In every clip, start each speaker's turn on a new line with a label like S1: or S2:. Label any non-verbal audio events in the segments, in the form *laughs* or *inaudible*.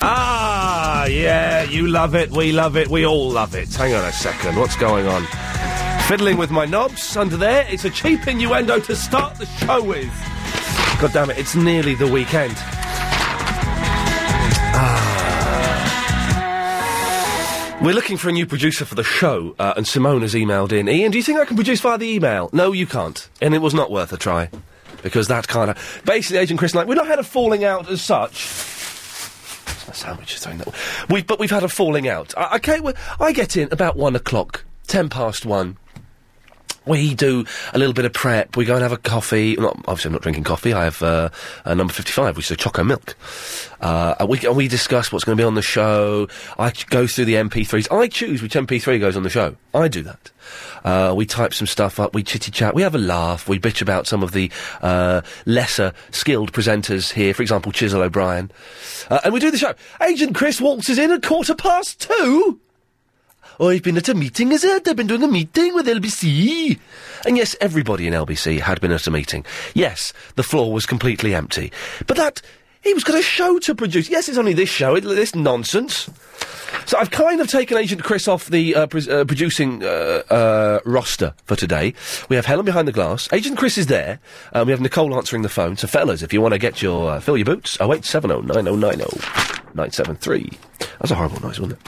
S1: Ah. You love it. We love it. We all love it. Hang on a second. What's going on? Fiddling with my knobs under there. It's a cheap innuendo to start the show with. God damn it. It's nearly the weekend. Ah. We're looking for a new producer for the show, uh, and Simone has emailed in. Ian, do you think I can produce via the email? No, you can't. And it was not worth a try. Because that kind of. Basically, Agent Chris and I, we've not had a falling out as such. A sandwich is throwing that. We've, but we've had a falling out. I, I, can't, well, I get in about one o'clock, ten past one. We do a little bit of prep. We go and have a coffee. Not, obviously, I'm not drinking coffee. I have uh, a number 55, which is a choco milk. Uh, and, we, and we discuss what's going to be on the show. I ch- go through the MP3s. I choose which MP3 goes on the show. I do that. Uh, we type some stuff up. We chitty chat. We have a laugh. We bitch about some of the uh, lesser skilled presenters here. For example, Chisel O'Brien. Uh, and we do the show. Agent Chris waltzes in at quarter past two. I've been at a meeting, is it? I've been doing a meeting with LBC. And yes, everybody in LBC had been at a meeting. Yes, the floor was completely empty. But that, he was got a show to produce. Yes, it's only this show, it, this nonsense. So I've kind of taken Agent Chris off the uh, pres- uh, producing uh, uh, roster for today. We have Helen behind the glass. Agent Chris is there. Um, we have Nicole answering the phone. So, fellas, if you want to get your, uh, fill your boots, 0870 9090 973. That's a horrible noise, wasn't it?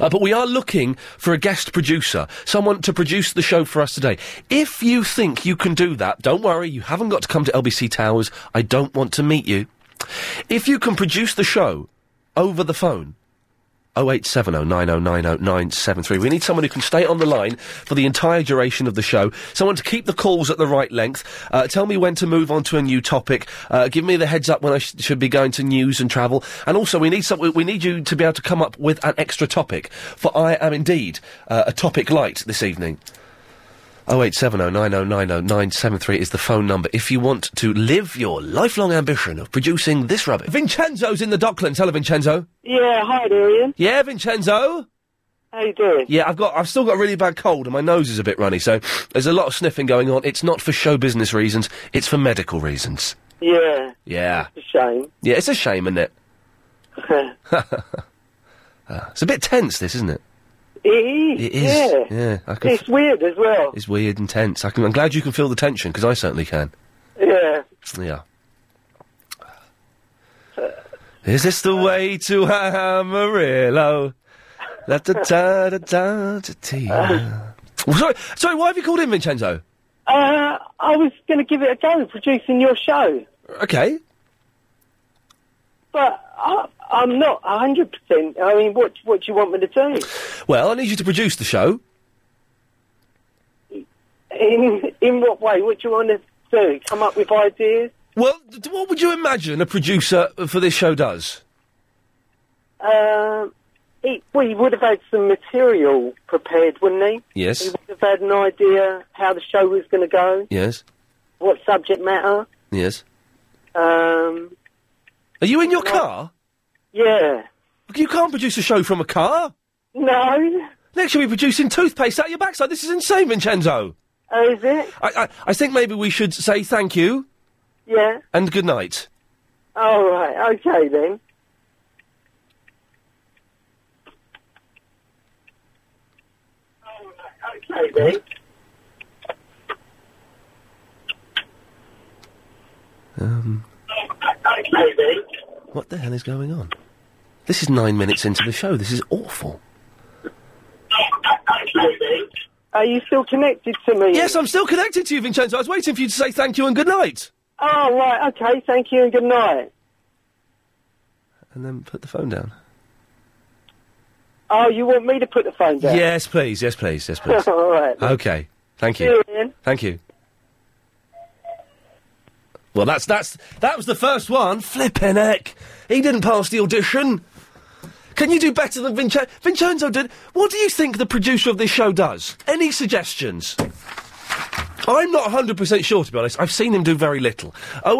S1: Uh, but we are looking for a guest producer, someone to produce the show for us today. If you think you can do that, don't worry, you haven't got to come to LBC Towers. I don't want to meet you. If you can produce the show over the phone, 0870 9090 973. We need someone who can stay on the line for the entire duration of the show, someone to keep the calls at the right length, uh, tell me when to move on to a new topic, uh, give me the heads up when I sh- should be going to news and travel, and also we need some- we- we need you to be able to come up with an extra topic, for I am indeed uh, a topic light this evening. 0870 9090 973 is the phone number if you want to live your lifelong ambition of producing this rubbish. Vincenzo's in the Docklands. Hello, Vincenzo.
S2: Yeah, hi there, Ian.
S1: Yeah, Vincenzo.
S2: How you doing?
S1: Yeah, I've got. I've still got a really bad cold, and my nose is a bit runny. So there's a lot of sniffing going on. It's not for show business reasons. It's for medical reasons.
S2: Yeah,
S1: Yeah,
S2: it's a shame.
S1: yeah. It's a shame,
S2: *laughs*
S1: isn't it?
S2: it
S1: Uh, it's a bit tense, this, isn't it?
S2: is.
S1: It is.
S2: Yeah.
S1: yeah I can
S2: It's weird as well.
S1: it's weird and tense. I can, I'm glad you can feel the tension because I certainly can.
S2: Yeah.
S1: Yeah. Is this the way to Amarillo? Da da da da da da da. Oh, Sorry, sorry. Why have you called in, Vincenzo?
S2: Uh, I was going to give it a go producing your show,
S1: Okay.
S2: but I, I'm not 100%. I mean, what what do you want me to do?
S1: Well, I need you to produce the show.
S2: In in what way? What do you want to do? Come up with ideas?
S1: Well, d- what would you imagine a producer for this show does?
S2: Um, he, well, he would have had some material prepared, wouldn't he? He
S1: Yes.
S2: would have had an idea how the show was going to go,
S1: Yes.
S2: what subject matter.
S1: Yes.
S2: Um,
S1: Are you in your car?
S2: yeah.
S1: You can't produce a show from a car.
S2: No.
S1: Next, you'll be producing toothpaste out your backside. This is insane, Vincenzo.
S2: Oh, is it?
S1: I, I, I think maybe we should say thank you
S2: Yeah.
S1: and good night.
S2: All right. Okay then. Okay then.
S1: Um,
S2: Okay then.
S1: what the hell is going on? This is nine minutes into the show. This is awful.
S2: Okay then. Are you still connected to me?
S1: Yes, I'm still connected to you, Vincenzo. I was waiting for you to say thank you and good night.
S2: Oh right. Okay. Thank you and good night.
S1: And then put the phone down.
S2: Oh, you want me to put the phone down?
S1: Yes, please. Yes, please. Yes, please.
S2: *laughs* All right. then.
S1: okay. Thank you.
S2: See you, Ian.
S1: Thank you. Well, that's that's that was the first one. Flippin' heck, he didn't pass the audition. Can you do better than Vincenzo? Vincenzo did. What do you think the producer of this show does? Any suggestions? I'm not 100% sure, to be honest. I've seen him do very little.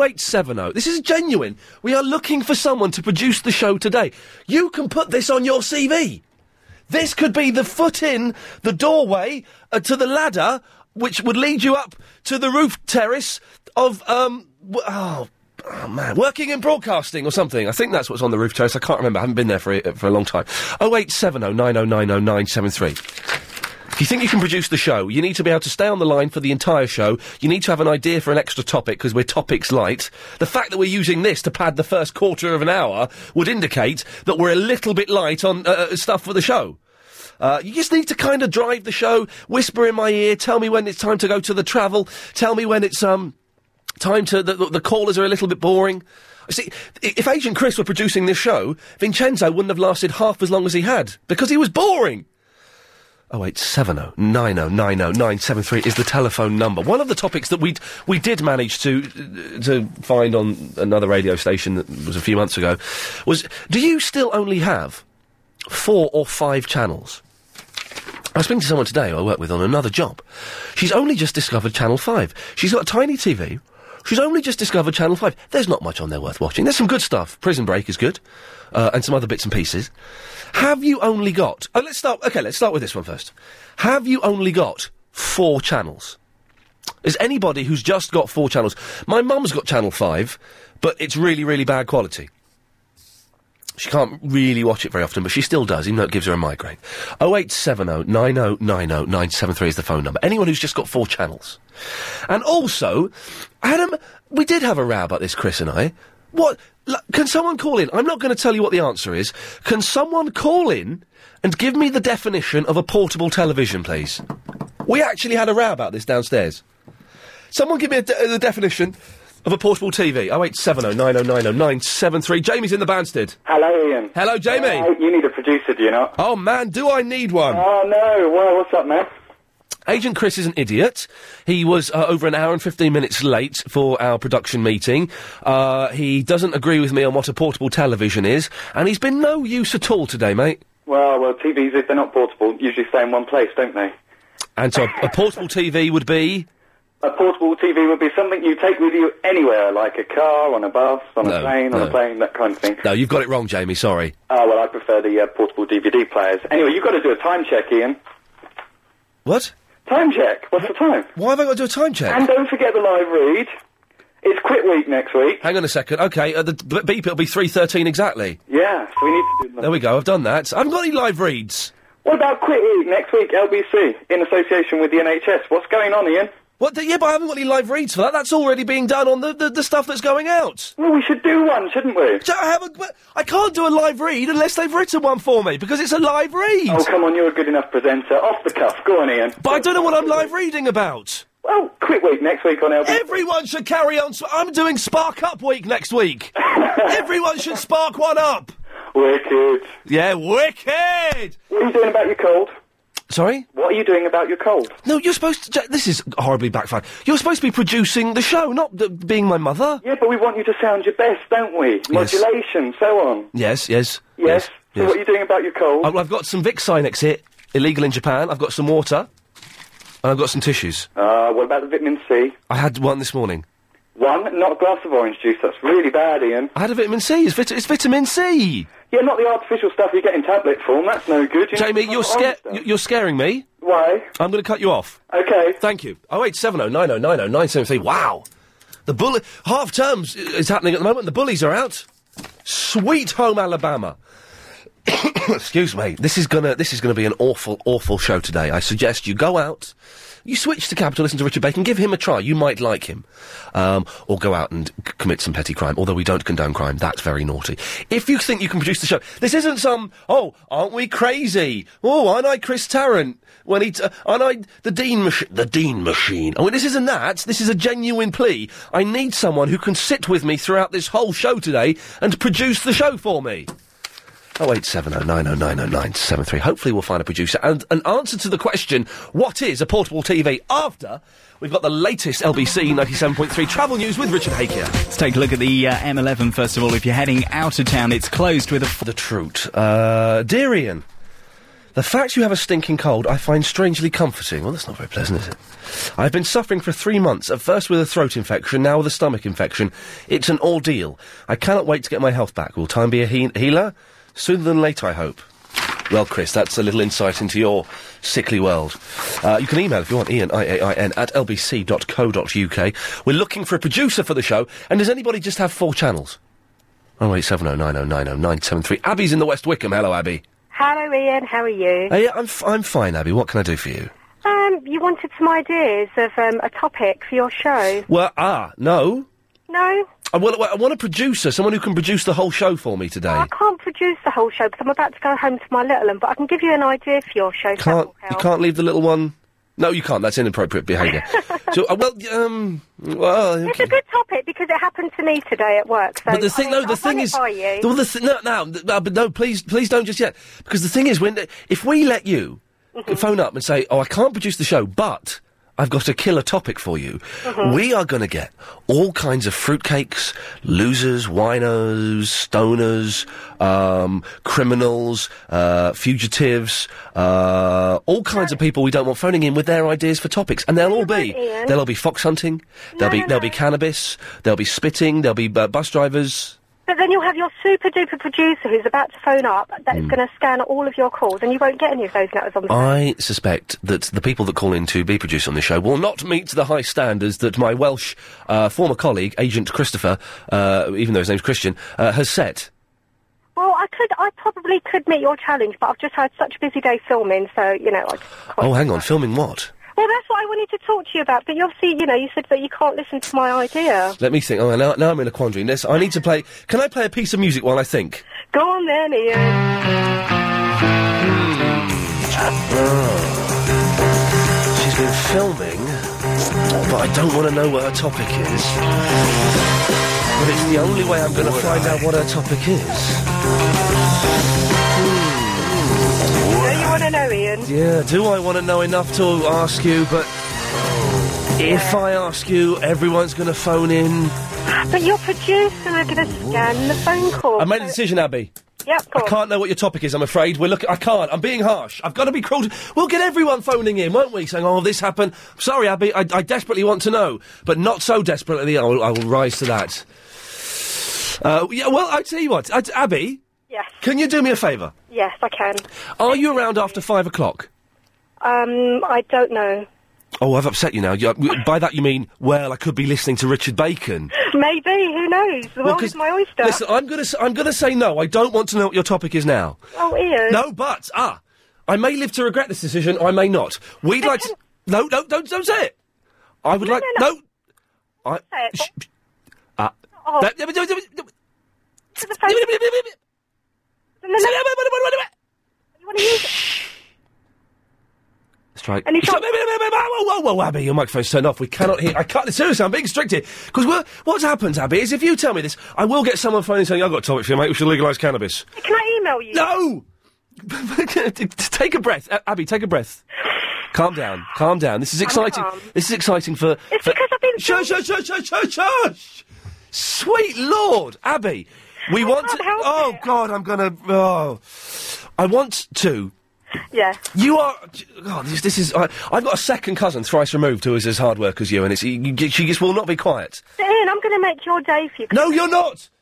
S1: 0870. This is genuine. We are looking for someone to produce the show today. You can put this on your CV. This could be the foot in, the doorway uh, to the ladder, which would lead you up to the roof terrace of, um, w- oh, Oh man, working in broadcasting or something. I think that's what's on the roof terrace. I can't remember. I haven't been there for a, for a long time. Oh eight seven oh nine oh nine oh nine seven three. If you think you can produce the show, you need to be able to stay on the line for the entire show. You need to have an idea for an extra topic because we're topics light. The fact that we're using this to pad the first quarter of an hour would indicate that we're a little bit light on uh, stuff for the show. Uh, you just need to kind of drive the show, whisper in my ear, tell me when it's time to go to the travel, tell me when it's um time to the, the callers are a little bit boring. See, i- if Agent Chris were producing this show, Vincenzo wouldn't have lasted half as long as he had because he was boring. Oh eight seven oh nine oh nine oh nine seven three is the telephone number. One of the topics that we we did manage to to find on another radio station that was a few months ago was: Do you still only have four or five channels? I was speaking to someone today who I work with on another job. She's only just discovered Channel 5. She's got a tiny TV. She's only just discovered Channel 5. There's not much on there worth watching. There's some good stuff. Prison Break is good, uh, and some other bits and pieces. Have you only got. Oh, let's start. Okay, let's start with this one first. Have you only got four channels? Is anybody who's just got four channels. My mum's got Channel 5, but it's really, really bad quality. She can't really watch it very often, but she still does, even though it gives her a migraine. 0870 9090 973 is the phone number. Anyone who's just got four channels. And also, Adam, we did have a row about this, Chris and I. What? l- Can someone call in? I'm not going to tell you what the answer is. Can someone call in and give me the definition of a portable television, please? We actually had a row about this downstairs. Someone give me a de- uh, the definition of a portable Oh TV. 0870 9090 973. Jamie's in the Banstead.
S3: Hello, Ian.
S1: Hello, Jamie.
S3: you need a producer, do you not?
S1: Oh, man, do I need one?
S3: Oh, no. Well, what's up, man?
S1: Agent Chris is an idiot. He was uh, over an hour and 15 minutes late for our production meeting. Uh, he doesn't agree with me on what a portable television is, and he's been no use at all today, mate.
S3: Oh, Well, well, TVs, if they're not portable, usually stay in one place, don't they?
S1: And so a, a portable TV would be.
S3: A portable TV would be something you take with you anywhere, like a car, on a bus, on
S1: No,
S3: a plane, on
S1: no.
S3: a plane, that kind of thing.
S1: No, you've got it wrong, Jamie, sorry.
S3: Oh, well, I prefer the uh, portable DVD players. Anyway, you've got to do a time check, Ian.
S1: What?
S3: Time check. What's the time?
S1: Why have I got to do a time check?
S3: And don't forget the live read. It's quit week next week.
S1: Hang on a second. Okay, uh, the b- beep, it'll be 3.13 exactly.
S3: Yeah, so we need to do that.
S1: There we go, I've done that. I haven't got any live reads.
S3: What about quit week next week, LBC, in association with the NHS? What's going on, Ian?
S1: What? The, yeah, but I haven't got any live reads for that. That's already being done on the, the, the stuff that's going out.
S3: Well, we should do one, shouldn't we?
S1: I, haven't, but I can't do a live read unless they've written one for me because it's a live read.
S3: Oh, come on, you're a good enough presenter. Off the cuff. Go on, Ian.
S1: But I don't know what I'm live reading about.
S3: Well, quit week next week on LBC.
S1: Everyone should carry on. sp- I'm doing Spark Up Week next
S3: *laughs*
S1: week. Everyone should spark one up.
S3: Wicked.
S1: Yeah, wicked.
S3: What are you doing about your cold?
S1: Sorry?
S3: What are you doing about your cold?
S1: No, you're supposed to. Ja- This is horribly backfired. You're supposed to be producing the show, not uh, being my mother.
S3: Yeah, but we want you to sound your best, don't we?
S1: Yes.
S3: Modulation, so on.
S1: Yes, yes.
S3: Yes. So what are you doing about your cold?
S1: I- I've got some Vic Sinex here, illegal in Japan. I've got some water. And I've got some tissues.
S3: Uh, what about the vitamin C?
S1: I had one this morning.
S3: One, not a glass of orange juice. That's really bad, Ian.
S1: I had a vitamin C. It's, vit- it's vitamin C.
S3: Yeah, not the artificial stuff you get in tablet form. That's no good. You
S1: Jamie,
S3: need-
S1: you're, sca- you- you're scaring me.
S3: Why?
S1: I'm going to cut you off.
S3: Okay.
S1: Thank you. Oh eight seven oh nine oh nine oh nine seven three. Wow, the bully half terms i- is happening at the moment. The bullies are out. Sweet home Alabama. *coughs* Excuse me. This is gonna this is gonna be an awful awful show today. I suggest you go out. You switch to Capital, listen to Richard Bacon, give him a try. You might like him. Um, or go out and c- commit some petty crime, although we don't condone crime. That's very naughty. If you think you can produce the show, this isn't some, oh, aren't we crazy? Oh, aren't I Chris Tarrant? When he, t- uh, aren't I the Dean Machine? The Dean Machine. I mean, this isn't that. This is a genuine plea. I need someone who can sit with me throughout this whole show today and produce the show for me. Oh eight seven oh nine oh nine oh nine seven three. Hopefully, we'll find a producer and an answer to the question: What is a portable TV? After we've got the latest LBC ninety-seven point three travel news with Richard Hakier.
S4: Let's take a look at the uh, M11 first of all. If you're heading out of town, it's closed with a.
S1: The truth, uh, dear Ian. The fact you have a stinking cold I find strangely comforting. Well, that's not very pleasant, is it? I've been suffering for three months, at first with a throat infection, now with a stomach infection. It's an ordeal. I cannot wait to get my health back. Will time be a he- healer? Sooner than late, I hope. Well, Chris, that's a little insight into your sickly world. Uh, you can email if you want, Ian, I-A-I-N, at lbc.co.uk. We're looking for a producer for the show, and does anybody just have four channels? Oh, wait, 709090973. Abby's in the West Wickham. Hello, Abby.
S5: Hello, Ian. How are you?
S1: Hey, uh, I'm, f- I'm fine, Abby. What can I do for you?
S5: Um, you wanted some ideas of um, a topic for your show.
S1: Well, ah, no.
S5: No,
S1: I want, I want a producer, someone who can produce the whole show for me today.
S5: I can't produce the whole show because I'm about to go home to my little one. But I can give you an idea for your show. if that
S1: can't
S5: will
S1: you
S5: help.
S1: can't leave the little one? No, you can't. That's
S5: *laughs*
S1: inappropriate behaviour. so, uh, well, um, well,
S5: It's a good topic because it happened to me today at work. So
S1: But the
S5: I
S1: thing,
S5: mean,
S1: no,
S5: I'll
S1: the
S5: run
S1: thing
S5: it
S1: is,
S5: by you.
S1: well, the thi- no, no, th- no, but no, please, please don't just yet, because the thing is, when if we let you
S5: Mm-hmm.
S1: phone up and say, "Oh, I can't produce the show, but I've got a killer topic for you,"
S5: Mm-hmm.
S6: Mhm.
S1: we are going to get all kinds of fruitcakes, losers, winos, stoners, um, criminals, uh, fugitives, uh, all kinds of people we don't want phoning in with their ideas for topics, and they'll all be
S6: Ian.
S1: they'll all be fox hunting, there'll be there'll be cannabis, there'll be spitting, there'll be uh, bus drivers.
S5: But then you'll have your super duper producer who's about to phone up that's
S1: Hmm.
S5: going to scan all of your calls, and you won't get any of those letters on the
S1: I suspect that the people that call in to be produced on this show will not meet the high standards that my Welsh uh, former colleague, Agent Christopher, uh, even though his name's Christian, uh, has set.
S5: Well, I could, I probably could meet your challenge, but I've just had such a busy day filming, so you know. I just,
S1: Oh, hang on, filming what?
S5: well, that's what I wanted to talk to you about. But you obviously, you know, you said that you can't listen to my idea.
S1: Let me think. Oh, now, now I'm in a quandary. This, I need to play. Can I play a piece of music while I think?
S5: Go on then, Ian.
S1: Oh. She's been filming, but I don't want to know what her topic is. But it's the only way I'm going to find out what her topic is.
S5: Do you want to know, Ian?
S1: Yeah, do I want to know enough to ask you? But if I ask you, everyone's going to phone in.
S5: But your producer are going to scan the phone call.
S1: I made a decision, Abby.
S5: Yep, of
S1: I
S5: course.
S1: can't know what your topic is. I'm afraid we're looking. I can't. I'm being harsh. I've got to be cruel. To- we'll get everyone phoning in, won't we? Saying, "Oh, this happened." Sorry, Abby. I, I desperately want to know, but not so desperately. I will, I will rise to that. Uh, yeah. Well, I tell you what, I, Abby.
S5: Yes.
S1: Can you do me a favour?
S5: Yes, I can.
S1: Are you around after five o'clock?
S5: Um, I don't know.
S1: Oh, I've upset you now. You, by that you mean, well, I could be listening to Richard Bacon.
S5: Maybe. Who knows? The world
S1: 'cause-
S5: is my oyster.
S1: Listen, I'm gonna s- I'm gonna say no. I don't want to know what your topic is now.
S5: oh, Ian.
S1: No, but ah, I may live to regret this decision. I may not. We'd like to. No, no, don't don't say it. I would like no. I
S5: Say it.
S1: ah.
S5: Oh.
S1: That- that- that- that- that-
S5: To the phone. And then- You wanna use it?
S1: Strike.
S5: And he
S1: Whoa, whoa, whoa, whoa, Abby, your microphone's turned off. We cannot hear. I can't. Seriously, I'm being strict here. Because what happens, Abby, is if you tell me this, I will get someone phoning saying, I've got a topic for you, mate. We should legalise cannabis.
S5: Can I email you?
S1: No! *laughs* take a breath, A- Abby. Take a breath. Calm down. Calm down. This is
S6: I'm
S1: exciting.
S6: calm.
S1: This is exciting for. It's because I've been. Shush! Shush! Shush! Shush! Shush! Shush! Sweet Lord, Abby, we want to. Oh God, I'm gonna. Oh, I want to.
S5: Yeah.
S1: You are. God, this, this is. I, I've got a second cousin, thrice removed, who is as hard work as you, and it's. You, you- she just will not be quiet.
S5: So, Ian, I'm going to make your day for you.
S1: No, you're not. *laughs*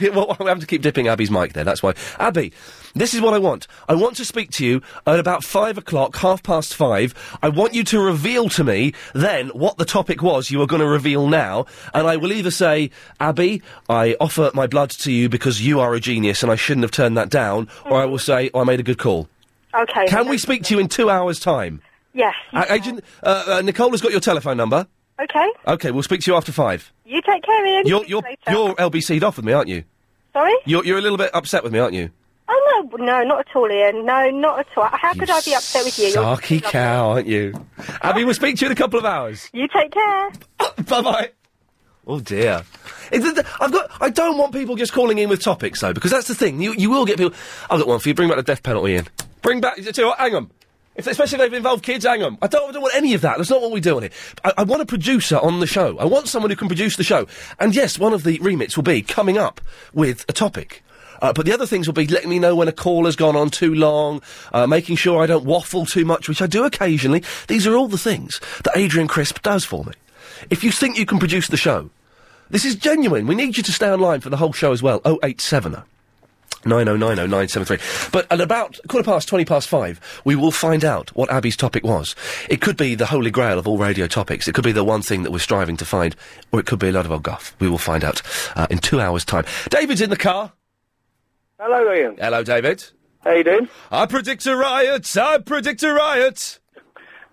S1: We, well, *laughs* we have to keep dipping Abby's mic there. That's why. Abby, this is what I want. I want to speak to you at about five o'clock, half past five. I want you to reveal to me then what the topic was you are going to reveal now, and I will either say, Abby, I offer my blood to you because you are a genius and I shouldn't have turned that down, or I will say, I made a good call.
S5: Okay.
S1: Can we speak to you in two hours' time?
S5: Yes.
S1: Uh, Agent uh, uh, Nicola's got your telephone number.
S5: Okay.
S1: Okay, we'll speak to you after five.
S5: You take care, Ian.
S1: You're
S5: See you
S1: you're
S5: later.
S1: you're LBC'd off with me, aren't you?
S5: Sorry?
S1: You're, you're a little bit upset with me, aren't you?
S5: Oh, no. No, not at all, Ian. No, not at all. How could I be upset with you? You're-
S1: Sarky cow, aren't you? Abby, we'll speak to you in a couple of hours.
S5: You take care.
S1: bye bye. Oh dear. It's- it's- I've got. I don't want people just calling in with topics though, because that's the thing. You you will get people. I've got one for you. Bring back the death penalty in. Bring back. Tell you what, hang on. If, especially if they've involved kids, hang on. I don't, I don't want any of that. That's not what we do on here. I, I want a producer on the show. I want someone who can produce the show. And yes, one of the remits will be coming up with a topic. Uh, but the other things will be letting me know when a call has gone on too long, uh, making sure I don't waffle too much, which I do occasionally. These are all the things that Adrian Crisp does for me. If you think you can produce Oh the show, this is genuine. We need you to stay online for the whole show as well. 0870 oh, 9090973. But at about quarter past, 20 past five, we will find out what Abby's topic was. It could be the holy grail of all radio topics. It could be the one thing that we're striving to find, or it could be a lot of old guff. We will find out uh, in two hours' time. David's in the car.
S2: Hello, Ian.
S1: Hello, David.
S2: How you doing?
S1: I predict a riot. I predict a riot.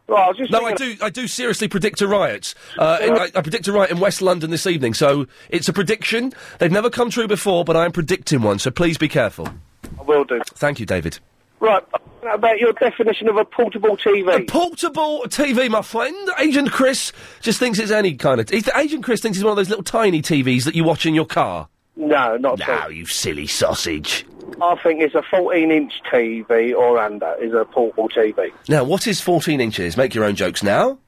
S2: Well, I was just
S1: no, I do. I do seriously predict a riot. Uh, I, I predict a riot in West London this evening. So it's a prediction. They've never come true before, but I am predicting one. So please be careful.
S2: I will do.
S1: Thank you, David.
S2: Right, about your definition of a portable TV.
S1: A portable TV, my friend. Agent Chris just thinks it's any kind of. He's Agent Chris thinks it's one of those little tiny TVs that you watch in your car.
S2: No, not at
S1: Now, you silly sausage.
S2: all. I think it's a 14-inch TV or under is a portable *laughs* TV.
S1: Now, what is 14 inches? Make your own jokes now.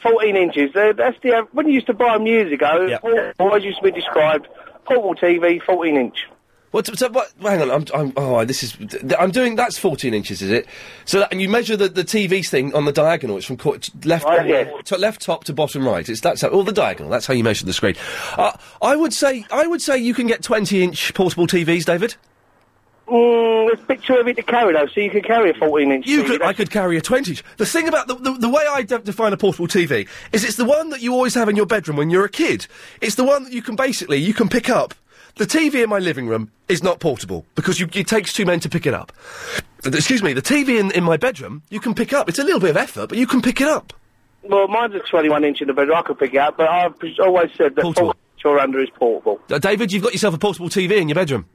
S2: 14 inches. Uh, that's the av- when you used to buy them years ago. It always used to be described portable TV, 14 inch.
S1: What, so what, hang on, I'm, I'm, oh, this is, th- I'm doing, that's 14 inches, is it? So, that, and you measure the, the TV thing on the diagonal, it's from co- t- left,
S2: Right, yes.
S1: to left top to bottom right, it's, that's, all the diagonal, that's how you measure the screen. Uh, I would say, I would say you can get 20 inch portable TVs, David?
S2: Mm, there's a bit too heavy to carry though, so you could carry a 14 inch.
S1: You could, I could carry a 20 inch. The thing about the, the, the way I de- define a portable TV is it's the one that you always have in your bedroom when you're a kid. It's the one that you can basically, you can pick up. The TV in my living room is not portable because you, it takes two men to pick it up. Excuse me, the TV in, in my bedroom, you can pick up. It's a little bit of effort, but you can pick it up.
S2: Well, mine's a 21 inch in the bedroom. I could pick it up, but I've pres- always said that portable. 14 inch or under is portable.
S1: Uh, David, you've got yourself a portable TV in your bedroom.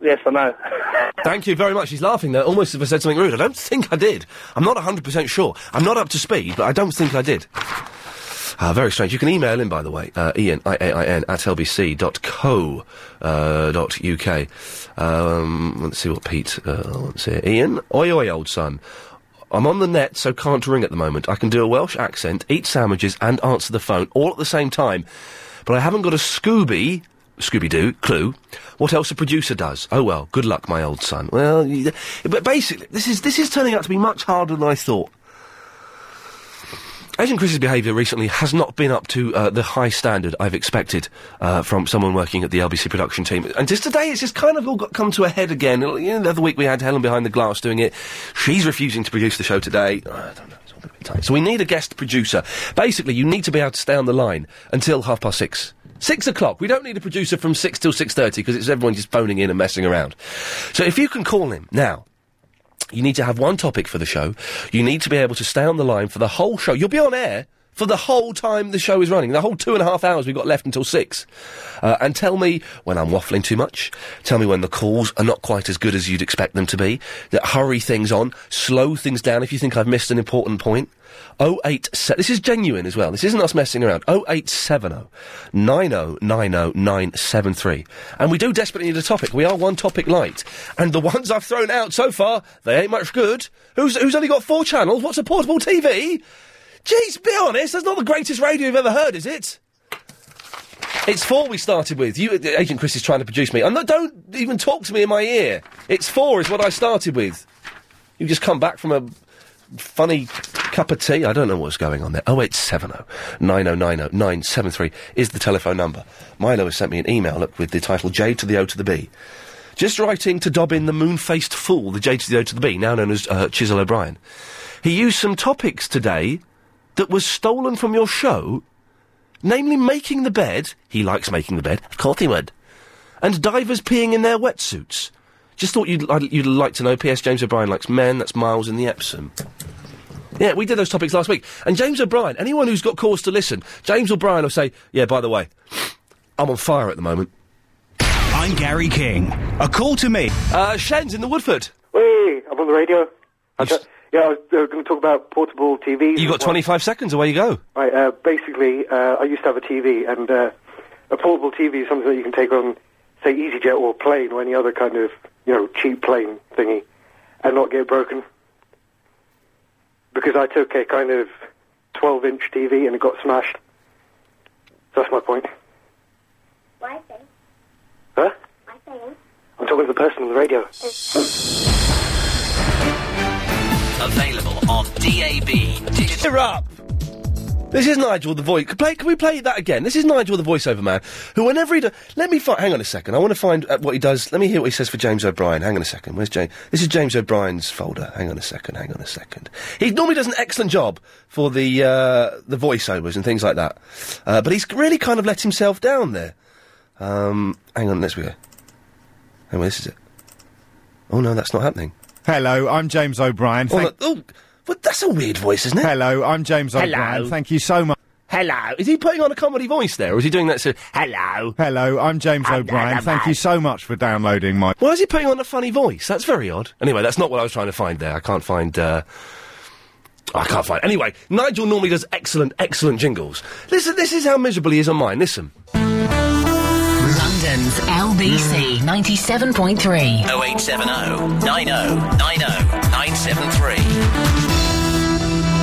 S2: Yes, I know. *laughs*
S1: Thank you very much. He's laughing there, almost as if I said something rude. I don't think I did. I'm not 100% sure. I'm not up to speed, but I don't think I did. Uh, very strange. You can email in, by the way, uh, ian, I-A-I-N, at lbc.co.uk. Uh, dot UK. um, let's see what Pete uh, wants here. Ian, oi oi, old son. I'm on the net, so can't ring at the moment. I can do a Welsh accent, eat sandwiches, and answer the phone all at the same time. But I haven't got a Scooby, Scooby Doo, clue, what else a producer does. Oh well, good luck, my old son. Well, y- but basically, this is, this is turning out to be much harder than I thought. Agent Chris's behaviour recently has not been up to uh, the high standard I've expected uh, from someone working at the LBC production team. And just today, it's just kind of all got come to a head again. You know, the other week we had Helen behind the glass doing it. She's refusing to produce the show today. *sighs* I don't know. It's all a bit tight. So we need a guest producer. Basically, you need to be able to stay on the line until half past six. Six o'clock. We don't need a producer from six till six thirty because it's everyone just phoning in and messing around. So if you can call him now, you need to have one topic for the show. You need to be able to stay on the line for the whole show. You'll be on air for the whole time the show is running, the whole two and a half hours we've got left until six. Uh, and tell me when I'm waffling too much. Tell me when the calls are not quite as good as you'd expect them to be. That hurry things on, slow things down if you think I've missed an important point. 087. This is genuine as well. This isn't us messing around. 0870 oh, 9090973. And we do desperately need a topic. We are one topic light. And the *laughs* ones I've thrown out so far, they ain't much good. Who's, who's only got four channels? What's a portable TV? Jeez, be honest, that's not the greatest radio you've ever heard, is it? It's four we started with. You, Agent Chris is trying to produce me. And no- don't even talk to me in my ear. It's four is what I started with. You just come back from a funny cup of tea. I don't know what's going on there. Oh, 0870 9090 973 is the telephone number. Milo has sent me an email, look, with the title J to the O to the B. Just writing to Dobbin the moon-faced fool, the J to the O to the B, now known as uh, Chisel O'Brien. He used some topics today that was stolen from your show, namely making the bed. He likes making the bed. Of course he would and divers peeing in their wetsuits. Just thought you'd, I'd- you'd like to know. P.S. James O'Brien likes men. That's Miles in the Epsom. Yeah, we did those topics last week. And James O'Brien, anyone who's got cause to listen, James O'Brien will say, yeah, by the way, I'm on fire at the moment.
S4: I'm Gary King. A call to me.
S1: Uh, Shen's in the Woodford.
S6: Hey, I'm on the radio. I got, yeah, I was uh, going to talk about portable TVs.
S1: You got 25 seconds, away you go.
S6: Right, uh, basically, uh, I used to have a TV, and uh, a portable TV is something that you can take on, say, EasyJet or a plane or any other kind of, you know, cheap plane thingy, and not get broken. Because I took a kind of 12-inch TV and it got smashed. That's my point.
S7: My thing.
S6: Huh?
S7: My thing.
S6: I'm talking to the person on the radio.
S5: Available on DAB.
S1: Cheer up! This is Nigel the voice. Can, play, can we play that again? This is Nigel the voiceover man, who whenever he does, let me find. Hang on a second. I want to find uh, what he does. Let me hear what he says for James O'Brien. Hang on a second. Where's James? This is James O'Brien's folder. Hang on a second. Hang on a second. He normally does an excellent job for the uh, the voiceovers and things like that, uh, but he's really kind of let himself down there. Um, hang on. Let's we go. Hang on. This is it. Oh no, that's not happening.
S5: Hello, I'm James O'Brien.
S1: Oh, no, oh, but that's a weird voice, isn't it?
S5: Hello, I'm James
S1: Hello.
S5: O'Brien. Thank you so much.
S1: Hello. Is he putting on a comedy voice there, or is he doing that so? Hello.
S5: Hello, I'm James O'Brien. Thank you so much for downloading my.
S1: Why is he putting on a funny voice? That's very odd. Anyway, that's not what I was trying to find there. I can't find. Uh, I can't find. Anyway, Nigel normally does excellent, excellent jingles. Listen, this is how miserable he is on mine. Listen.
S8: London's LBC 97.3.
S5: Oh,
S9: 0870 90 90 973.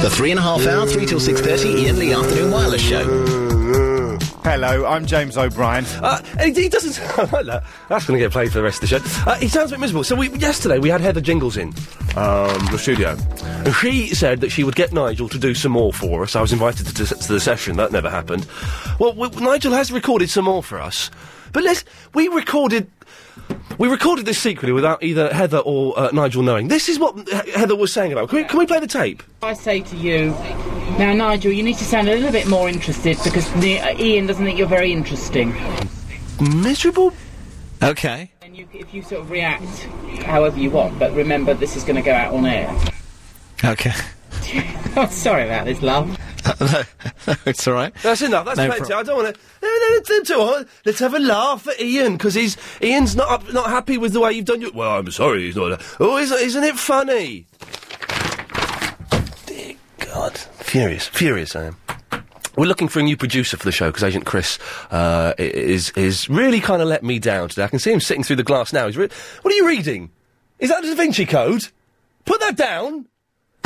S9: The three and a half hour, three till six thirty, Ian Lee afternoon wireless show.
S5: Mm-hmm. Hello, I'm James O'Brien.
S1: Uh, and he, he doesn't. I *laughs* like that. That's going to get played for the rest of the show. Uh, he sounds a bit miserable. So we, yesterday we had Heather Jingles in um, the studio, and she said that she would get Nigel to do some more for us. I was invited to, to, to the session. That never happened. Well, we, Nigel has recorded some more for us, but let's. We recorded. We recorded this secretly without either Heather or uh, Nigel knowing. This is what He- Heather was saying about. Can we, can we play the tape?
S10: I say to you, now Nigel, you need to sound a little bit more interested because the, uh, Ian doesn't think you're very interesting.
S11: uh,
S1: Miserable.
S10: Okay. And you, if you sort of react however you want, but remember this is going to go out on air. *laughs*
S12: *laughs*
S9: Okay.
S10: oh, sorry about this, love.
S9: it's all right.
S1: That's enough. That's
S9: No
S1: plenty. I don't want to. No, no, let's, let's, do it. Let's have a laugh at Ian because he's Ian's not up, not happy with the way you've done your. Well, I'm sorry, he's not. Oh, isn't, isn't it funny? Dear God, furious, furious I am. We're looking for a new producer for the show because Agent Chris uh, i- is is really kind of let me down today. I can see him sitting through the glass now. He's re- what are you reading? Is that the Da Vinci Code? Put that down.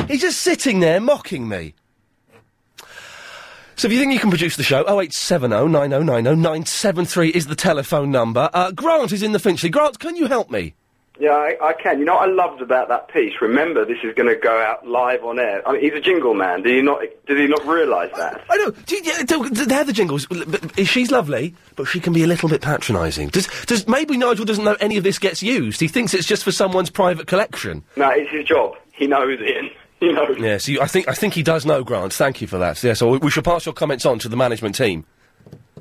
S1: He's just sitting there mocking me. So if you think you can produce the show, 0870 9090 973 is the telephone number. Uh, Grant is in the Finchley. Grant, can you help me?
S13: Yeah, I, I can. You know what I loved about that piece? Remember, this is going to go out live on air. I mean, he's a jingle man. Did he not? Did he not realise that?
S1: I know. Do you, yeah, do, do- they're the jingles. L- but She's lovely, but she can be a little bit patronising. Does, does maybe Nigel doesn't know any of this gets used? He thinks it's just for someone's private collection.
S13: No, it's his job. He knows it. *laughs* He knows.
S1: Yeah, so you, I think I think he does know, Grant. Thank you for that. Yeah, so we, we shall pass your comments on to the management team.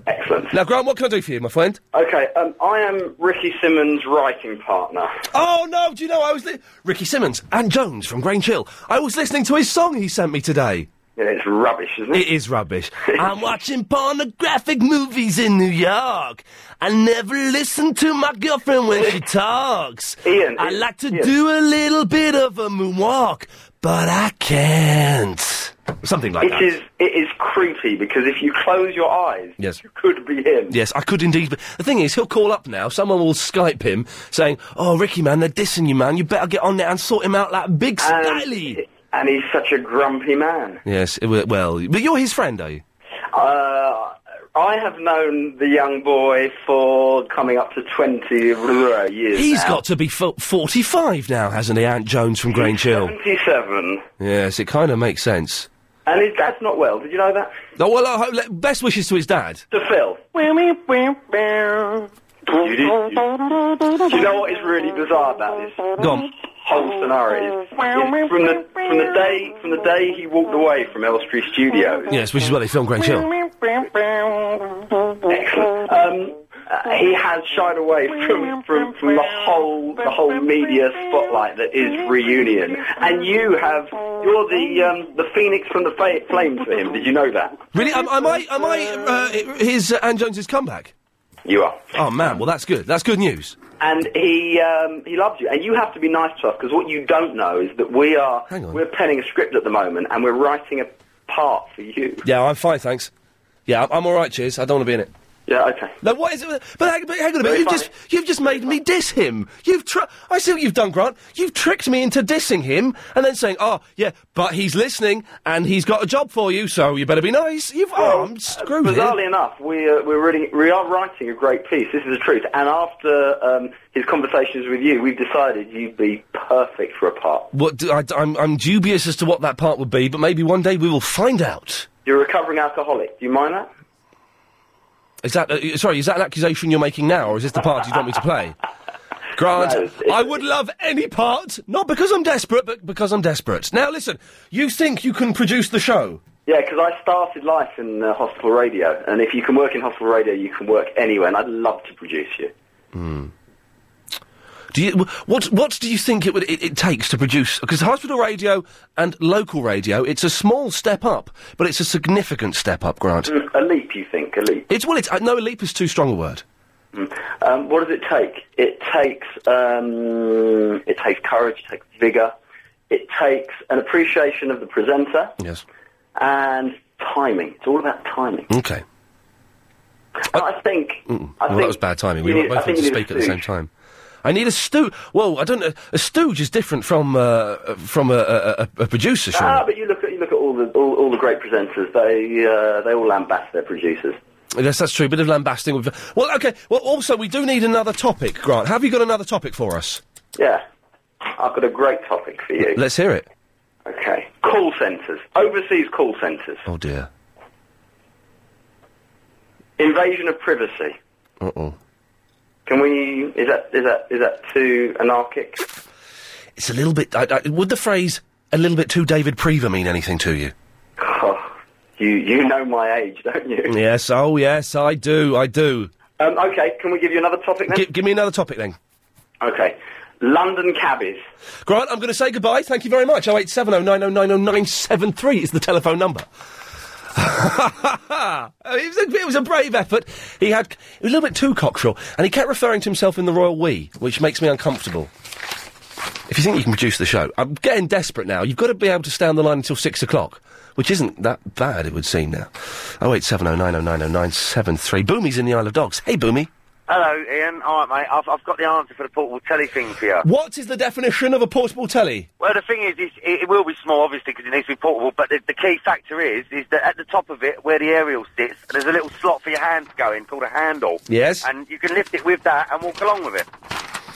S13: Excellent.
S1: Now, Grant, what can I do for you, my friend?
S13: Okay, um, I am Ricky Simmons' writing partner.
S1: Oh no! Do you know I was li- Ricky Simmons and Jones from Grange Hill? I was listening to his song he sent me today.
S13: Yeah, it's rubbish, isn't
S1: it? It is rubbish. *laughs* I'm watching pornographic movies in New York. I never listen to my girlfriend when she talks.
S13: Ian,
S1: I
S13: Ian,
S1: like to do a little bit of a moonwalk, but I can't. Something like that.
S13: It is. It is creepy because if you close your eyes,
S1: Yes.
S13: you could be him.
S1: Yes, I could indeed. But the thing is, he'll call up now. Someone will Skype him saying, "Oh, Ricky, man, they're dissing you, man. You better get on there and sort him out like big stally."
S13: And he's such a grumpy man.
S1: Yes, it, wa- well, but you're his friend, are you?
S13: Uh, I have known the young boy for coming up to twenty uh, years.
S1: He's
S13: now.
S1: got to be fo- 45 now, hasn't he, Aunt Jones from Grange Hill?
S13: twenty-seven,
S1: Yes, it kind of makes sense.
S13: and his dad's not well. Did you know that?
S1: Oh, well, I hope, le- best wishes to his dad.
S13: To Phil. You, did, you, do you know what is really bizarre about this
S1: Go on.
S13: whole scenario? Is, is from the from the day from the day he walked away from Elstree Studios,
S1: Yes, which is where they filmed Grange Hill.
S13: um, uh, he has shied away from, from, from the whole the whole media spotlight that is reunion. And you have you're the um, the phoenix from the fa- flames for him. Did you know that?
S1: Really? Am, am I, am I uh, his, uh, Anne Jones's comeback?
S13: You are.
S1: Oh, man, well, that's good. That's good news.
S13: And he um, he loves you, and you have to be nice to us because what you don't know is that we are
S1: Hang on.
S13: we're penning a script at the moment, and we're writing a part for you.
S1: Yeah, I'm fine, thanks. Yeah, I'm, I'm all right, cheers. I don't want to be in it.
S13: Yeah, okay.
S1: No, what is it? with- But, hang- but hang on a minute.
S13: Very
S1: You've
S13: funny.
S1: just you've just made me diss him. You've tr- I see what you've done, Grant. You've tricked me into dissing him and then saying, "Oh, yeah, but he's listening and he's got a job for you, so you better be nice." You've oh, I'm screwed. here.
S13: Bizarrely enough, we are, we're really, we are writing a great piece. This is the truth. And after um, his conversations with you, we've decided you'd be perfect for a part.
S1: What do, I, am I'm dubious as to what that part would be, but maybe one day we will find out.
S13: You're a recovering alcoholic. Do you mind that?
S1: Is that uh, sorry? Is that an accusation you're making now, or is this the part you want me to
S13: *laughs*
S1: play? Grant, I would love any part, not because I'm desperate, but because I'm desperate. Now listen, you think you can produce the show?
S13: Yeah, because I started life in uh, hospital radio, and if you can work in hospital radio, you can work anywhere, and I'd love to produce you.
S1: Hmm. Do you wh- what? What do you think it would it, it takes to produce? Because hospital radio and local radio, it's a small step up, but it's a significant step up, Grant.
S13: Mm, A leap, you think? A leap.
S1: It's well, it's uh, no, a leap is too strong a word.
S13: Mm. Um, what does it take? It takes um, it takes courage, it takes vigour, it takes an appreciation of the presenter,
S1: Yes.
S13: and timing. It's all about timing.
S1: Okay.
S13: And I think
S1: Mm.
S13: I
S1: well,
S13: think
S1: that was bad timing. We
S13: you
S1: were
S13: need- I
S1: both
S13: think
S1: on to
S13: you need a
S1: speak at the same
S13: stooge.
S1: time. I need a stooge. Well, I don't know. A stooge is different from uh, uh, from a, a, a, a producer, surely.
S13: Ah, but you look at you look at all the all, all the great presenters. They uh, they all lambast their producers.
S1: Yes, that's true. A bit of lambasting. with- Well, okay. Well, also, we do need another topic, Grant. Have you got another topic for us?
S13: Yeah, I've got a great topic for you.
S1: Let's hear it.
S13: Okay, call centres, overseas call centres,
S1: Oh, dear.
S13: invasion of privacy.
S1: Uh oh.
S13: Can we? Is that is that is that too anarchic?
S1: It's a little bit. I, I, would the phrase a little bit too David Prever mean anything to you?
S13: Oh, you you know my age, don't you?
S1: yes. Oh, yes. I do. I do.
S13: Um, okay, can we give you another topic then?
S1: Gi- give me another topic then.
S13: Okay, London cabbies.
S1: Grant, I'm going to say goodbye. Thank you very much. 08709090973 is the telephone number. *laughs* I mean, it, was a, it was a brave effort. He had it was a little bit too cocksure, and he kept referring to himself in the royal we, which makes me uncomfortable. If you think you can produce the show, I'm getting desperate now. You've got to be able to stay on the line until six o'clock, which isn't that bad, it would seem now. Oh wait, seven oh nine oh nine oh nine seven three. Boomy's in the Isle of Dogs. Hey, Boomy.
S11: Hello, Ian. All right, mate. I've, I've got the answer for the portable telly thing for you.
S1: What is the definition of a portable telly?
S11: Well, the thing is, is it, it will be small, obviously, because it needs to be portable. But the, the key factor is, is that at the top of it, where the aerial sits, there's a little slot for your hand to go in called a handle.
S1: Yes.
S11: And you can lift it with that and walk along with it.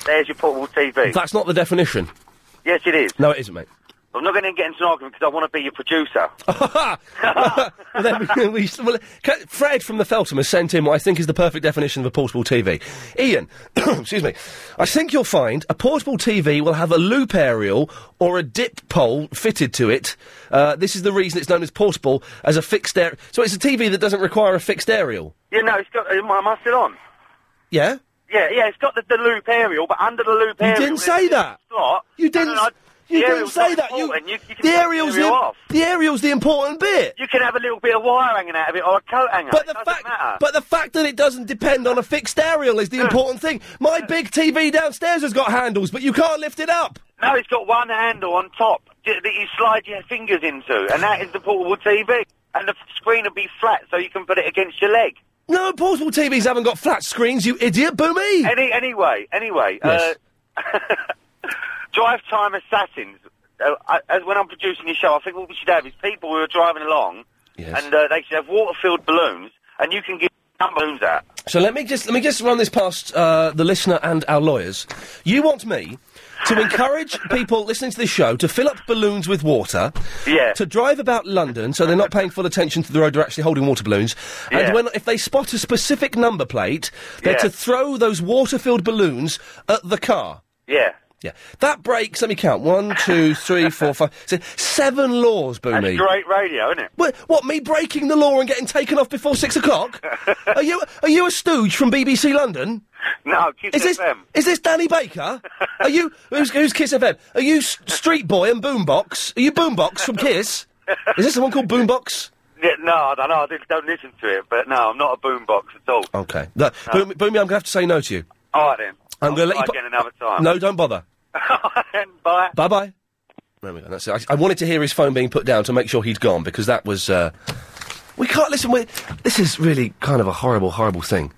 S11: There's your portable TV.
S1: That's not the definition.
S11: yes, it is.
S1: No, it isn't, mate.
S11: I'm not going to get into an argument because I want to be
S1: *laughs*
S11: your producer. *laughs*
S1: well, then *laughs* we, we, well, ca- Fred from the Feltham has sent in what I think is the perfect definition of a portable TV. Ian, *coughs* excuse me, I think you'll find a portable TV will have a loop aerial or a dip pole fitted to it. Uh, this is the reason it's known as portable, as a fixed air. So it's a TV that doesn't require a fixed aerial.
S11: you know, it's got. Am I am I still on?
S1: Yeah?
S11: Yeah, yeah. It's got the, the loop aerial, but under the loop
S1: You
S11: aerial,
S1: didn't
S11: there's
S1: say
S11: a
S1: that.
S11: Slot.
S1: You didn't.
S11: No, no, no,
S1: you
S11: the
S1: didn't
S11: aerial's
S1: say
S11: not
S1: that. You,
S11: important. you, you can
S1: the
S11: take
S1: aerial's
S11: aerial
S1: the,
S11: off.
S1: the aerial's the important bit.
S11: You can have a little bit of wire hanging out of it or a coat hanger.
S1: But
S11: it doesn't matter.
S1: But the fact that it doesn't depend on a fixed aerial is the important thing. My big TV downstairs has got handles, but you can't lift it up.
S11: no, it's got one handle on top j- that you slide your fingers into, and that is the portable TV. And the f- screen will be flat, so you can put it against your leg.
S1: No, portable TVs haven't got flat screens, you idiot, boomy!
S11: Any, anyway, anyway.
S14: Uh,
S1: Yes.
S11: Uh, drive time assassins. Uh, I, as when I'm producing your show, I think what we should have is people who are driving along, and uh, they should have water-filled balloons, and you can give some balloons out.
S1: So let me just let me just run this past uh, the listener and our lawyers. You want me to
S11: *laughs*
S1: encourage people listening to this show to fill up balloons with water,
S11: Yeah.
S1: to drive about London so they're not paying full attention to the road, they're actually holding water balloons, and
S11: Yeah.
S1: when if they spot a specific number plate, they're
S11: Yeah.
S1: to throw those water-filled balloons at the car.
S11: Yeah.
S1: Yeah, that breaks. Let me count: one, two, three, four, five, six, seven laws, boomy.
S11: That's great radio, isn't it?
S1: What, what, me breaking the law and getting taken off before six
S11: *laughs*
S1: o'clock? are you are you a stooge from BBC London?
S11: No, Kiss
S1: is this,
S11: FM.
S1: Is this Danny
S11: *laughs*
S1: Baker? are you who's, who's Kiss FM? Are you S- Street Boy and Boombox? Are you Boombox from
S11: *laughs*
S1: Kiss? is this someone called Boombox?
S11: Yeah, no, I don't know. I just don't listen to it, but no, I'm not a boombox at all.
S1: Okay, no, Boom, Boomy, I'm going to have to say no to you.
S11: All right then.
S1: I'm going to let
S11: I'll
S1: you.
S11: try again another time.
S1: No, don't bother.
S11: *laughs* Bye.
S1: Bye bye. There we go. That's it. I, I wanted to hear his phone being put down to make sure he'd gone because that was. Uh, we can't listen. we this is really kind of a horrible, horrible thing.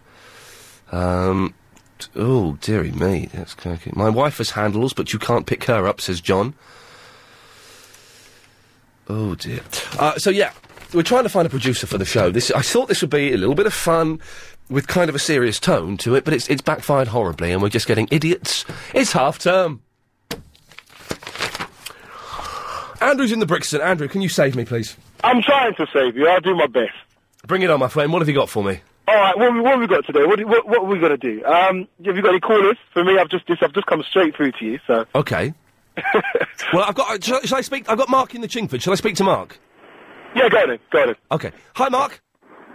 S1: Um. t- Oh dearie me, that's cracking. My wife has handles, but you can't pick her up, says John. Oh dear. Uh, so yeah, we're trying to find a producer for the show. This I thought this would be a little bit of fun with kind of a serious tone to it, but it's it's backfired horribly, and we're just getting idiots. It's half term. Andrew's in the Brixton. Andrew, can you save me, please?
S15: I'm trying to save you. I'll do my best.
S1: Bring it on, my friend. What have you got for me?
S15: All right, what, have we- what have we got today? What, do- what, what are we going to do? Um, have you got any callers? For me, I've just this, I've just come straight through to you. So *laughs*
S1: Okay. well, I've got. Uh, shall, shall I speak? I've got Mark in the Chingford. Shall I speak to Mark?
S15: Yeah, go then. Go then.
S1: Okay. Hi, Mark.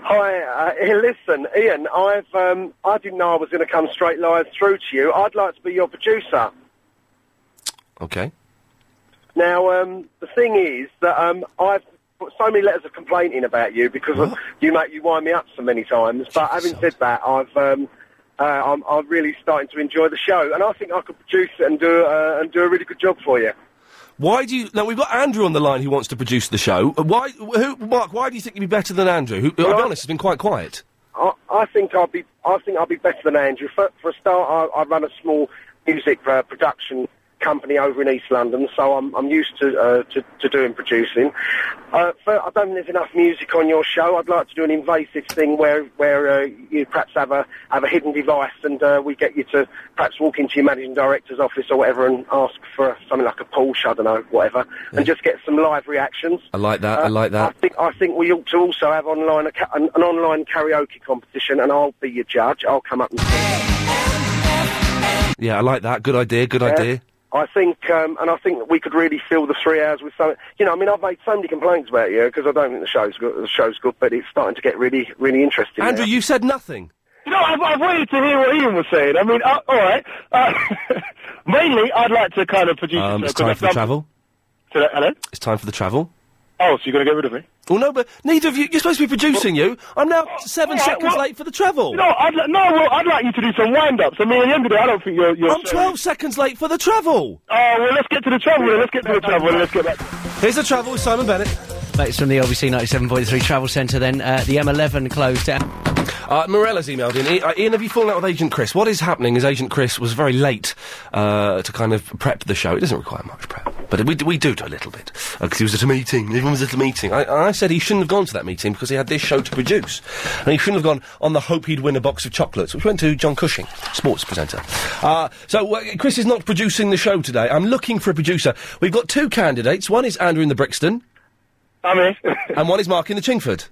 S2: Hi, uh, hey, listen, Ian. I've um, I didn't know I was going to come straight live through to you. I'd like to be your producer.
S1: Okay.
S2: Now, um, the thing is that um, I've put so many letters of complaint in about you because of, you make you wind me up so many times. But having said that, I've um, uh, I'm, I'm really starting to enjoy the show, and I think I could produce it and do uh, and do a really good job for you.
S1: Why do you? Now we've got Andrew on the line who wants to produce the show. Uh, Why, who, Mark? Why do you think you'd be better than Andrew? Who, I'll be honest, has been quite quiet.
S2: I, I think I'll be I think I'll be better than Andrew. For, for a start, I, I run a small music uh, production company over in East London, so I'm I'm used to uh, to, to doing producing. Uh, for, I don't think there's enough music on your show. I'd like to do an invasive thing where where uh, you perhaps have a have a hidden device and uh, we get you to perhaps walk into your managing director's office or whatever and ask for something like a Porsche, I don't know, whatever, and just get some live reactions.
S1: I like that.
S15: Uh,
S1: I like that.
S2: I think I think we ought to also have online a ca- an, an online karaoke competition, and I'll be your judge. I'll come up and.
S15: uh,
S1: Yeah, I like that. Good idea. Good idea.
S2: I think, um, and I think that we could really fill the three hours with something. You know, I mean, I've made so many complaints about you because I don't think the show's good. The show's good, but it's starting to get really, really interesting.
S1: Andrew,
S2: now.
S1: you said nothing.
S15: No, I've, I've waited to hear what Ian was saying. I mean, uh, all right. Uh, *laughs* mainly, I'd like to kind of produce.
S1: Um,
S15: a show
S1: it's
S15: 'cause
S1: time
S15: I've
S1: for the
S15: done-
S1: travel.
S15: So that- hello.
S1: It's time for the travel.
S15: Oh, so you're going to get rid of me?
S1: Well, no, but neither of you. You're supposed to be producing. You. I'm now seven
S15: all right,
S1: seconds
S15: well-
S1: late for the travel.
S15: Oh, No, I'd li- no. Well, I'd like you to do some wind-ups. I mean, at the end of the day, I don't think you're. you're
S1: I'm 12 seconds late for the travel.
S15: Oh well, let's get to the travel. then. Let's get to the travel. then. Let's get back.
S1: Here's the travel with Simon Bennett.
S12: That's from the LBC 97.3 Travel Centre then. Uh, the M11 closed down.
S1: Uh, Morella's emailed in. I- uh, Ian, have you fallen out with Agent Chris? What is happening is Agent Chris was very late uh, to kind of prep the show. It doesn't require much prep, but we, d- we do do a little bit because he was at a meeting. Everyone was at a meeting. I, I said he shouldn't have gone to that meeting because he had this show to produce, and he shouldn't have gone on the hope he'd win a box of chocolates, which went to John Cushing, sports presenter. Uh, so uh, Chris is not producing the show today. I'm looking for a producer. We've got two candidates. One is Andrew in the Brixton.
S15: I'm here.
S1: *laughs* and one is Mark in the Chingford.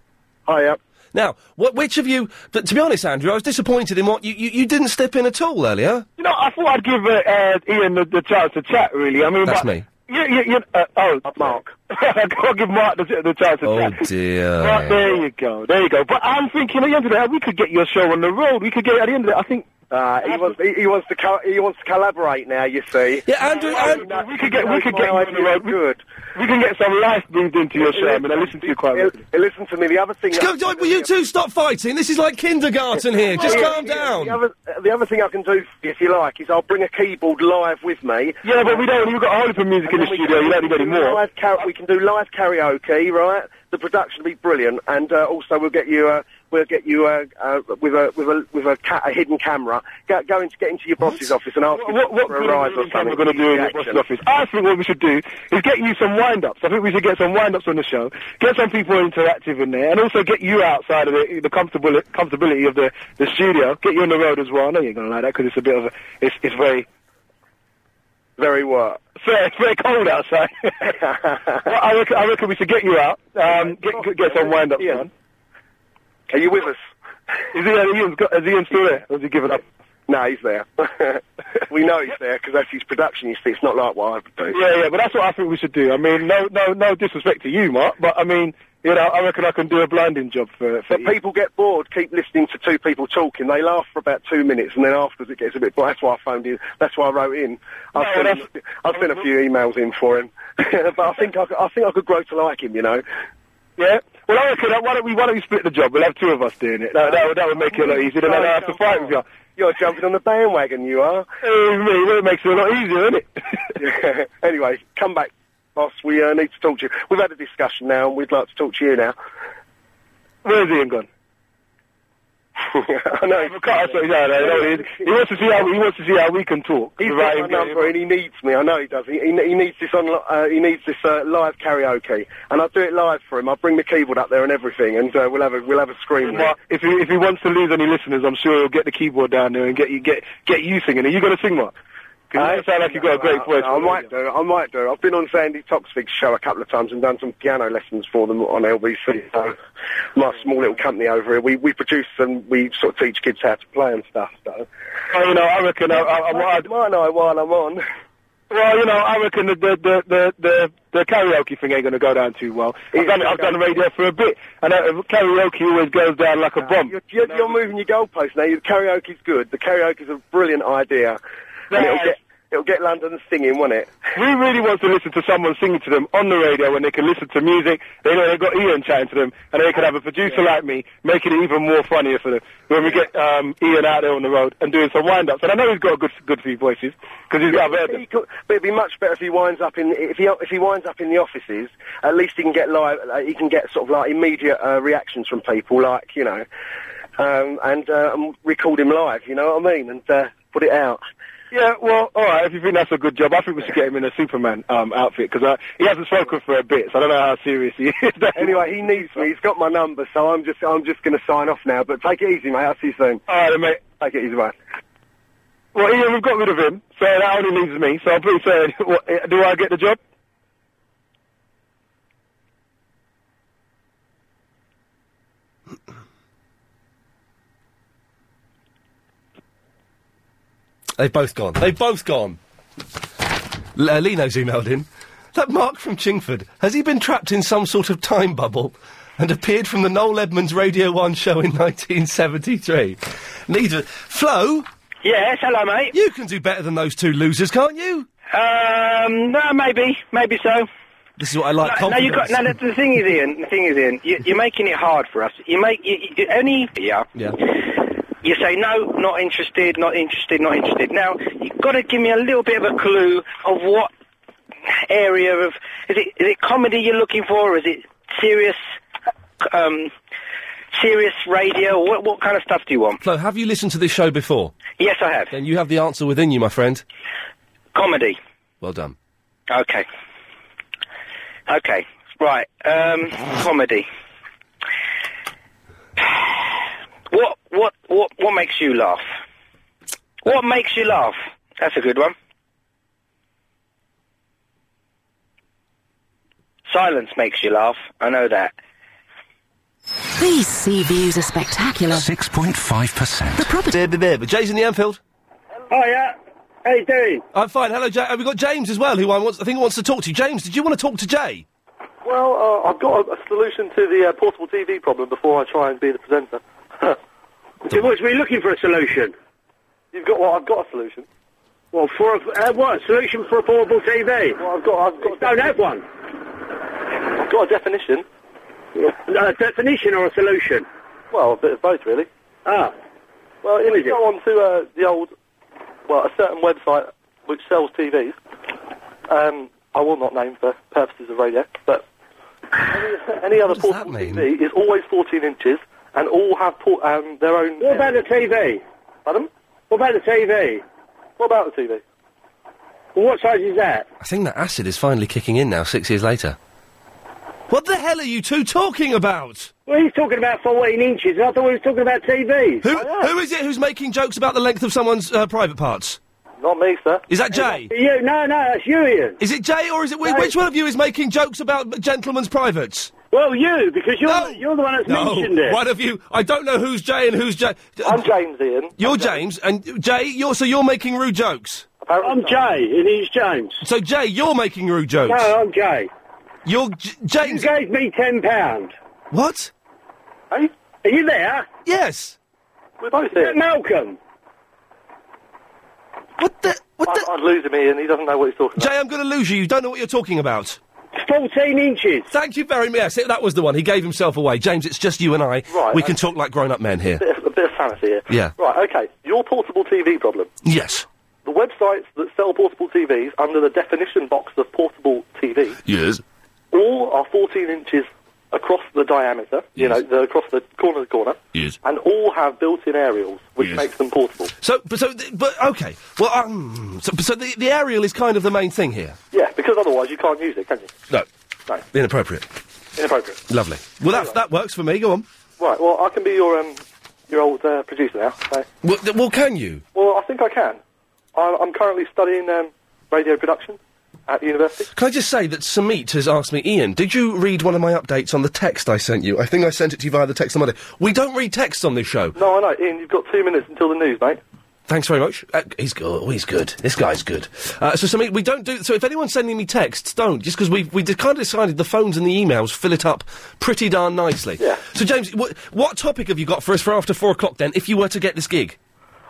S2: Hi, up.
S1: Now, what, which of you? But to be honest, Andrew, I was disappointed in what you, you, you didn't step in at all earlier.
S15: You know, I thought I'd give uh, uh, Ian the, the chance to chat. Really, I mean,
S1: That's
S15: but
S1: me.
S15: You, you, you, uh, oh, Mark. *laughs* I'll give Mark the, the chance to
S1: Oh
S15: chat.
S1: dear.
S15: Right, there you go, there you go. But I'm thinking at the end of the day, we could get your show on the road. We could get it at the end of the day. I think
S2: Uh, he wants he, he wants to co- he wants to collaborate now. You see. uh,
S1: Yeah, Andrew.
S15: we could get we could get you on the road. Good. We can get some life breathed into your show. I mean, I listen to you quite. regularly.
S2: Listen to me. The other thing.
S1: Go, go, will you two stop fighting? This is like kindergarten here. Just
S2: Oh, yeah,
S1: calm
S2: yeah,
S1: down.
S2: The other, uh, the other thing I can do, if you like, is I'll bring a keyboard live with me.
S15: Yeah, but we don't. We've got a whole heap of music in the studio. You don't need any more.
S2: Live kara- we can do live karaoke, right? The production will be brilliant, and uh, also we'll get you. Uh, We'll get you uh, uh, with a with a with a, ca- a hidden camera. Go, go into get into your boss's office and ask him
S15: What, what
S2: for a rise or something.
S15: we're going to do in the Boston office? I think what we should do is get you some wind-ups. I think we should get some wind-ups on the show, get some people interactive in there, and also get you outside of the, the comfortable, comfortability of the, the studio. Get you on the road as well. I know you're going to like that because it's a bit of a, it's, it's very,
S2: very what?
S15: It's very, it's very cold outside. *laughs* well, I, reckon, I reckon we should get you out, um, get, get- get some wind-ups on.
S2: Are you with us?
S15: Is Ian, Ian's got, is Ian still there? Or has he given up?
S2: No, he's there. *laughs* we know he's there because that's his production. You see, it's not like what I would do.
S15: Yeah, yeah, but that's what I think we should do. I mean, no, no, no disrespect to you, Mark, but I mean, you know, I reckon I can do a blinding job for for
S2: But
S15: you.
S2: people get bored, keep listening to two people talking. They laugh for about two minutes, and then afterwards it gets a bit. Well, that's why I phoned in. That's why I wrote in. I've,
S15: No,
S2: sent,
S15: that's-
S2: I've sent a few emails in for him, *laughs* but I think I, could- I think I could grow to like him. You know.
S15: Yeah. Well, I reckon that uh, why don't we why don't we split the job? We'll have two of us doing it. That that, would- that would make it a lot easier. Then I don't have to fight with you.
S2: You're jumping on the bandwagon, you are.
S15: Hey, me, well, it makes it a lot easier, isn't
S2: it? *laughs* anyway, come back, boss. We uh, need to talk to you. We've had a discussion now, and we'd like to talk to you now.
S15: Where's Ian gone?
S2: *laughs* I know.
S15: He's cut us. No, no, no, he, he wants to see how he wants to see how we can talk.
S2: He's
S15: Right,
S2: got my number and he needs me. I know he does. He, he, he needs this on. Uh, he needs this uh, live karaoke, and I'll do it live for him. I'll bring the keyboard up there and everything, and uh, we'll have a we'll have a scream.
S15: Mark, if he if he wants to lose any listeners, I'm sure he'll get the keyboard down there and get you get get you singing. Are you going to sing, Mark? 'Cause you sound like you've got a great voice.
S2: Uh, I might do. I might do. I've been on Sandy Toxvig's show a couple of times and done some piano lessons for them on LBC. So my small little company over here, we, we produce and we sort of teach kids how to play and stuff. So
S15: Oh, you know, I reckon I, I,
S2: *laughs*
S15: I, I,
S2: mine I while I'm on.
S15: Well, you know, I reckon the the the the, the, the karaoke thing ain't going to go down too well. I've done, I've done radio for a bit, and uh, karaoke always goes down like a bomb.
S2: you're, you're, you're moving your goalposts now. Your karaoke's good. The karaoke's a brilliant idea. And it'll get it'll get London singing, won't it?
S15: We really want to listen to someone singing to them on the radio when they can listen to music. They know they've got Ian chatting to them, and they can have a producer like me making it even more funnier for them when we get um, Ian out there on the road and doing some wind ups. And I know he's got a good, good few voices because he's got I've heard them.
S2: He could- but it'd be much better if he winds up in if he if he winds up in the offices. At least he can get live. Like, he can get sort of like immediate uh, reactions from people, like you know, um, and uh, and record him live. You know what I mean? And uh, put it out.
S15: Yeah, well, all right. If you think that's a good job, I think we should get him in a Superman um, outfit because uh, he hasn't spoken for a bit, so I don't know how serious he *laughs* is.
S2: anyway, he needs me. He's got my number, so I'm just I'm just going to sign off now. But take it easy, mate. I'll see you soon.
S15: All right, then, mate.
S2: Take it easy, mate.
S15: Well, Ian, we've got rid of him, so that only leaves me. So I'm pretty certain. *laughs* What, eh, do I get the job?
S1: They've both gone. They've both gone. L- uh, Lino's emailed in. That Mark from Chingford, has he been trapped in some sort of time bubble and appeared from the Noel Edmonds Radio 1 show in *laughs* 1973? Neither. Flo?
S16: Yes, hello, mate.
S1: You can do better than those two losers, can't you?
S16: Um, no, maybe, maybe so.
S1: This is what I like.
S16: no, no, you got.
S1: confidence.
S16: No, the, the thing is, Ian. The thing is, Ian. You, you're making it hard for us. You make you, you, any yeah. You say no, not interested, not interested, not interested. Now you've got to give me a little bit of a clue of what area of is it is it comedy you're looking for? Or is it serious, um, serious radio? What what kind of stuff do you want?
S1: Flo, have you listened to this show before?
S16: Yes, I have.
S1: Then you have the answer within you, my friend.
S16: Comedy.
S1: Well done.
S16: Okay. Okay. Right. Um, comedy. What what what what makes you laugh? What makes you laugh? That's a good one. Silence makes you laugh. I know that.
S8: These sea views are spectacular.
S1: 6.5%. The property. Jay's in the Anfield.
S17: Hiya. Oh, How you doing?
S1: I'm fine. Hello, Jay. Have we got James as well, who I, wants, I think wants to talk to you. James, did you want to talk to Jay?
S6: Well, uh, I've got a, a solution to the uh, portable TV problem before I try and be the presenter. *laughs*
S17: So what, we're looking for a solution.
S6: You've got well, I've got a solution.
S17: Well, for a, uh, what? A solution for a portable TV?
S6: Well, I've got, I've got.
S17: Don't have one.
S6: I've got a definition.
S17: A definition or a solution?
S6: Well, a bit of both, really.
S17: Ah.
S6: Well, if you
S17: Imaging.
S6: go on to uh, the old, well, a certain website which sells TVs, um, I will not name for purposes of radio, but any, any other portable TV is always 14 inches and all have por- um, their own.
S17: What about the TV?
S6: Pardon?
S17: What about the TV?
S6: What about the TV?
S17: Well, what size is that?
S1: I think that acid is finally kicking in now, six years later. What the hell are you two talking about?
S17: Well, he's talking about 14 inches. and I thought we were talking about TVs.
S1: Who, who is it who's making jokes about the length of someone's uh, private parts?
S6: Not me, sir.
S1: Is that Jay?
S17: You? No, no, that's you, Ian.
S1: Is it Jay or is it wh- which one of you is making jokes about gentlemen's privates?
S17: Well, you, because you're you're the one that's
S1: no,
S17: mentioned it.
S1: one of you. I don't know who's Jay and who's Jay. I'm
S6: James, Ian.
S1: You're James, and Jay, you're so you're making rude jokes.
S17: I'm Jay, and he's James.
S1: So Jay, you're making rude jokes.
S17: No, I'm Jay.
S1: You're J- James.
S17: You gave me ten pound.
S1: What?
S6: Hey,
S17: are you there?
S1: Yes.
S6: We're both
S17: here. Malcolm.
S1: What
S6: I'd, I'd lose him, Ian. He doesn't know what he's talking
S1: Jay, I'm going to lose you. You don't know what you're talking about.
S17: 14 inches.
S1: Thank you very much. Yes, that was the one. He gave himself away. James, it's just you and I.
S6: Right,
S1: we can
S6: okay.
S1: talk like grown up
S6: *laughs*
S1: men here.
S6: about. A bit of sanity here.
S1: Yeah.
S6: Right, okay. Your portable TV problem.
S1: Yes.
S6: The websites that sell portable TVs under the definition box of portable TV
S1: Yes.
S6: all are 14 inches across the diameter, you know, the, across the corner to corner,
S1: Yes.
S6: and all have built-in aerials, which makes them portable.
S1: So, but so, th- but okay. Well, um, so, so the, the aerial is kind of the main thing here.
S6: Yeah, because otherwise you can't use it, can you?
S1: No,
S6: No,
S1: inappropriate.
S6: inappropriate.
S1: Lovely. Well, that that works for me. Go on.
S6: Right, well, I can be your um, your old uh, producer now. So.
S1: Well, th- well, can you?
S6: Well, I think I can. I- I'm currently studying um, radio production at university.
S1: Can I just say that Samit has asked me, Ian, did you read one of my updates on the text I sent you? I think I sent it to you via the text on Monday. We don't read texts on this show.
S6: No, I know, Ian. You've got two minutes until the news, mate.
S1: Thanks very much. Uh, he's good. Oh, he's good. This guy's good. Uh, so, Samit, we don't do. So, if anyone's sending me texts, don't. Just because we we kind of decided the phones and the emails fill it up pretty darn nicely. Yeah. So, James, wh- what topic have you got for us for after four o'clock? Then, if you were to get this gig.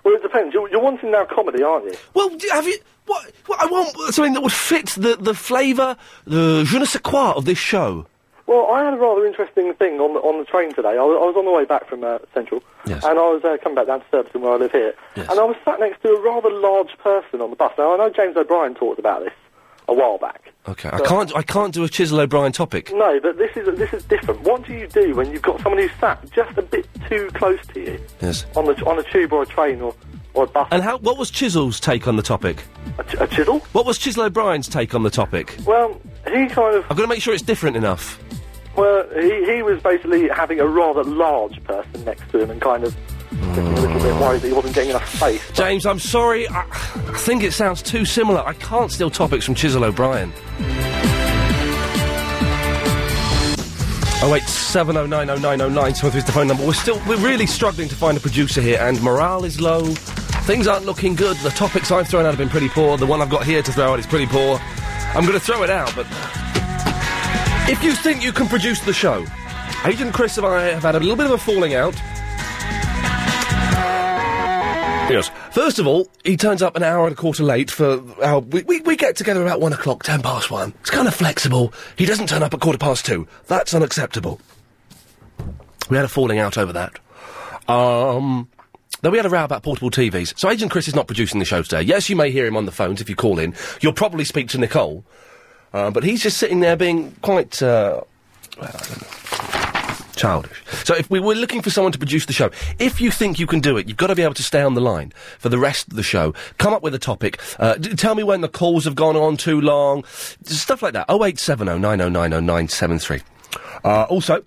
S6: Well, it depends. You're, you're wanting now comedy, aren't you?
S1: Well, d- have you? What, what? I want something that would fit the the flavour, the je ne sais quoi of this show.
S6: Well, I had a rather interesting thing on the, on the train today. I was, I was on the way back from uh, Central,
S1: Yes.
S6: and I was uh, coming back down to Surbiton where I live here, and I was sat next to a rather large person on the bus. Now, I know James O'Brien talked about this a while back.
S1: Okay, I can't. I can't do a Chisel O'Brien topic.
S6: No, but this is this is different. What do you do when you've got someone who's sat just a bit too close to you
S1: Yes.
S6: on the on a tube or a train or, or a bus?
S1: And how? What was Chisel's take on the topic?
S6: A, a chisel.
S1: What was Chisel O'Brien's take on the topic?
S6: Well, he kind of
S1: I've got to make sure it's different enough.
S6: well he, he was basically having a rather large person next to him and kind of just a little bit worried that he wasn't getting enough space.
S1: James, I'm sorry. I, I think it sounds too similar. I can't steal topics from Chisel O'Brien. Oh wait, seven oh nine oh nine oh nine. So is the phone number. We're still we're really struggling to find a producer here, and morale is low. Things aren't looking good. The topics I've thrown out have been pretty poor. The one I've got here to throw out is pretty poor. I'm going to throw it out, but if you think you can produce the show, Agent Chris and I have had a little bit of a falling out. Yes. First of all, he turns up an hour and a quarter late for our. We, we, we get together about one o'clock, ten past one. It's kind of flexible. He doesn't turn up at quarter past two. That's unacceptable. We had a falling out over that. Um. Then we had a row about portable TVs. So Agent Chris is not producing the show today. Yes, you may hear him on the phones if you call in. You'll probably speak to Nicole. Uh, but he's just sitting there being quite. Uh, well, I don't know childish. So if we were looking for someone to produce the show, if you think you can do it, you've got to be able to stay on the line for the rest of the show. Come up with a topic. Uh, d- tell me when the calls have gone on too long. Stuff like that. 0870 9090973. Uh, also,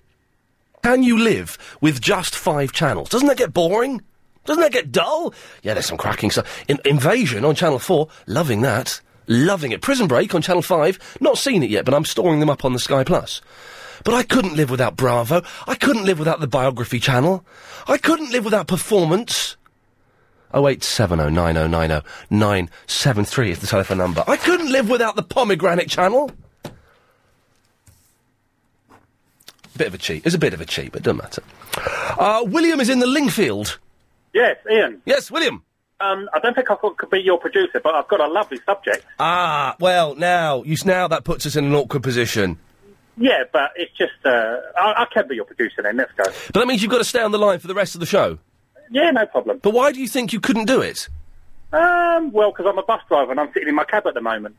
S1: can you live with just five channels? Doesn't that get boring? Doesn't that get dull? Yeah, there's some cracking stuff. In- Invasion on Channel 4, loving that. Loving it. Prison Break on Channel 5, not seen it yet, but I'm storing them up on the Sky Plus. But I couldn't live without Bravo. I couldn't live without the Biography Channel. I couldn't live without Performance. Oh, 08709090973 is the telephone number. I couldn't live without the Pomegranate Channel. Bit of a cheat. It's a bit of a cheat, but it doesn't matter. Uh, William is in the Lingfield.
S18: Yes, Ian.
S1: Yes, William.
S18: Um, I don't think I could, could be your producer, but I've got a lovely subject.
S1: Ah, well, now you s- now that puts us in an awkward position.
S18: Yeah, but it's just uh, I, I can be your producer then. Let's go.
S1: But that means you've got to stay on the line for the rest of the show.
S18: Yeah, no problem.
S1: But why do you think you couldn't do it?
S18: Um, well, because I'm a bus driver and I'm sitting in my cab at the moment.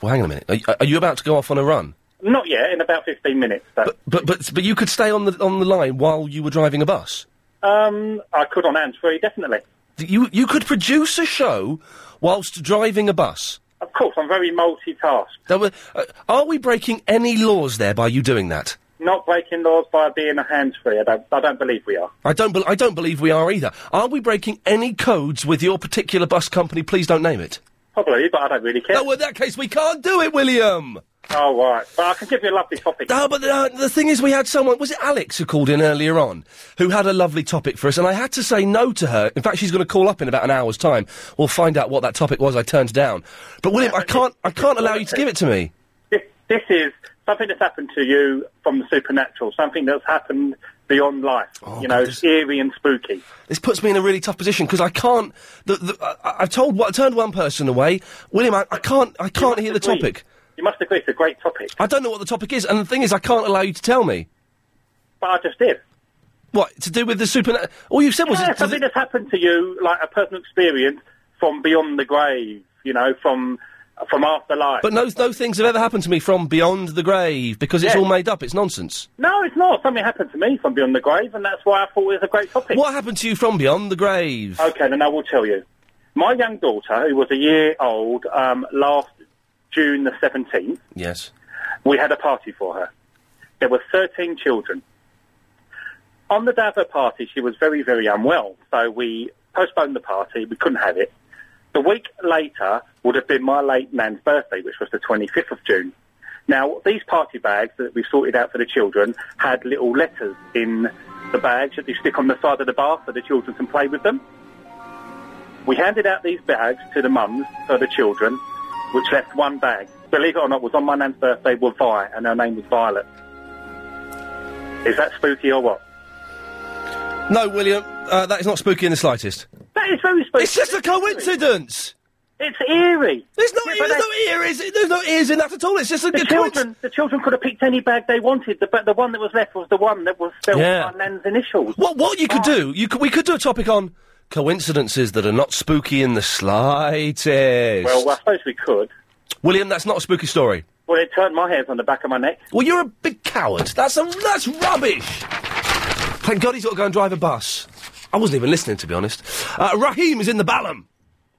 S1: Well, hang on a minute. Are, are you about to go off on a run?
S18: Not yet, in about fifteen minutes. So,
S1: But but but you could stay on the on the line while you were driving a bus.
S18: um, I could on hands free, definitely.
S1: You you could produce a show whilst driving a bus.
S18: Of course, I'm very multitasked.
S1: There were, uh, are we breaking any laws there by you doing that?
S18: Not breaking laws by being a hands free. I don't. I don't believe we are.
S1: I don't. Be- I don't believe we are either. Are we breaking any codes with your particular bus company? Please don't name it.
S18: Probably, but I don't really care.
S1: No, well, in that case, we can't do it, William.
S18: Oh, right. But I can give you a lovely topic.
S1: No, but uh, the thing is, we had someone, was it Alex who called in earlier on, who had a lovely topic for us, and I had to say no to her. In fact, she's going to call up in about an hour's time. We'll find out what that topic was I turned down. But, William, I can't, I can't allow you to give it to me.
S18: This, this is something that's happened to you from the supernatural, something that's happened beyond life.
S1: Oh,
S18: you know, it's eerie and spooky.
S1: This puts me in a really tough position because I can't. The, the, I, I've told, I turned one person away. William, I, I can't, I can't hear the topic.
S18: You must agree it's a great topic,
S1: I don't know what the topic is, and the thing is, I can't allow you to tell me.
S18: but I just did.
S1: What to do with the super? uh, All you said was
S18: Yeah,
S1: it's-
S18: something that's happened to you, like a personal experience from beyond the grave, you know, from from afterlife.
S1: But no, no things have ever happened to me from beyond the grave because it's
S18: Yeah.
S1: all made up. It's nonsense.
S18: No, it's not. Something happened to me from beyond the grave, and that's why I thought it was a great topic.
S1: What happened to you from beyond the grave?
S18: Okay, then I will tell you. My young daughter, who was a year old um, last June the 17th,
S1: Yes.
S18: We had a party for her. There were 13 children. On the day of her party, she was very, very unwell, so we postponed the party. We couldn't have it.
S19: The week later would have been my late nan's birthday, which was the 25th of June. Now, these party bags that we sorted out for the children had little letters in the bags that you stick on the side of the bath so the children can play with them. We handed out these bags to the mums for the children, which left one bag. Believe it or not, was on my nan's birthday with Vi, and her name was Violet. Is that spooky or what?
S1: No, William, uh, that is not spooky in the slightest.
S19: That is very spooky.
S1: It's just a coincidence.
S19: It's eerie.
S1: There's no, ear, there's no ear, is it? There's no ears in that at all. It's just a
S19: The
S1: good
S19: children, the children could have picked any bag they wanted, the, but the one that was left was the one that was spelled
S1: Yeah.
S19: my nan's initials.
S1: What what you could do? You could, we could do a topic on coincidences that are not spooky in the slightest.
S19: Well, I suppose we could.
S1: William, that's not a spooky story.
S19: Well, it turned my hairs on the back of my neck.
S1: Well, you're a big coward. That's a, that's rubbish. Thank God he's got to go and drive a bus. I wasn't even listening, to be honest. Uh, Raheem is in the Balham.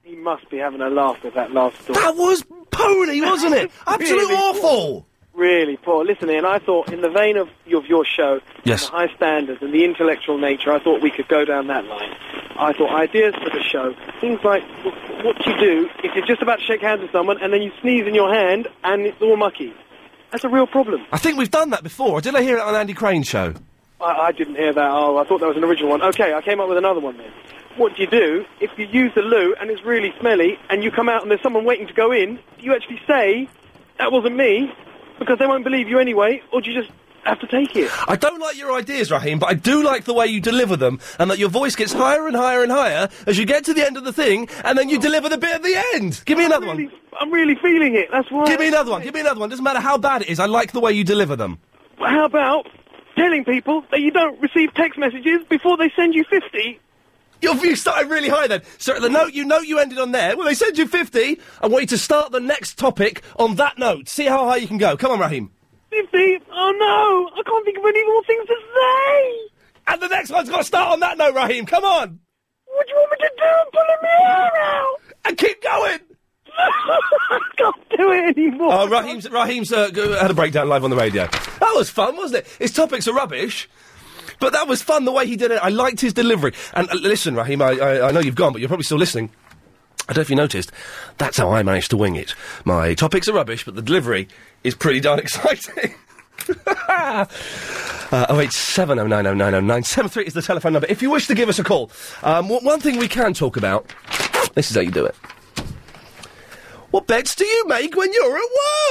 S20: He must be having a laugh with that last story.
S1: That was
S20: *laughs*
S1: pony, wasn't it? Absolute
S20: Really poor.
S1: awful.
S20: Really poor. Listen, Ian, I thought in the vein of your, of your show,
S1: Yes.
S20: the high standards and the intellectual nature, I thought we could go down that line. I thought ideas for the show, things like w- what you do if you're just about to shake hands with someone and then you sneeze in your hand and it's all mucky. That's a real problem.
S1: I think we've done that before. Did I hear it on Andy Crane's show?
S20: I, I didn't hear that. Oh, I thought that was an original one. Okay, I came up with another one then. What do you do if you use the loo and it's really smelly and you come out and there's someone waiting to go in? Do you actually say, that wasn't me, because they won't believe you anyway, or do you just have to take it?
S1: I don't like your ideas, Raheem, but I do like the way you deliver them and that your voice gets higher and higher and higher as you get to the end of the thing and then you deliver the bit at the end. Give me another one.
S20: I'm really feeling it, that's why.
S1: Give me another one, give me another one. Doesn't matter how bad it is, I like the way you deliver them.
S20: Well, How about telling people that you don't receive text messages before they send you 50?
S1: Your view started really high then. So the note you know you ended on there, well, they send you 50. I want you to start the next topic on that note. See how high you can go. Come on, Raheem.
S20: 50? Oh no, I can't think of any more things to say!
S1: And the next one's got to start on that note, Raheem. Come on.
S20: What do you want me to do? I'm pulling my hair out!
S1: And keep going!
S20: I can't do it anymore.
S1: Oh, Raheem's, Raheem's uh, g- had a breakdown live on the radio. That was fun, wasn't it? His topics are rubbish. But that was fun the way he did it. I liked his delivery. And uh, listen, Raheem, I, I, I know you've gone, but you're probably still listening. I don't know if you noticed. That's how I managed to wing it. My topics are rubbish, but the delivery is pretty darn *laughs* exciting. Uh, 08709090973 is the telephone number. If you wish to give us a call, um, w- one thing we can talk about. This is how you do it. What bets do you make when you're at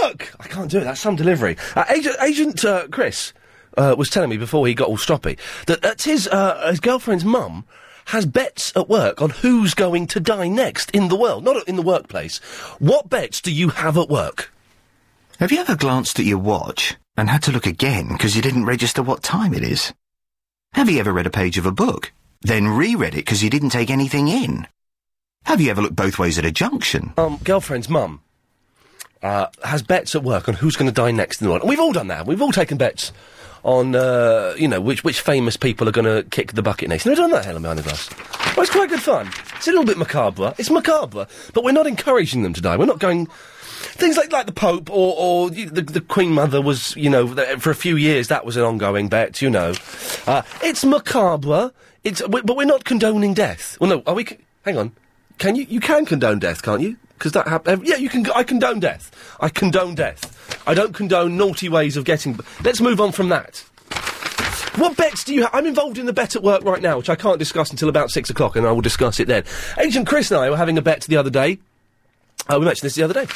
S1: work? I can't do it. That's some delivery. Uh, Agent, Agent uh, Chris uh, was telling me before he got all stroppy that that's his uh, his girlfriend's mum has bets at work on who's going to die next in the world, not in the workplace. What bets do you have at work?
S18: Have you ever glanced at your watch and had to look again because you didn't register what time it is? Have you ever read a page of a book, then reread it because you didn't take anything in? Have you ever looked both ways at a junction?
S1: Um, girlfriend's mum uh, has bets at work on who's going to die next in the world. And we've all done that. We've all taken bets on, uh, you know, which, which famous people are going to kick the bucket next. Never done that, Helen, behind the glass. Well, it's quite good fun. It's a little bit macabre. It's macabre, but we're not encouraging them to die. We're not going. Things like like the Pope or or y- the, the Queen Mother was you know th- for a few years that was an ongoing bet you know, uh, it's macabre. It's we- but we're not condoning death. Well, no, are we? c- Hang on, can you you can condone death, can't you? Because that hap- ev- yeah, you can. I condone death. I condone death. I don't condone naughty ways of getting. Let's move on from that. What bets do you have? I'm involved in the bet at work right now, which I can't discuss until about six o'clock, and I will discuss it then. Agent Chris and I were having a bet the other day. Uh, we mentioned this the other day,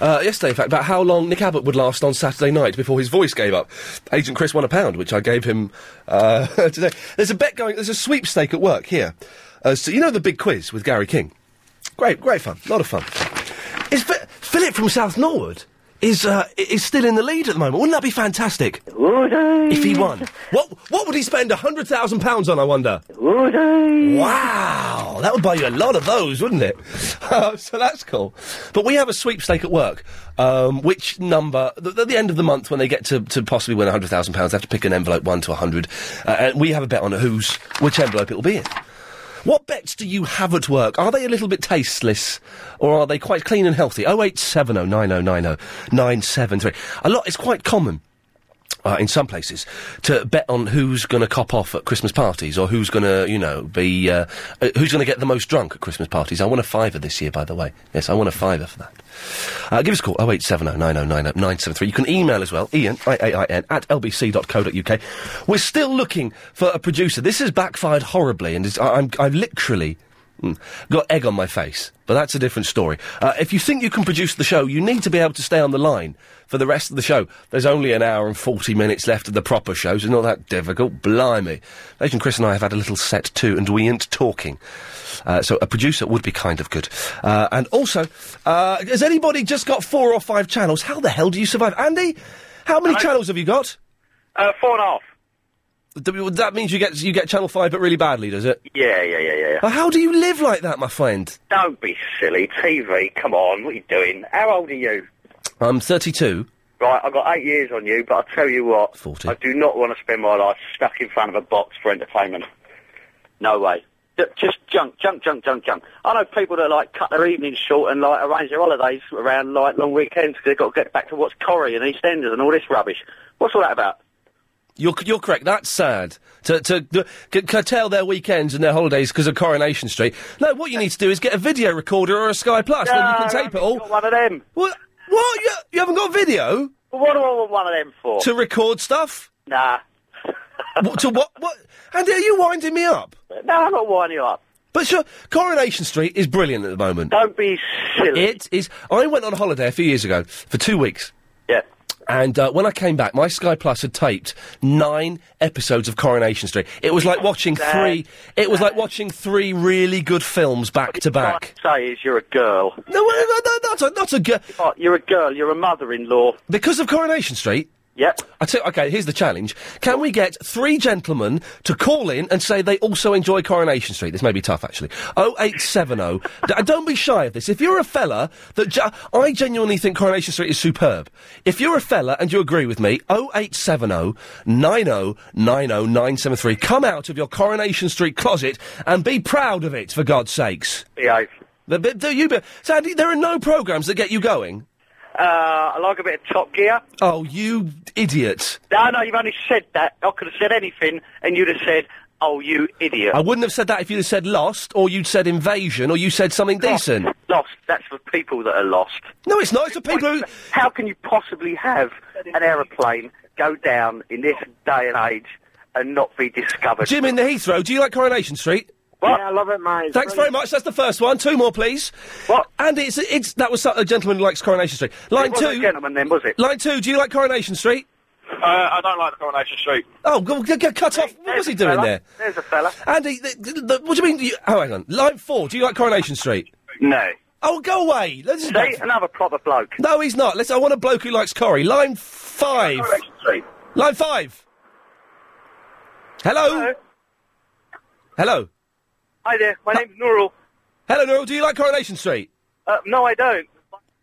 S1: uh, yesterday, in fact, about how long Nick Abbott would last on Saturday night before his voice gave up. Agent Chris won a pound, which I gave him uh, *laughs* today. There's a bet going. There's a sweepstake at work here. Uh, so you know the big quiz with Gary King. Great, great fun. A lot of fun. Is Fi- Philip from South Norwood is uh, i- is still in the lead at the moment? Wouldn't that be fantastic? Would I? If he won, what what would he spend hundred thousand pounds on? I wonder. Would I? Wow, that would buy you a lot of those, wouldn't it? *laughs* so that's cool. But we have a sweepstake at work. Um, which number? Th- at the end of the month, when they get to, to possibly win hundred thousand pounds, they have to pick an envelope one to hundred, uh, and we have a bet on whose which envelope it will be in. What bets do you have at work? Are they a little bit tasteless, or are they quite clean and healthy? Oh eight seven oh nine oh nine oh nine seven three. A lot. It's quite common uh, in some places to bet on who's going to cop off at Christmas parties or who's going to, you know, be uh, uh, who's going to get the most drunk at Christmas parties. I want a fiver this year, by the way. Yes, I want a fiver for that. Uh, give us a call 08709090973. You can email as well, Ian I A I N at lbc.co.uk. We're still looking for a producer. This has backfired horribly, and is, I, I'm I've literally. Hmm. Got egg on my face, but that's a different story. Uh, if you think you can produce the show, you need to be able to stay on the line for the rest of the show. There's only an hour and 40 minutes left of the proper show, so it's not that difficult. Blimey. Agent Chris and I have had a little set too, and we ain't talking. Uh, so a producer would be kind of good. Uh, and also, uh, has anybody just got four or five channels? How the hell do you survive? Andy, how many channels have you got?
S11: Uh, four and a half.
S1: Th- That means you get you get channel five, but really badly, does it?
S11: Yeah, yeah, yeah, yeah.
S1: Uh, How do you live like that, my friend?
S11: Don't be silly. TV, come on, what are you doing? How old are you?
S1: I'm 32.
S11: Right, I've got eight years on you, but I tell you what,
S1: 40.
S11: I do not want to spend my life stuck in front of a box for entertainment. No way. Ju- Just junk, junk, junk, junk, junk. I know people that like cut their evenings short and like arrange their holidays around like long weekends because they've got to get back to watch Corrie and EastEnders and all this rubbish. What's all that about?
S1: You're, c- you're correct. That's sad. To, to, to c- curtail their weekends and their holidays because of Coronation Street. No, what you need to do is get a video recorder or a Sky Plus, then you
S11: No,
S1: can
S11: I
S1: tape it all.
S11: One of them.
S1: What? What? You, you haven't got video?
S11: Well, what do I want one of them for?
S1: To record stuff?
S11: Nah.
S1: *laughs* what, to what? What? Andy, are you winding me up?
S11: No, I'm not winding you up.
S1: But sure, Coronation Street is brilliant at the moment.
S11: Don't be silly.
S1: It is. I went on holiday a few years ago for two weeks.
S11: Yeah.
S1: And uh, when I came back, my Sky Plus had taped nine episodes of Coronation Street. It was like watching three. It was like watching three really good films back to back.
S11: Say is you're a girl. Oh,
S1: No, no, no, no not a, not a girl.
S11: You're a girl. You're a mother-in-law.
S1: Because of Coronation Street.
S11: Yep.
S1: I tell, okay, here's the challenge. Can we get three gentlemen to call in and say they also enjoy Coronation Street? This may be tough, actually. 0870. D- uh, don't be shy of this. If you're a fella that. Ge- I genuinely think Coronation Street is superb. If you're a fella and you agree with me, 0870 oh, 9090973. Come out of your Coronation Street closet and be proud of it, for God's sakes.
S11: Behave.
S1: But, but do you, be- Sandy, there are no programmes that get you going.
S11: Uh, I like a bit of Top Gear.
S1: Oh, you idiot.
S11: No, no, you've only said that. I could have said anything, and you'd have said, "Oh, you idiot."
S1: I wouldn't have said that if you'd have said lost, or you'd said invasion, or you said something decent.
S11: Lost. That's for people that are lost.
S1: No, it's not. It's for people who.
S11: How can you possibly have an aeroplane go down in this day and age and not be discovered?
S1: Jim in the Heathrow, do you like Coronation Street?
S11: What? Yeah, I love it, mate.
S1: Thanks very much. That's the first one. Two more, please. What? And it's it's that was so- a gentleman who likes Coronation Street. Line
S11: wasn't
S1: two.
S11: a gentleman then, was it?
S1: Line two. Do you like Coronation Street?
S11: Uh, I don't like the Coronation Street.
S1: Oh, go, go, go, cut off. What was he doing there?
S11: There's a fella.
S1: Andy, th th th- what do you mean? You, oh, hang on. Line four. Do you like Coronation Street?
S11: No.
S1: Oh, go away. Let's
S11: See, another proper bloke.
S1: No, he's not. Let's. I want a bloke who likes Corrie. Line five. Line five. Hello. Hello.
S6: Hi there, my name's Nurul.
S1: Hello, Nurul. Do you like Coronation Street?
S6: Uh, no, I don't.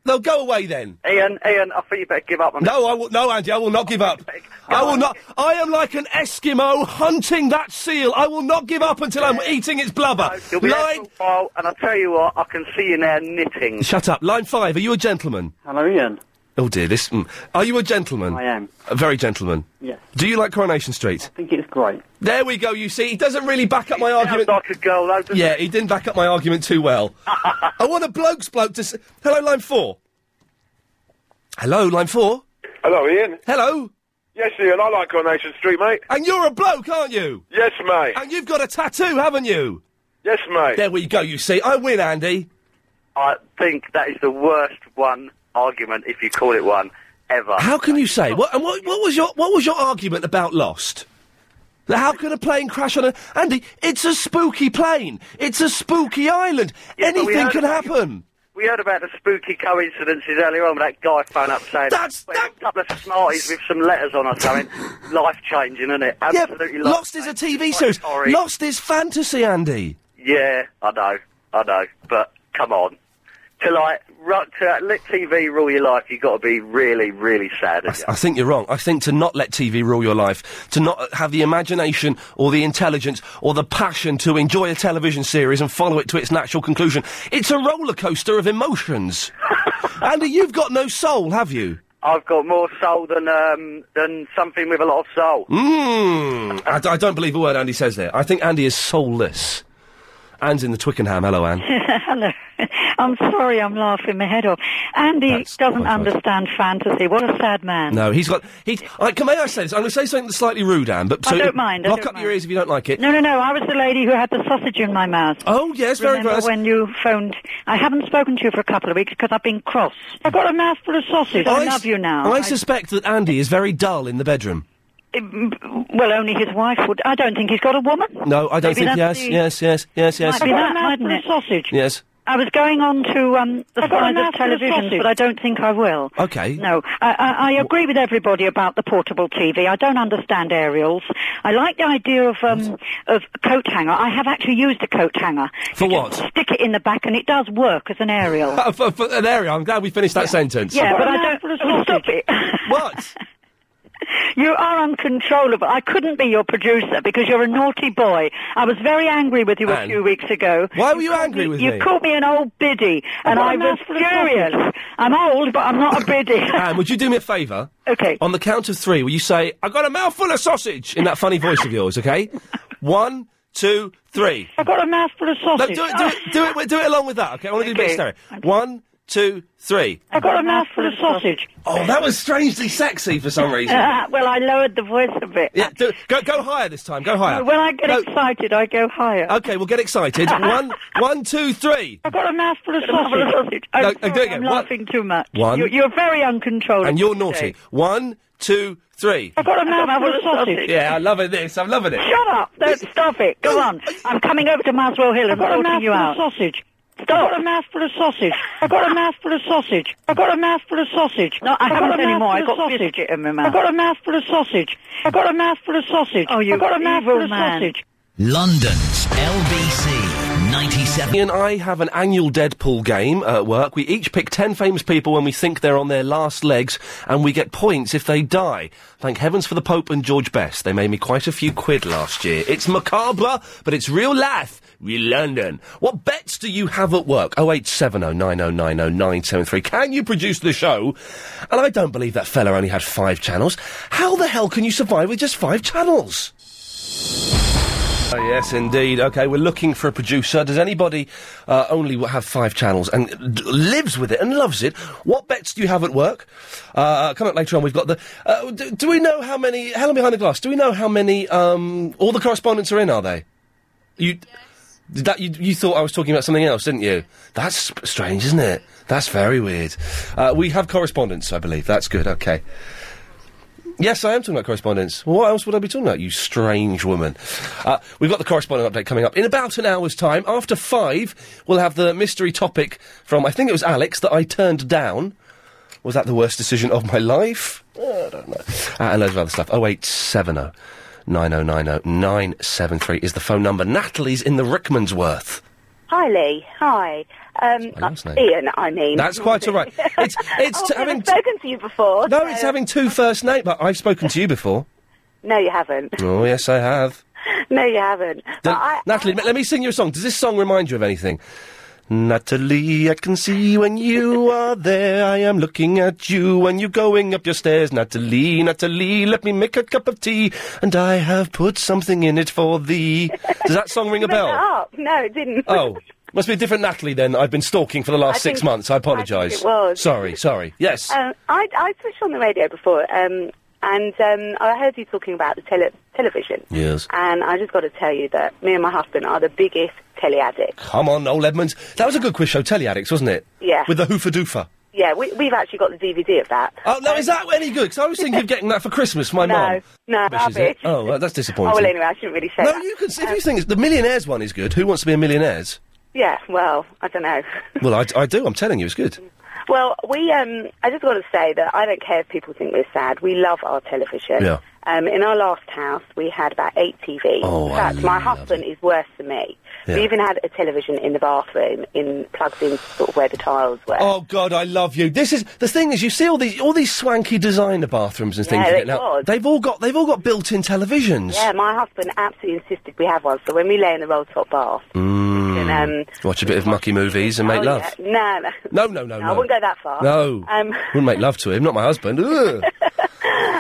S1: No, go away then.
S11: Ian, Ian, I think you better give up on
S1: No, I will. No, Andy, I will not give up. I will not. I am like an Eskimo hunting that seal. I will not give up until I'm eating its blubber.
S11: You'll be there for a while, and I'll tell you what, I can see you now knitting.
S1: Shut up. Line five. Are you a gentleman?
S21: Hello, Ian.
S1: Oh dear. This. Mm. Are you a gentleman?
S21: I am.
S1: A very gentleman.
S21: Yes.
S1: Do you like Coronation Street?
S21: I think it's great.
S1: There we go. You see, he doesn't really back up my argument. yeah, he didn't back up my argument too well.
S21: *laughs*
S1: I want a bloke's bloke to. S- Hello, line four. Hello, line four.
S22: Hello, Ian.
S1: Hello.
S22: Yes, Ian, I like Coronation Street, mate.
S1: And you're a bloke, aren't you?
S22: Yes, mate.
S1: And you've got a tattoo, haven't you?
S22: Yes, mate.
S1: There we go. You see, I win, Andy.
S11: I think that is the worst one argument, if you call it one, ever.
S1: How can you say? What, and what, what was your what was your argument about Lost? Now, How can a plane crash on a Andy? It's a spooky plane. It's a spooky island.
S22: but we
S1: Anything
S22: heard
S1: can
S22: about-
S1: happen.
S11: We heard about the spooky coincidences earlier on with that guy phone up saying
S1: That's-
S11: "Well, a couple of smarties with some letters on or something. life changing, isn't it? Absolutely life-
S1: Lost is a TV series.
S11: sorry.
S1: Lost is fantasy, Andy.
S11: Yeah, I know, I know, but come on. To like, ru- to let TV rule your life, you've got to be really, really sad. haven't you?
S1: I think you're wrong. I think to not let TV rule your life, to not uh, have the imagination or the intelligence or the passion to enjoy a television series and follow it to its natural
S22: *laughs*
S1: conclusion, it's a roller coaster of emotions. Andy, you've got no soul, have you?
S3: I've got more soul than um, than something with a lot of soul.
S1: Mmm. I, d- I don't believe a word Andy says there. I think Andy is soulless. Anne's in the Twickenham. Hello, Anne.
S21: Hello. I'm sorry I'm laughing my head off. Andy doesn't understand fantasy. What a sad man.
S1: No, he's got. He's. I, can, may I say this? I'm going to say something that's slightly rude, Anne. But
S21: I
S1: so
S21: don't mind, I
S1: Lock
S21: don't
S1: up your ears if you don't like it.
S21: No, no, no. I was the lady who had the sausage in my mouth.
S1: Oh, yes, very
S21: Remember
S1: gross.
S21: when you phoned? I haven't spoken to you for a couple of weeks because I've been cross. I've got a mouthful of sausage. I, love
S1: s-
S21: you now.
S1: I suspect that Andy is very dull in the bedroom.
S21: Mm, well, only his wife would. I don't think he's got a woman.
S1: No, I don't
S21: Maybe
S1: think.
S21: that's
S1: Yes, yes,
S21: the-
S1: yes, yes, yes.
S21: Might be that, mightn't it? sausage.
S1: Yes. *laughs*
S21: I was going on to um, the I've got a size of mouthful of televisions, sausage. but I don't think I will.
S1: Okay.
S21: No, I, I, I agree with everybody about the portable TV. I don't understand aerials. I like the idea of um, of a coat hanger. I have actually used a coat hanger.
S1: For what?
S21: Stick it in the back, and it does work as
S1: *laughs*
S21: an aerial.
S1: Uh, for, for, there we are. I'm glad we finished that sentence.
S21: Yeah, but I don't. Oh, stop it.
S1: What?
S21: you are uncontrollable. I couldn't be your producer because you're a naughty boy. I was very angry with you a
S1: Anne,
S21: few weeks ago.
S1: why were you
S21: called
S1: angry with me?
S21: You called me an old biddy, and
S1: got
S21: I
S1: a
S21: was
S1: mouthful of
S21: furious. I'm old, but I'm not a biddy.
S1: *laughs* Anne, would you do me a favour?
S21: Okay.
S1: On the count of three, will you say, "I got a mouthful of sausage" in that funny voice of yours?
S21: *laughs*
S1: Okay. One, two, three.
S21: I've got a mouthful of
S1: No, do
S21: sausage.
S1: it, do it, do it, wi- do it along with that. Okay. I want to do a bit of
S21: Okay.
S1: stereo. One, two, three.
S21: I've got a mouthful of sausage.
S1: Oh, that was strangely sexy for
S21: *laughs*
S1: some reason.
S21: Uh, well, I lowered the voice a bit.
S1: Yeah, do, go go higher this time. Go higher.
S21: No, when I get
S1: No.
S21: excited, I go higher.
S1: Okay, we'll get
S21: *laughs*
S1: excited. one, one, two, three.
S21: I've got a mouthful of sausage. I'm,
S1: No,
S21: Oh, sorry,
S1: do it again.
S21: I'm
S1: One-
S21: laughing too much.
S1: One.
S21: You're, you're very uncontrollable.
S1: And you're
S21: today.
S1: naughty. One, two, three.
S21: I've got a mouthful of sausage.
S1: Yeah, I'm loving this. I'm loving it.
S21: Shut up! Don't stop it. Go on. I'm coming over to Maswell Hill and sorting you out. sausage. Stop. I've got a mouthful of sausage. I've got a mouthful of sausage. I've got a mouthful of sausage. No, I I've haven't got a anymore. I've mouthful got of sausage. biscuit in my mouth. I've got a mouthful of sausage. I've got a mouthful of sausage. Oh, you I've got a mouthful
S3: evil
S21: of
S3: man.
S21: sausage.
S9: London's LBC 97.
S1: Ian and I have an annual Deadpool game at work. We each pick 10 famous people when we think they're on their last legs, and we get points if they die. Thank heavens for the Pope and George Best. They made me quite a few quid last year. It's macabre, but it's real life. Real London. What bets do you have at work? 08709090973. Can you produce the show? And I don't believe that fella only had five channels. How the hell can you survive with just five channels? Oh, yes, indeed. Okay, we're looking for a producer. Does anybody uh, only w- have five channels and d- lives with it and loves it? What bets do you have at work? Uh, coming up later on, we've got the. Uh, do, do we know how many? Helen behind the glass. Do we know how many? Um, all the correspondents are in, are they? You. Did that you, you thought I was talking about something else, didn't you? That's sp- strange, isn't it? That's very weird. Uh, we have correspondence, I believe. That's good. Okay. Yes, I am talking about correspondence. Well, what else would I be talking about, you strange woman? Uh, we've got the correspondent update coming up in about an hour's time. After five, we'll have the mystery topic from, I think it was Alex, that I turned down. Was that the worst decision of my life? Uh, I don't know. Uh, and loads of other stuff. 0870 oh, 9090 973 is the phone number. Natalie's in the Rickmansworth.
S23: Hi, Lee. Hi. Um,
S1: my last name.
S23: Ian, I mean.
S1: That's quite
S23: *laughs*
S1: all right. It's, it's
S23: oh,
S1: t-
S23: I've
S1: having.
S23: never spoken to you before.
S1: no,
S23: so-
S1: it's having two first names, but I've spoken to you before.
S23: No, you haven't. *laughs*
S1: Oh, yes, I have.
S23: No, you haven't.
S1: Then- Natalie, let- let me sing you a song. Does this song remind you of anything? Natalie, I can see when you are there. I am looking at you when you're going up your stairs. Natalie, Natalie, let me make a cup of tea, and I have put something in it for thee. Does that song ring a
S23: Made that
S1: bell?
S23: up. No, it didn't.
S1: Oh, must be a different Natalie then. I've been stalking for the last
S23: I
S1: six
S23: think-
S1: months. I apologise.
S23: it was.
S1: Sorry, sorry. Yes.
S23: *laughs* Um, I, I switched on the radio before, um, and um, I heard you talking about the tele- television.
S1: Yes.
S23: And I just got to tell you that me and my husband are the biggest telly addicts.
S1: Come on, Noel Edmonds. That was a good quiz show, Telly Addicts, wasn't it?
S23: Yeah.
S1: With the Hoofa Doofa.
S23: Yeah, we, we've actually got the DVD of that.
S1: Oh, no, is that any good? Because I was thinking of getting that for Christmas for
S23: *laughs*
S1: my
S23: no,
S1: mum.
S23: no,
S1: Which is
S23: rubbish.
S1: it? Oh, well, that's disappointing.
S23: Oh, well, anyway, I shouldn't really say
S1: No,
S23: that. Um,
S1: you can. If you think it's- the millionaires one is good, who wants to be a millionaires?
S23: Yeah, well, I don't know. *laughs*
S1: Well, I, I do. I'm telling you, it's good.
S23: Well, we, um, I just want to say that I don't care if people think we're sad. We love our television.
S1: Yeah.
S23: Um, in our last house, we had about eight TVs.
S1: Oh,
S23: in
S1: I
S23: fact, my husband is worse than me.
S1: Yeah.
S23: We even had a television in the bathroom, in plugged in sort of where the tiles were.
S1: Oh God, I love you. This is the thing is you see all these all these swanky designer bathrooms and things.
S23: Yeah,
S1: you
S23: they
S1: get now.
S23: got.
S1: They've all got they've all got built-in televisions.
S23: Yeah, my husband absolutely insisted we have one. So when we lay in the roll top bath,
S1: Mm.
S23: you know, Um,
S1: Watch a bit of mucky movies and make
S23: oh,
S1: love.
S23: yeah. No, no.
S1: No, no, no,
S23: I
S1: no.
S23: wouldn't go that far.
S1: No.
S23: Um,
S1: Wouldn't make love to him, not my
S23: *laughs*
S1: husband. Ugh.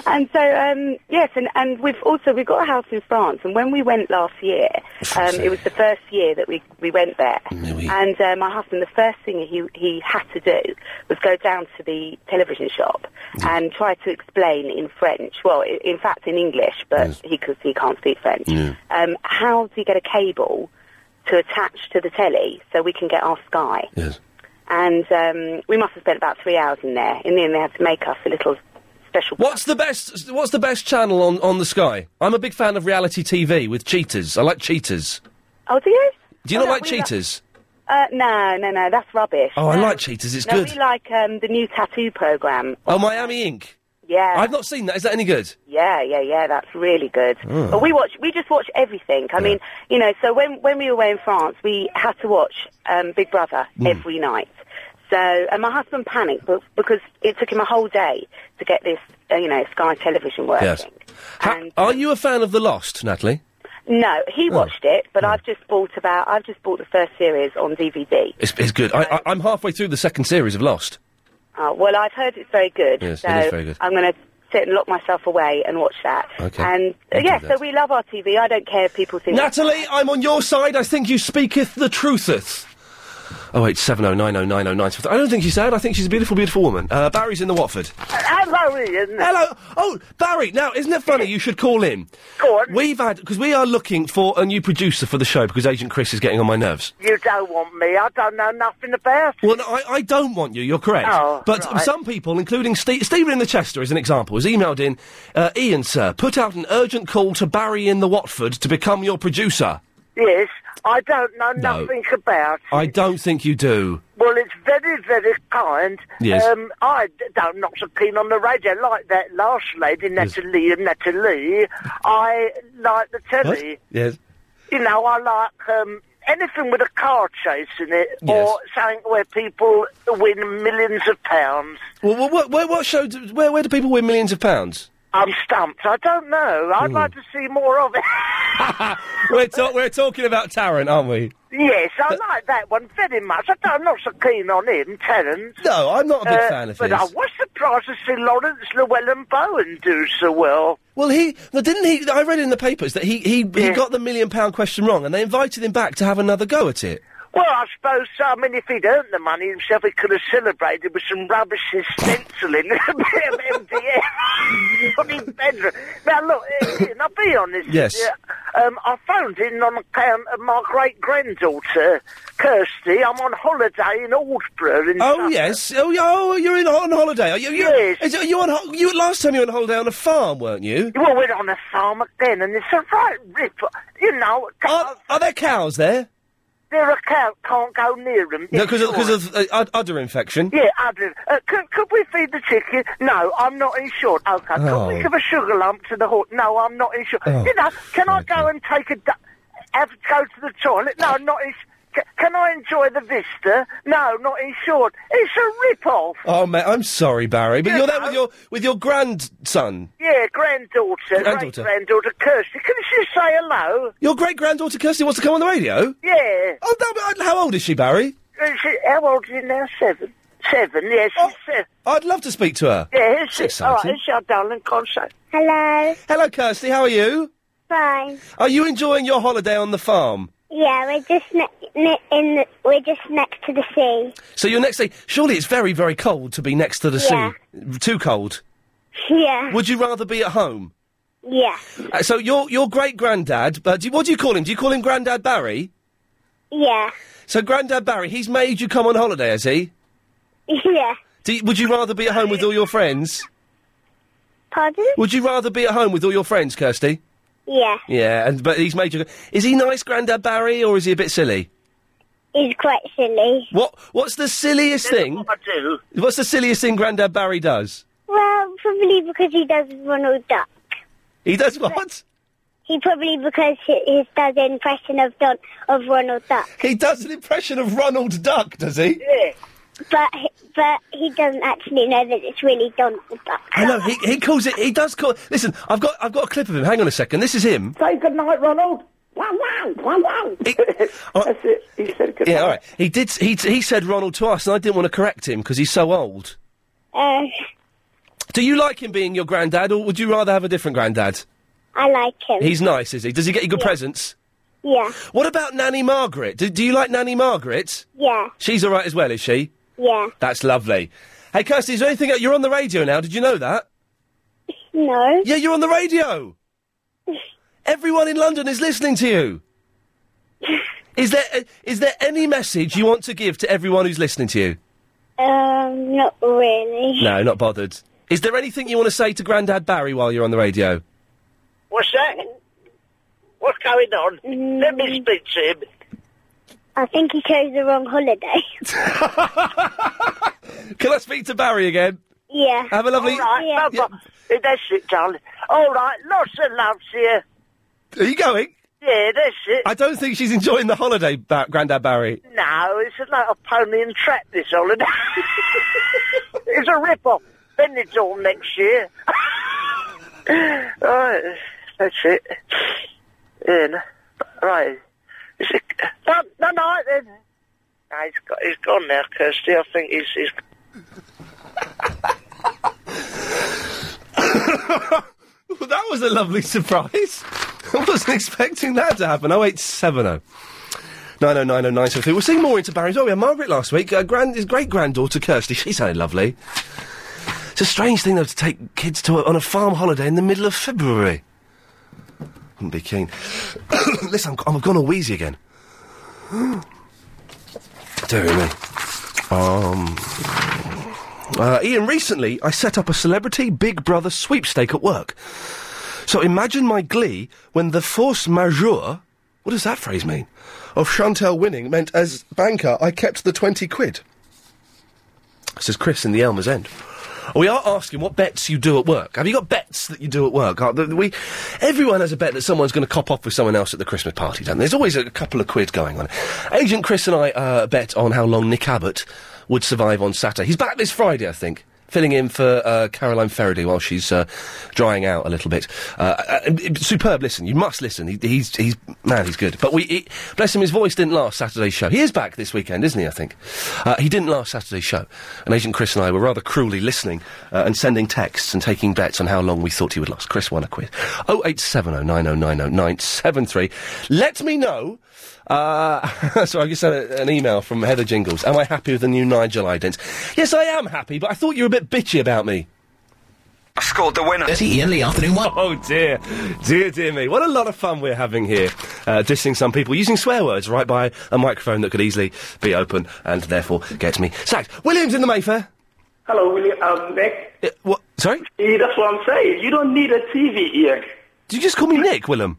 S23: and so um, yes, and, and we've also we've got a house in France, and when we went last year, um, it was the first year that we we went there, and uh, my husband, the first thing he he had to do was go down to the television shop and try to explain in French, well, i- in fact in English, but he because he can't speak French,
S24: Mm.
S23: um, how do you get a cable to attach to the telly so we can get our Sky?
S1: Yes.
S23: And um, we must have spent about three hours in there. In the end, they had to make us a little
S1: What's the best? What's the best channel on on the Sky? I'm a big fan of reality TV with cheaters. I like cheaters.
S23: Oh, do you?
S1: Do you not
S23: Oh, no,
S1: like
S23: we
S1: cheaters?
S23: Uh, no, no, no, that's rubbish.
S1: Oh, I
S23: No.
S1: like cheaters. It's
S23: no,
S1: good.
S23: we like um, the new tattoo program.
S1: Oh, Miami Ink.
S23: Yeah,
S1: I've not seen that. Is that any good?
S23: yeah, yeah, yeah. That's really good.
S1: Oh.
S23: But we watch, we just watch everything. I mean, you know, so when when we were away in France, we had to watch um, Big Brother
S4: Mm.
S23: every night. So, and my husband panicked be- because it took him a whole day to get this, uh, you know, Sky Television working.
S1: Yes. Ha- are you a fan of The Lost, Natalie?
S23: No, he
S1: Oh.
S23: watched it, but I've just bought about, I've just bought the first series on DVD.
S1: It's, it's good. I, I, I'm halfway through the second series of Lost.
S23: Oh, well, I've heard it's very good.
S1: Yes,
S23: so
S1: it is very good.
S23: I'm going to sit and lock myself away and watch that.
S1: Okay.
S23: And uh,
S1: I'll do
S23: yeah,
S1: that.
S23: so we love our TV. I don't care if people think.
S1: Natalie, I'm on your side. I think you speaketh the trutheth. Oh wait, seven oh nine oh nine oh nine. I don't think she's sad. I think she's a beautiful, beautiful woman. Uh, Barry's in the Watford.
S4: Hello, Ian.
S1: Hello. Oh, Barry. Now, isn't it funny? You should call in.
S4: Go on.
S1: We've had because we are looking for a new producer for the show because Agent Chris is getting on my nerves.
S4: You don't want me. I don't know nothing about
S1: Well, no, I, I don't want you. You're correct.
S4: Oh,
S1: but
S4: right.
S1: some people, including Ste Stephen in the Chester, as an example, has emailed in, uh, Ian, sir, put out an urgent call to Barry in the Watford to become your producer.
S4: Yes, I don't know
S1: No.
S4: nothing about.
S1: I don't think you do.
S4: Well, it's very, very kind.
S1: Yes.
S4: Um, I d- don't not so keen on the radio like that last lady, Natalie. Natalie, I like the telly.
S1: Yes.
S4: You know, I like um, anything with a car chase in it,
S1: Yes.
S4: or something where people win millions of pounds.
S1: Well, well what, where, what show? Do, where, where do people win millions of pounds?
S4: I'm stumped. um, I don't know. I'd
S1: Hmm.
S4: like to see more of it.
S1: we're, ta- we're talking about Tarrant, aren't we?
S4: Yes, I like that one very much. I don't, I'm not so keen on him, Terence. Uh,
S1: No, I'm not a big fan of
S4: but
S1: his.
S4: I was surprised to see Lawrence Llewellyn Bowen do so well.
S1: Well, he well, didn't he? I read in the papers that he he, he got the million pound question wrong, and they invited him back to have another go at it.
S4: Well, I suppose so. I mean, if he'd earned the money himself, he could have celebrated with some rubbish and *laughs* stenciling a bit of *laughs* MDF on his bedroom. Now, look, eh, Ian, I'll be honest. with
S1: Yes.
S4: you. Um, I phoned in on account of my great granddaughter, Kirsty. I'm on holiday in Aldborough. In
S1: Oh yes. Oh, yeah, oh you're in, on holiday. Are you, you,
S4: Yes.
S1: Is, are you on? ho- You last time you were on holiday on a farm, weren't you?
S4: Well, we're on a farm again, and it's a right rip. You know,
S1: Are, are there cows there?
S4: their account can't go near them.
S1: No, because because of, uh, ud- udder infection.
S4: Yeah, I do. Uh, could, could we feed the chicken? No, I'm not insured. Okay.
S1: Oh.
S4: Could we give a sugar lump to the horse? No, I'm not insured.
S1: Oh,
S4: you know, can I go and take a... Du- have to go to the toilet? No, not insured. Can I enjoy the vista? No, not insured. It's a rip-off.
S1: Oh mate, I'm sorry, Barry, but you're there with your with your grandson.
S4: Yeah, granddaughter,
S1: Granddaughter.
S4: great-granddaughter Kirsty. Can she say hello?
S1: Your great granddaughter Kirsty wants to come on the radio.
S4: Yeah.
S1: Oh, no, but how old is she, Barry?
S4: Uh, She, how old is she now? Seven. Seven, yes, yeah, she's seven.
S1: Oh. I'd love to speak to her.
S4: Yeah, here's
S1: It's
S4: it. All right,
S1: exciting.
S4: here's your darling concert.
S25: Hello.
S1: Hello, Kirsty. How are you?
S25: Fine.
S1: Are you enjoying your holiday on the farm?
S25: Yeah, we're just ne- ne- in. The- we're just next to the sea.
S1: So your next day, surely it's very very cold to be next to the
S25: Yeah.
S1: sea. Too cold.
S25: Yeah.
S1: Would you rather be at home?
S25: Yeah.
S1: Uh, so your your great granddad, uh, do you, what do you call him? Do you call him Granddad Barry?
S25: Yeah.
S1: So Granddad Barry, he's made you come on holiday, has he?
S25: *laughs* Yeah.
S1: Do you, would you rather be at home with all your friends?
S25: Pardon?
S1: Would you rather be at home with all your friends, Kirsty?
S25: Yeah.
S1: Yeah, and but he's made you. Is he nice, Granddad Barry, or is he a bit silly?
S25: It's quite silly.
S1: What What's the silliest thing? What's the silliest thing Granddad Barry does?
S25: Well, probably because he doesn't want to duck.
S1: He does what?
S25: He probably because he, he does the impression of Don of Ronald Duck,
S1: He does an impression of Ronald Duck, does he?
S25: but he- but he doesn't actually know that it's really Donald Duck.
S1: I know he, he calls it. He does call. Listen, I've got I've got a clip of him. Hang on a second. This is him.
S25: Say good night, Ronald.
S20: *laughs*
S1: That's
S20: it. He said good
S1: Yeah, all right. He did. s- He t- he said Ronald twice, and I didn't want to correct him because he's so old.
S25: Uh,
S1: Do you like him being your granddad, or would you rather have a different granddad?
S25: I like him.
S1: He's nice, is he? Does he get you good presents?
S25: Yeah,
S1: What about Nanny Margaret? Do, do you like Nanny Margaret?
S25: yeah,
S1: She's all right as well, is she?
S25: yeah.
S1: That's lovely. Hey, Kirsty, is there anything you're on the radio now? Did you know that?
S25: No.
S1: Yeah, you're on the radio. Everyone in London is listening to you. Is there uh, is there any message you want to give to everyone who's listening to you?
S25: Um, not really.
S1: No, not bothered. Is there anything you want to say to Grandad Barry while you're on the radio?
S4: What's that? What's going on? Let me speak to him.
S25: I think he chose the wrong holiday. *laughs*
S1: Can I speak to Barry again?
S25: yeah.
S1: Have a lovely.
S4: All right,
S25: Yeah.
S4: no, but- that's it, darling. All right, lots of love to you.
S1: Are you going?
S4: Yeah, that's it.
S1: I don't think she's enjoying the holiday, ba- Grandad Barry.
S4: No, it's like a pony and trap this holiday. *laughs* it's a rip-off. Benidorm next year. *laughs* right, that's it. In. Right. Is it... No, no, no, then. No, he's, got, he's gone now, Kirsty. I think he's... he's...
S1: Well, that was a lovely surprise. *laughs* I wasn't expecting that to happen. Oh, 0870 oh, 9090973. We'll see more into Barry's. Oh, we had Margaret last week. Uh, grand, his great granddaughter, Kirsty. She sounded lovely. It's a strange thing, though, to take kids to a, on a farm holiday in the middle of February. Wouldn't be keen. *coughs* Listen, I'm, I'm gone all wheezy again. Dear me. Um, uh, Ian, recently I set up a celebrity Big Brother sweepstake at work. So imagine my glee when the force majeure, what does that phrase mean, of Chantel winning meant as banker I kept the 20 quid. Says Chris in the Elmer's End. We are asking what bets you do at work. Have you got bets that you do at work? Are, th- we, everyone has a bet that someone's going to cop off with someone else at the Christmas party, don't they? There's always a couple of quid going on. Agent Chris and I uh, bet on how long Nick Abbott would survive on Saturday. He's back this Friday, I think. Filling in for uh, Caroline Faraday while she's uh, drying out a little bit. Uh, uh, uh, superb, listen. You must listen. He, he's, he's, man, he's good. But we, he, bless him, his voice didn't last Saturday's show. He is back this weekend, isn't he, I think? Uh, he didn't last Saturday's show. And Agent Chris and I were rather cruelly listening uh, and sending texts and taking bets on how long we thought he would last. Chris Oh won a quiz. 08709090973. Let me know. Uh, *laughs* so I just had a, an email from Heather Jingles. Am I happy with the new Nigel ident? Yes, I am happy, but I thought you were a bit bitchy about me.
S3: I scored the winner. 30 in the afternoon one.
S1: Oh dear, dear, dear me! What a lot of fun we're having here, uh, dissing some people using swear words right by a microphone that could easily be open and therefore get me *laughs* sacked. Williams in the Mayfair. Uh,
S20: Hello, William. Um, Nick.
S1: what? Sorry.
S20: See, that's what I'm saying. You don't need a TV ear.
S1: Did you just call me Nick, Willem?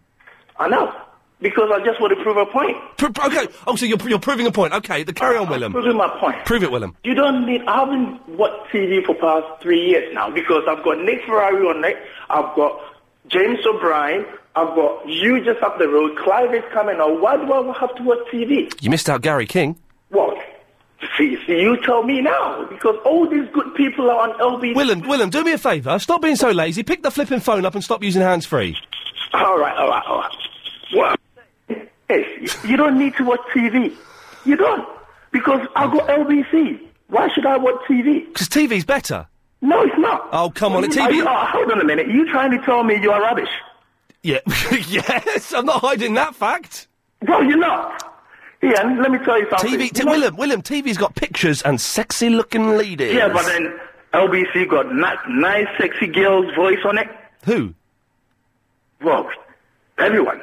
S20: I know. Because I just want to prove a point.
S1: Pro- pro- okay. Oh, so you're, you're proving a point. Okay, the carry on, Willem.
S20: Uh, Proving my point.
S1: Prove it, Willem.
S20: You don't need. I haven't watched TV for past three years now because I've got Nick Ferrari on it. I've got James O'Brien. I've got you just up the road. Clive is coming out. Why do I have to watch TV?
S1: You missed out Gary King.
S20: What? *laughs* See, see, you tell me now because all these good people are on LB.
S1: Willem, Willem, do me a favour. Stop being so lazy. Pick the flipping phone up and stop using hands free.
S20: All right, all right, all right. What? Yes, y- you don't need to watch TV. You don't because I've got LBC. Why should I watch TV?
S1: Because TV's better.
S20: No, it's not.
S1: Oh, come on, it's
S20: Are
S1: TV.
S20: you- oh, hold on a minute. Are you trying to tell me you're rubbish?
S1: Yeah, *laughs* yes, I'm not hiding that fact.
S20: No, you're not. Ian, let me tell you something.
S1: TV, t- Willem, Willem, TV's got pictures and sexy-looking ladies.
S20: Yeah, but then LBC got ni- nice, sexy girl's voice on it.
S1: Who?
S20: Well, everyone.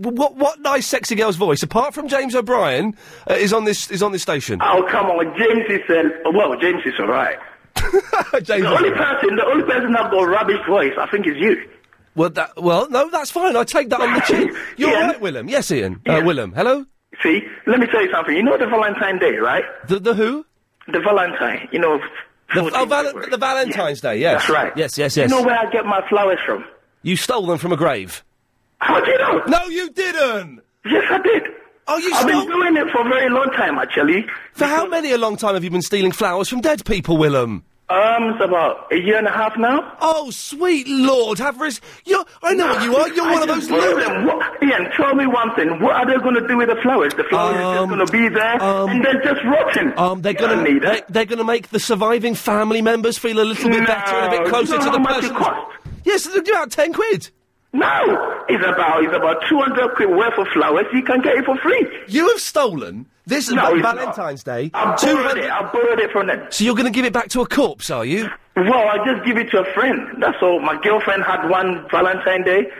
S1: W- What what nice sexy girl's voice apart from James O'Brien uh, is on this is on this station.
S20: Oh, come on. James is, uh, well, James is all right.
S1: *laughs* James
S20: the only person, the only person that got rubbish voice, I think, is you.
S1: Well, that, well, no, that's fine. I take that on
S20: *laughs*
S1: the chin. You're right, Willem. Yes, Ian. Uh, Willem, hello.
S20: See, let me tell you something. You know the Valentine Day, right?
S1: The the who?
S20: The Valentine. You know.
S1: The, oh, Val- the Valentine's Day. Yes,
S20: That's right.
S1: Yes, yes, yes.
S20: You know where I get my flowers from?
S1: You stole them from a grave.
S20: How do you know?
S1: No, you didn't.
S20: Yes, I did.
S1: Oh, you
S20: I've
S1: stole.
S20: been doing it for a very long time, actually.
S1: For how many a long time have you been stealing flowers from dead people, Willem?
S20: Um, it's about a year and a half now.
S1: Oh, sweet lord, Havris, you're, I know what you are, you're one of those losers.
S20: What, Ian, tell me one thing. What are they going to do with the flowers? The flowers are just going to be there, and they're just rotting.
S1: Um, they're going to they, they're going to make the surviving family members feel a little bit better and a bit
S20: No,
S1: closer
S20: you know
S1: to the
S20: how much
S1: person.
S20: it cost?
S1: Yes, it's about ten quid.
S20: No, it's about it's about two hundred quid worth of flowers. You can get it for free.
S1: You have stolen this
S20: no,
S1: on
S20: it's
S1: Valentine's Day.
S20: Not. I borrowed it. I borrowed it from them.
S1: So you're going to give it back to a corpse, are you?
S20: Well, I just give it to a friend. That's all. My girlfriend had one Valentine's Day.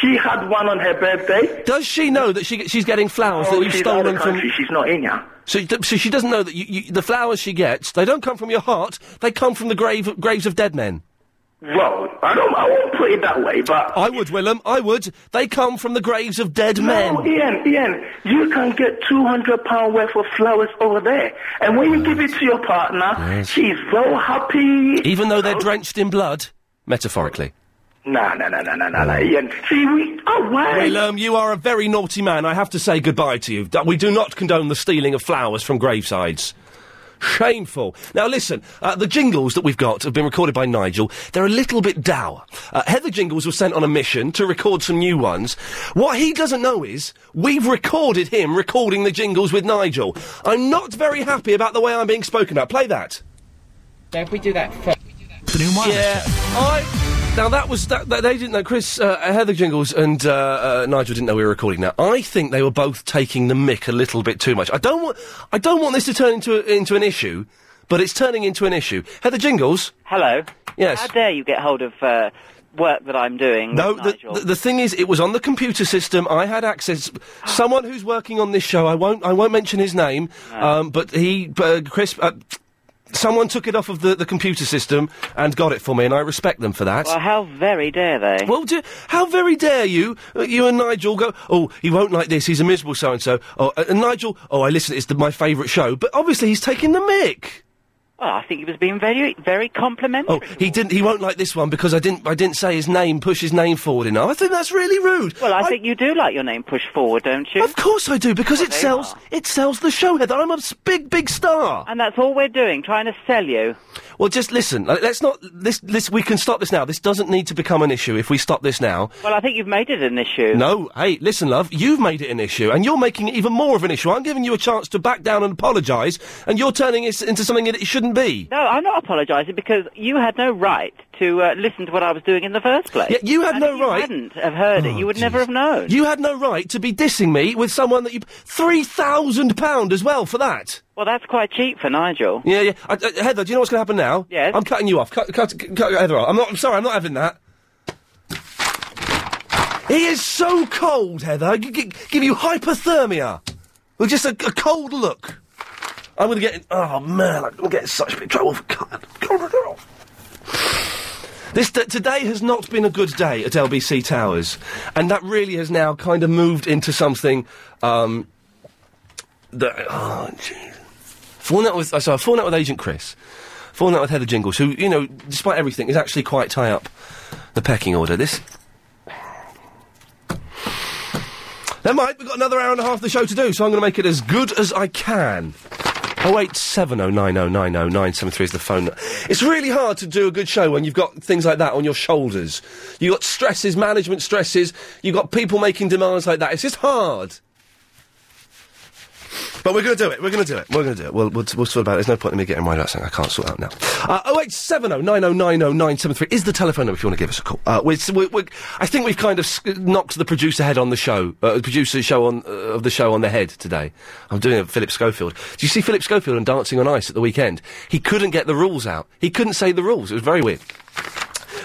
S20: She had one on her birthday.
S1: Does she know that she, she's getting flowers
S20: Oh,
S1: that you've
S20: she's out of
S1: stolen from?
S20: country. She's not in here.
S1: So, you d- so she doesn't know that you, you, the flowers she gets. They don't come from your heart. They come from the grave graves of dead men.
S20: Well, I don't. I won't put it that way, but
S1: I would, Willem. I would. They come from the graves of dead men.
S20: No, Ian, Ian, you can get two hundred pound worth of flowers over there, and when you give it to your partner, she's so happy.
S1: Even though they're drenched in blood, metaphorically.
S20: No, no, no, no, no, no, no, Ian. See, we. Oh, wow.
S1: Willem, um, you are a very naughty man. I have to say goodbye to you. D- We do not condone the stealing of flowers from gravesides. Shameful. Now, listen, uh, the jingles that we've got have been recorded by Nigel. They're a little bit dour. Uh, Heather Jingles was sent on a mission to record some new ones. What he doesn't know is we've recorded him recording the jingles with Nigel. I'm not very happy about the way I'm being spoken about. Play that.
S11: Don't we do that first?
S1: Yeah, I. Now that was that, that they didn't know. Chris, uh, Heather Jingles, and uh, uh, Nigel didn't know we were recording that. I think they were both taking the mick a little bit too much. I don't want. I don't want this to turn into a- into an issue, but it's turning into an issue. Heather Jingles.
S11: Hello.
S1: Yes.
S11: How dare you get hold of uh, work that I'm doing?
S1: No,
S11: with
S1: the,
S11: Mm, Nigel?
S1: the, the thing is, it was on the computer system. I had access. Someone who's working on this show, I won't, I won't mention his name, um, but he, uh, Chris, uh, someone took it off of the, the computer system and got it for me, and I respect them for that.
S11: Well, how very dare they?
S1: Well, do, how very dare you? uh, You and Nigel go. Oh, he won't like this. He's a miserable so and so. Oh, uh, and Nigel. Oh, I listen. It's the, my favourite show. But obviously, he's taking the mick.
S11: Well, I think he was being very, very complimentary.
S1: Oh, he didn't. He won't like this one because I didn't. I didn't say his name. Push his name forward enough. I think that's really rude.
S11: Well, I, think you do like your name pushed forward, don't you?
S1: Of course I do because it sells. It sells the show, Heather. I'm a s- big, big star.
S11: And that's all we're doing, trying to sell you.
S1: Well, just listen. like, Let's not. This. This. We can stop this now. This doesn't need to become an issue if we stop this now.
S11: Well, I think you've made it an issue.
S1: No, hey, listen, love, you've made it an issue, and you're making it even more of an issue. I'm giving you a chance to back down and apologise, and you're turning it into something that it shouldn't be.
S11: No, I'm not apologising because you had no right to uh, listen to what I was doing in the first place.
S1: Yeah, you had
S11: And
S1: no
S11: if
S1: right-
S11: You hadn't have heard it. You would never have known.
S1: Oh, You had no right to be dissing me with someone that you. £3,000 as well for that.
S11: Well, that's quite cheap for Nigel.
S1: Yeah, yeah. I, I- Heather, do you know what's going to happen now? Yes. I'm cutting you off. Cut, cut, cut Heather off. I'm not. I'm sorry. I'm not having that. He is so cold, Heather. I g- g- give you hypothermia. With just a, a cold look. I'm going to get. In, oh man, I'm going to get in such big trouble for cutting. cutting her off. This t- today has not been a good day at LBC Towers, and that really has now kind of moved into something um, that oh jeez. Fallen out with so I've fallen out with Agent Chris, fallen out with Heather Jingles, who you know, despite everything, is actually quite high up the pecking order. This. Never mind, we've got another hour and a half of the show to do, so I'm going to make it as good as I can. Oh, 08709090973 is the phone. It's really hard to do a good show when you've got things like that on your shoulders. You've got stresses, management stresses, you've got people making demands like that. It's just hard. But we're going to do it. We're going to do it. We're going to do it. We'll, we'll, we'll sort about it. There's no point in me getting worried about something I can't sort out now. Uh, oh, 08709090973 is the telephone number if you want to give us a call. Uh, we're, we're, we're, I think we've kind of sk- knocked the producer head on the show, uh, the producer show on, uh, of the show on the head today. I'm doing a Philip Schofield. Do you see Philip Schofield on Dancing on Ice at the weekend? He couldn't get the rules out. He couldn't say the rules. It was very weird.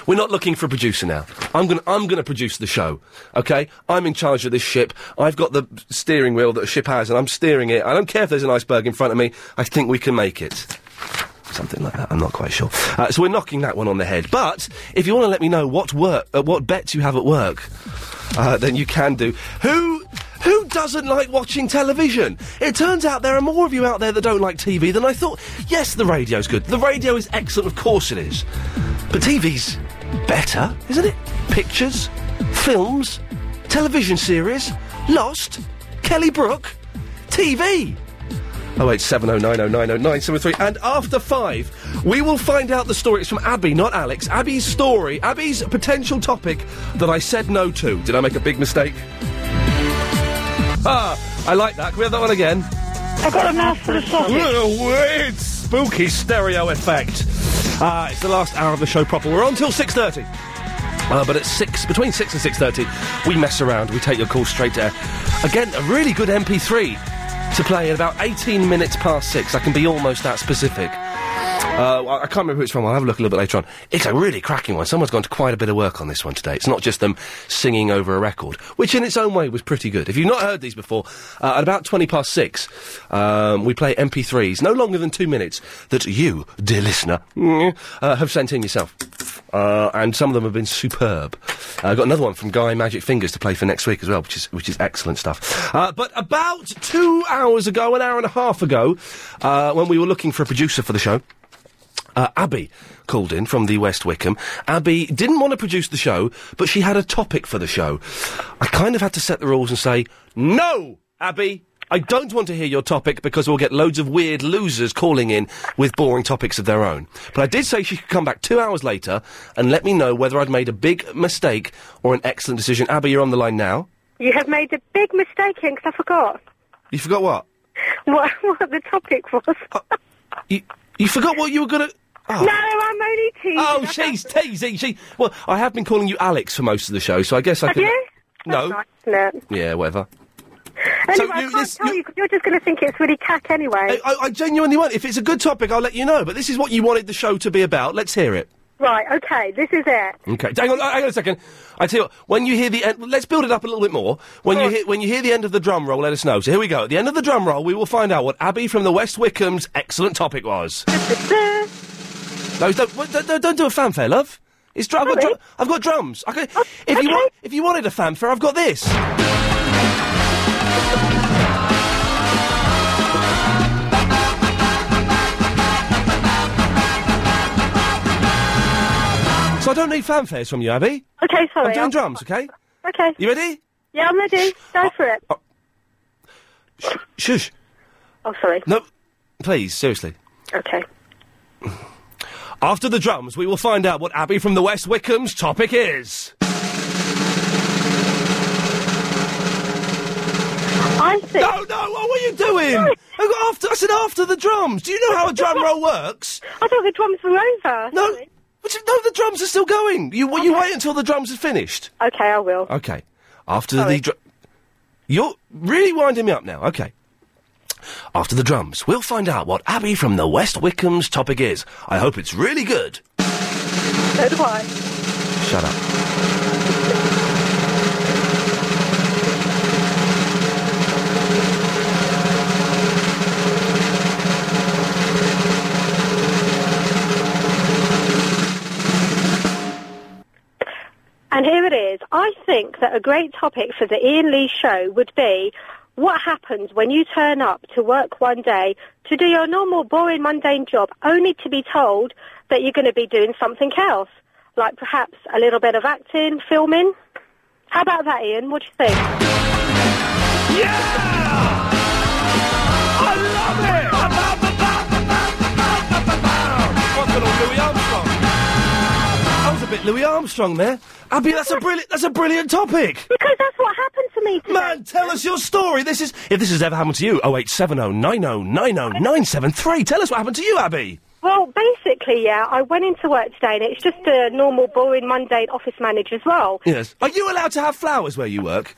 S1: We're not looking for a producer now. I'm gonna, I'm gonna produce the show. Okay? I'm in charge of this ship. I've got the steering wheel that a ship has and I'm steering it. I don't care if there's an iceberg in front of me. I think we can make it. Something like that. I'm not quite sure. Uh, so we're knocking that one on the head. But if you want to let me know what work, uh, what bets you have at work, uh, then you can do. Who, who doesn't like watching television? It turns out there are more of you out there that don't like TV than I thought. Yes, the radio's good. The radio is excellent. Of course it is. But TV's better, isn't it? Pictures, films, television series, Lost, Kelly Brook, TV. 08709090973. And after five, we will find out the story. It's from Abby, not Alex. Abby's story, Abby's potential topic that I said no to. Did I make a big mistake? Ah, I like that. Can we have that one again?
S21: I've got a mouthful of sausage.
S1: Little weird, spooky stereo effect. Uh, it's the last hour of the show proper. We're on till six thirty. Uh, but at six, between six and six thirty, we mess around. We take your call straight there. Again, a really good MP3 to play at about eighteen minutes past six. I can be almost that specific. Uh, I I can't remember who it's from. I'll have a look a little bit later on. It's a really cracking one. Someone's gone to quite a bit of work on this one today. It's not just them singing over a record, which in its own way was pretty good. If you've not heard these before, uh, at about 20 past six, um, we play MP3s, no longer than two minutes, that you, dear listener, uh, have sent in yourself. Uh, and some of them have been superb. Uh, I've got another one from Guy Magic Fingers to play for next week as well, which is, which is excellent stuff. Uh, but about two hours ago, an hour and a half ago, uh, when we were looking for a producer for the show, uh, Abby called in from the West Wickham. Abby didn't want to produce the show, but she had a topic for the show. I kind of had to set the rules and say, no, Abby, I don't want to hear your topic because we'll get loads of weird losers calling in with boring topics of their own. But I did say she could come back two hours later and let me know whether I'd made a big mistake or an excellent decision. Abby, you're on the line now.
S5: You have made a big mistake here because I forgot *laughs*
S1: You forgot what?
S5: what, what the topic was.
S1: You, you forgot what you were going to. Oh.
S5: No, I'm only teasing.
S1: Oh, she's teasing. She well, I have been calling you Alex for most of the show, so I guess I
S5: Have
S1: can.
S5: you?
S1: No.
S5: That's nice, isn't it?
S1: Yeah, whatever.
S5: Anyway, I can't tell Oh. you because you're just going to think it's really cack anyway.
S1: I, I genuinely won't. If it's a good topic, I'll let you know. But this is what you wanted the show to be about. Let's hear it.
S5: right, okay, this is it.
S1: Okay, hang on, hang on a second. I tell you, what, when you hear the end, let's build it up a little bit more. When you hear, when you hear the end of the drum roll, let us know. So here we go. At the end of the drum roll, we will find out what Abby from the West Wickham's excellent
S5: *laughs*
S1: topic was. *laughs* no, don't, what- don't, don't- don't do a fanfare, love. It's drum. I've, got drum- I've got drums. I can,
S5: Oh,
S1: if you want, if you wanted a fanfare, I've got this. So I don't need fanfares from you, Abby.
S5: Okay, sorry.
S1: I'm doing
S5: I'll-
S1: drums. Okay.
S5: Okay.
S1: You ready?
S5: Yeah, I'm ready. Go for it.
S1: Shush.
S5: Oh, sorry.
S1: No, please, seriously.
S5: Okay.
S1: After the drums, we will find out what Abby from the West Wickham's topic is.
S5: I think.
S1: No, no, what were you doing? I, got after, I said after the drums. Do you know how a drum roll works?
S5: I thought the drums were over.
S1: No, what you- no, the drums are still going. You, you wait until the drums are finished.
S5: Okay, I will.
S1: Okay. After the dr- You're really winding me up now. Okay. After the drums, we'll find out what Abby from the West Wickham's topic is. I hope it's really good.
S5: So do I.
S1: Shut up.
S5: And here it is. I think that a great topic for the Ian Lee show would be what happens when you turn up to work one day to do your normal, boring, mundane job, only to be told that you're going to be doing something else, like perhaps a little bit of acting, filming. How about that, Ian? What do you think?
S1: What's little Louis Armstrong? I was a bit Louis Armstrong there. Abby, that's a brilliant, that's a brilliant topic.
S5: Because that's what happened to me today.
S1: Man, tell us your story. This is, if this has ever happened to you, 08709090973. Tell us what happened to you, Abby.
S5: Well, basically, yeah, I went into work today and it's just a normal, boring, mundane office manager's role.
S1: Yes. Are you allowed to have flowers where you work?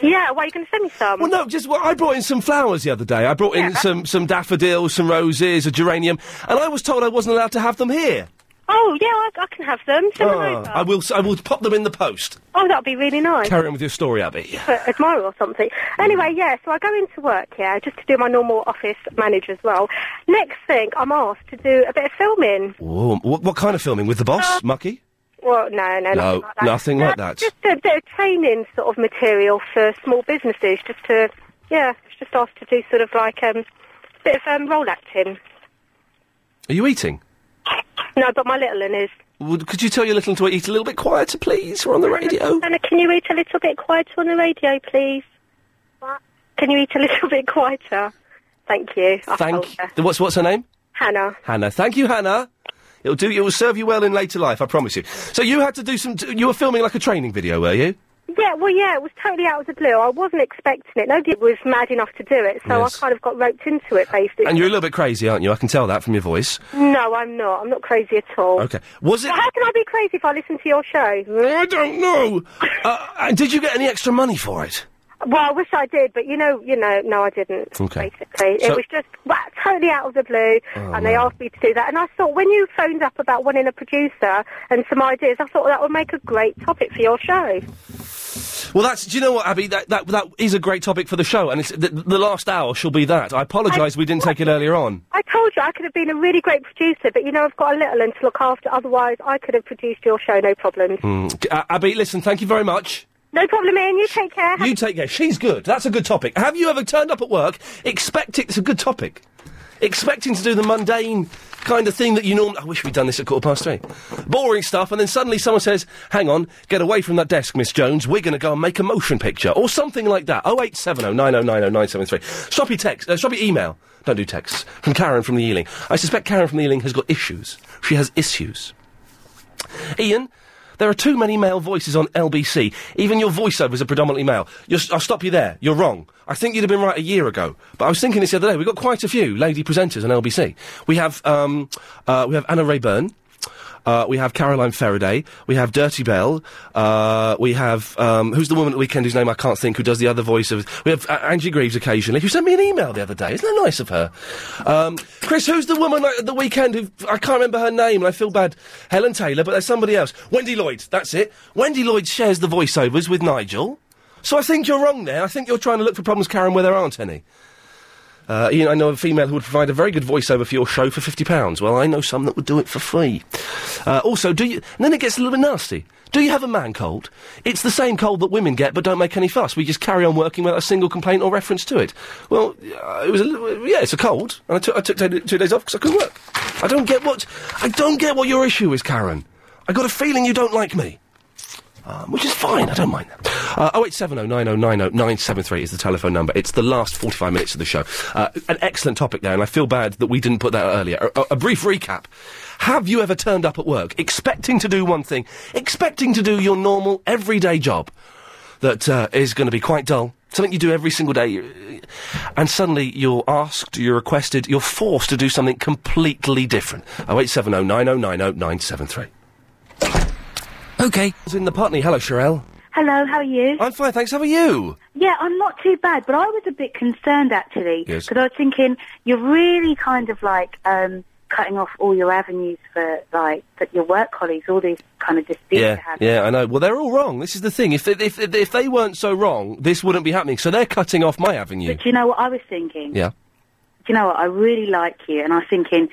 S5: Yeah, well, you're going to send me some.
S1: Well, no, just well, I brought in some flowers the other day. I brought in some, some daffodils, some roses, a geranium, and I was told I wasn't allowed to have them here.
S5: Oh, yeah, I, I can have them. Send them
S1: Ah,
S5: over.
S1: I will. s- I will pop them in the post.
S5: Oh, that'd be really nice.
S1: Carry on with your story, Abby.
S5: For admirer or something.
S1: Mm.
S5: Anyway, yeah, so I go into work, yeah, just to do my normal office manager as well. Next thing, I'm asked to do a bit of filming.
S1: Whoa, what, what kind of filming with the boss, Mucky?
S5: Well, no, no,
S1: No,
S5: nothing like that.
S1: nothing like
S5: No,
S1: that.
S5: Just a bit of training sort of material for small businesses, just to, yeah, just asked to do sort of like um, a bit of um, role acting.
S1: Are you eating?
S5: No, but my little one is.
S1: Would, could you tell your little one to eat a little bit quieter, please? We're on
S5: *laughs*
S1: the radio.
S5: Anna, can you eat a *laughs* little bit quieter on the radio, please? What? Can you eat a little bit quieter? Thank you. I felt
S1: Thank.
S5: her.
S1: What's what's her name?
S5: Hannah.
S1: Hannah. Thank you, Hannah. It'll do. It will serve you well in later life. I promise you. So you had to do some. T- you were filming like a training video, were you?
S5: Yeah, well, yeah, it was totally out of the blue. I wasn't expecting it. Nobody was mad enough to do it, so
S1: Yes.
S5: I kind of got roped into it, basically.
S1: And you're a little bit crazy, aren't you? I can tell that from your voice.
S5: No, I'm not. I'm not crazy at all.
S1: Okay. Was it?
S5: But how can I be crazy if I listen to your show?
S1: I don't know. uh, and did you get any extra money for it?
S5: *laughs* Well, I wish I did, but you know, you know, no, I didn't.
S1: Okay.
S5: Basically,
S1: So-
S5: it was just wow, totally out of the blue,
S1: Oh,
S5: and they asked me to do that. And I thought, when you phoned up about wanting a producer and some ideas, I thought that would make a great topic for your show.
S1: Well, that's. Do you know what, Abby? That that that is a great topic for the show, and it's the, the last hour shall be that. I apologise we didn't take it earlier on.
S5: I told you I could have been a really great producer, but you know, I've got a little one to look after. Otherwise, I could have produced your show, no problems.
S1: Mm. Uh, Abby, listen. Thank you very much.
S5: No problem, Ian. You take care.
S1: You take care. She's good. That's a good topic. Have you ever turned up at work expecting it's a good topic, expecting to do the mundane kind of thing that you normally? I wish we'd done this at quarter past three. Boring stuff, and then suddenly someone says, "Hang on, get away from that desk, Miss Jones. We're going to go and make a motion picture or something like that." Oh eight seven oh nine oh nine oh nine seven three. Shoppy text. Uh, shoppy email. Don't do texts from Karen from the Ealing. I suspect Karen from the Ealing has got issues. She has issues. Ian, there are too many male voices on LBC. Even your voiceovers are predominantly male. You're, I'll stop you there. You're wrong. I think you'd have been right a year ago. But I was thinking this the other day. We've got quite a few lady presenters on LBC. We have um, uh, we have Anna Rayburn. Uh, we have Caroline Faraday. We have Dirty Bell. Uh, we have um, who's the woman at the weekend whose name I can't think who does the other voice of. We have uh, Angie Greaves occasionally who sent me an email the other day. Isn't that nice of her? Um, Chris, who's the woman like, at the weekend who I can't remember her name and I feel bad. Helen Taylor, but there's somebody else. Wendy Lloyd. That's it. Wendy Lloyd shares the voiceovers with Nigel. So I think you're wrong there. I think you're trying to look for problems, Karen, where there aren't any. Uh, Ian, I know a female who would provide a very good voiceover for your show for fifty pounds. Well, I know some that would do it for free. Uh, also, do you? And then it gets a little bit nasty. Do you have a man cold? It's the same cold that women get, but don't make any fuss. We just carry on working without a single complaint or reference to it. Well, uh, it was a little, yeah, it's a cold, and I took I took two, two days off because I couldn't work. I don't get what I don't get what your issue is, Karen. I got a feeling you don't like me um, which is fine. I don't mind that. Uh, 08709090973 is the telephone number. It's the last 45 minutes of the show. Uh, an excellent topic there, and I feel bad that we didn't put that out earlier. A, a- a brief recap. Have you ever turned up at work expecting to do one thing, expecting to do your normal, everyday job that uh, is going to be quite dull? Something you do every single day, uh, and suddenly you're asked, you're requested, you're forced to do something completely different. 0870 *clears throat* Okay. It's in the Putney. Hello, Sherelle.
S24: Hello, how are you?
S1: I'm fine, thanks. How are you?
S24: Yeah, I'm not too bad, but I was a bit concerned actually
S1: Yes.
S24: because I was thinking you're really kind of like um, cutting off all your avenues for like that your work colleagues, all these kind of disputes
S1: yeah,
S24: to have.
S1: yeah, I know. Well, they're all wrong. This is the thing. If they, if, if, if they weren't so wrong, this wouldn't be happening. So they're cutting off my avenue.
S24: But do you know what I was thinking?
S1: Yeah.
S24: Do you know what I really like you, and I was thinking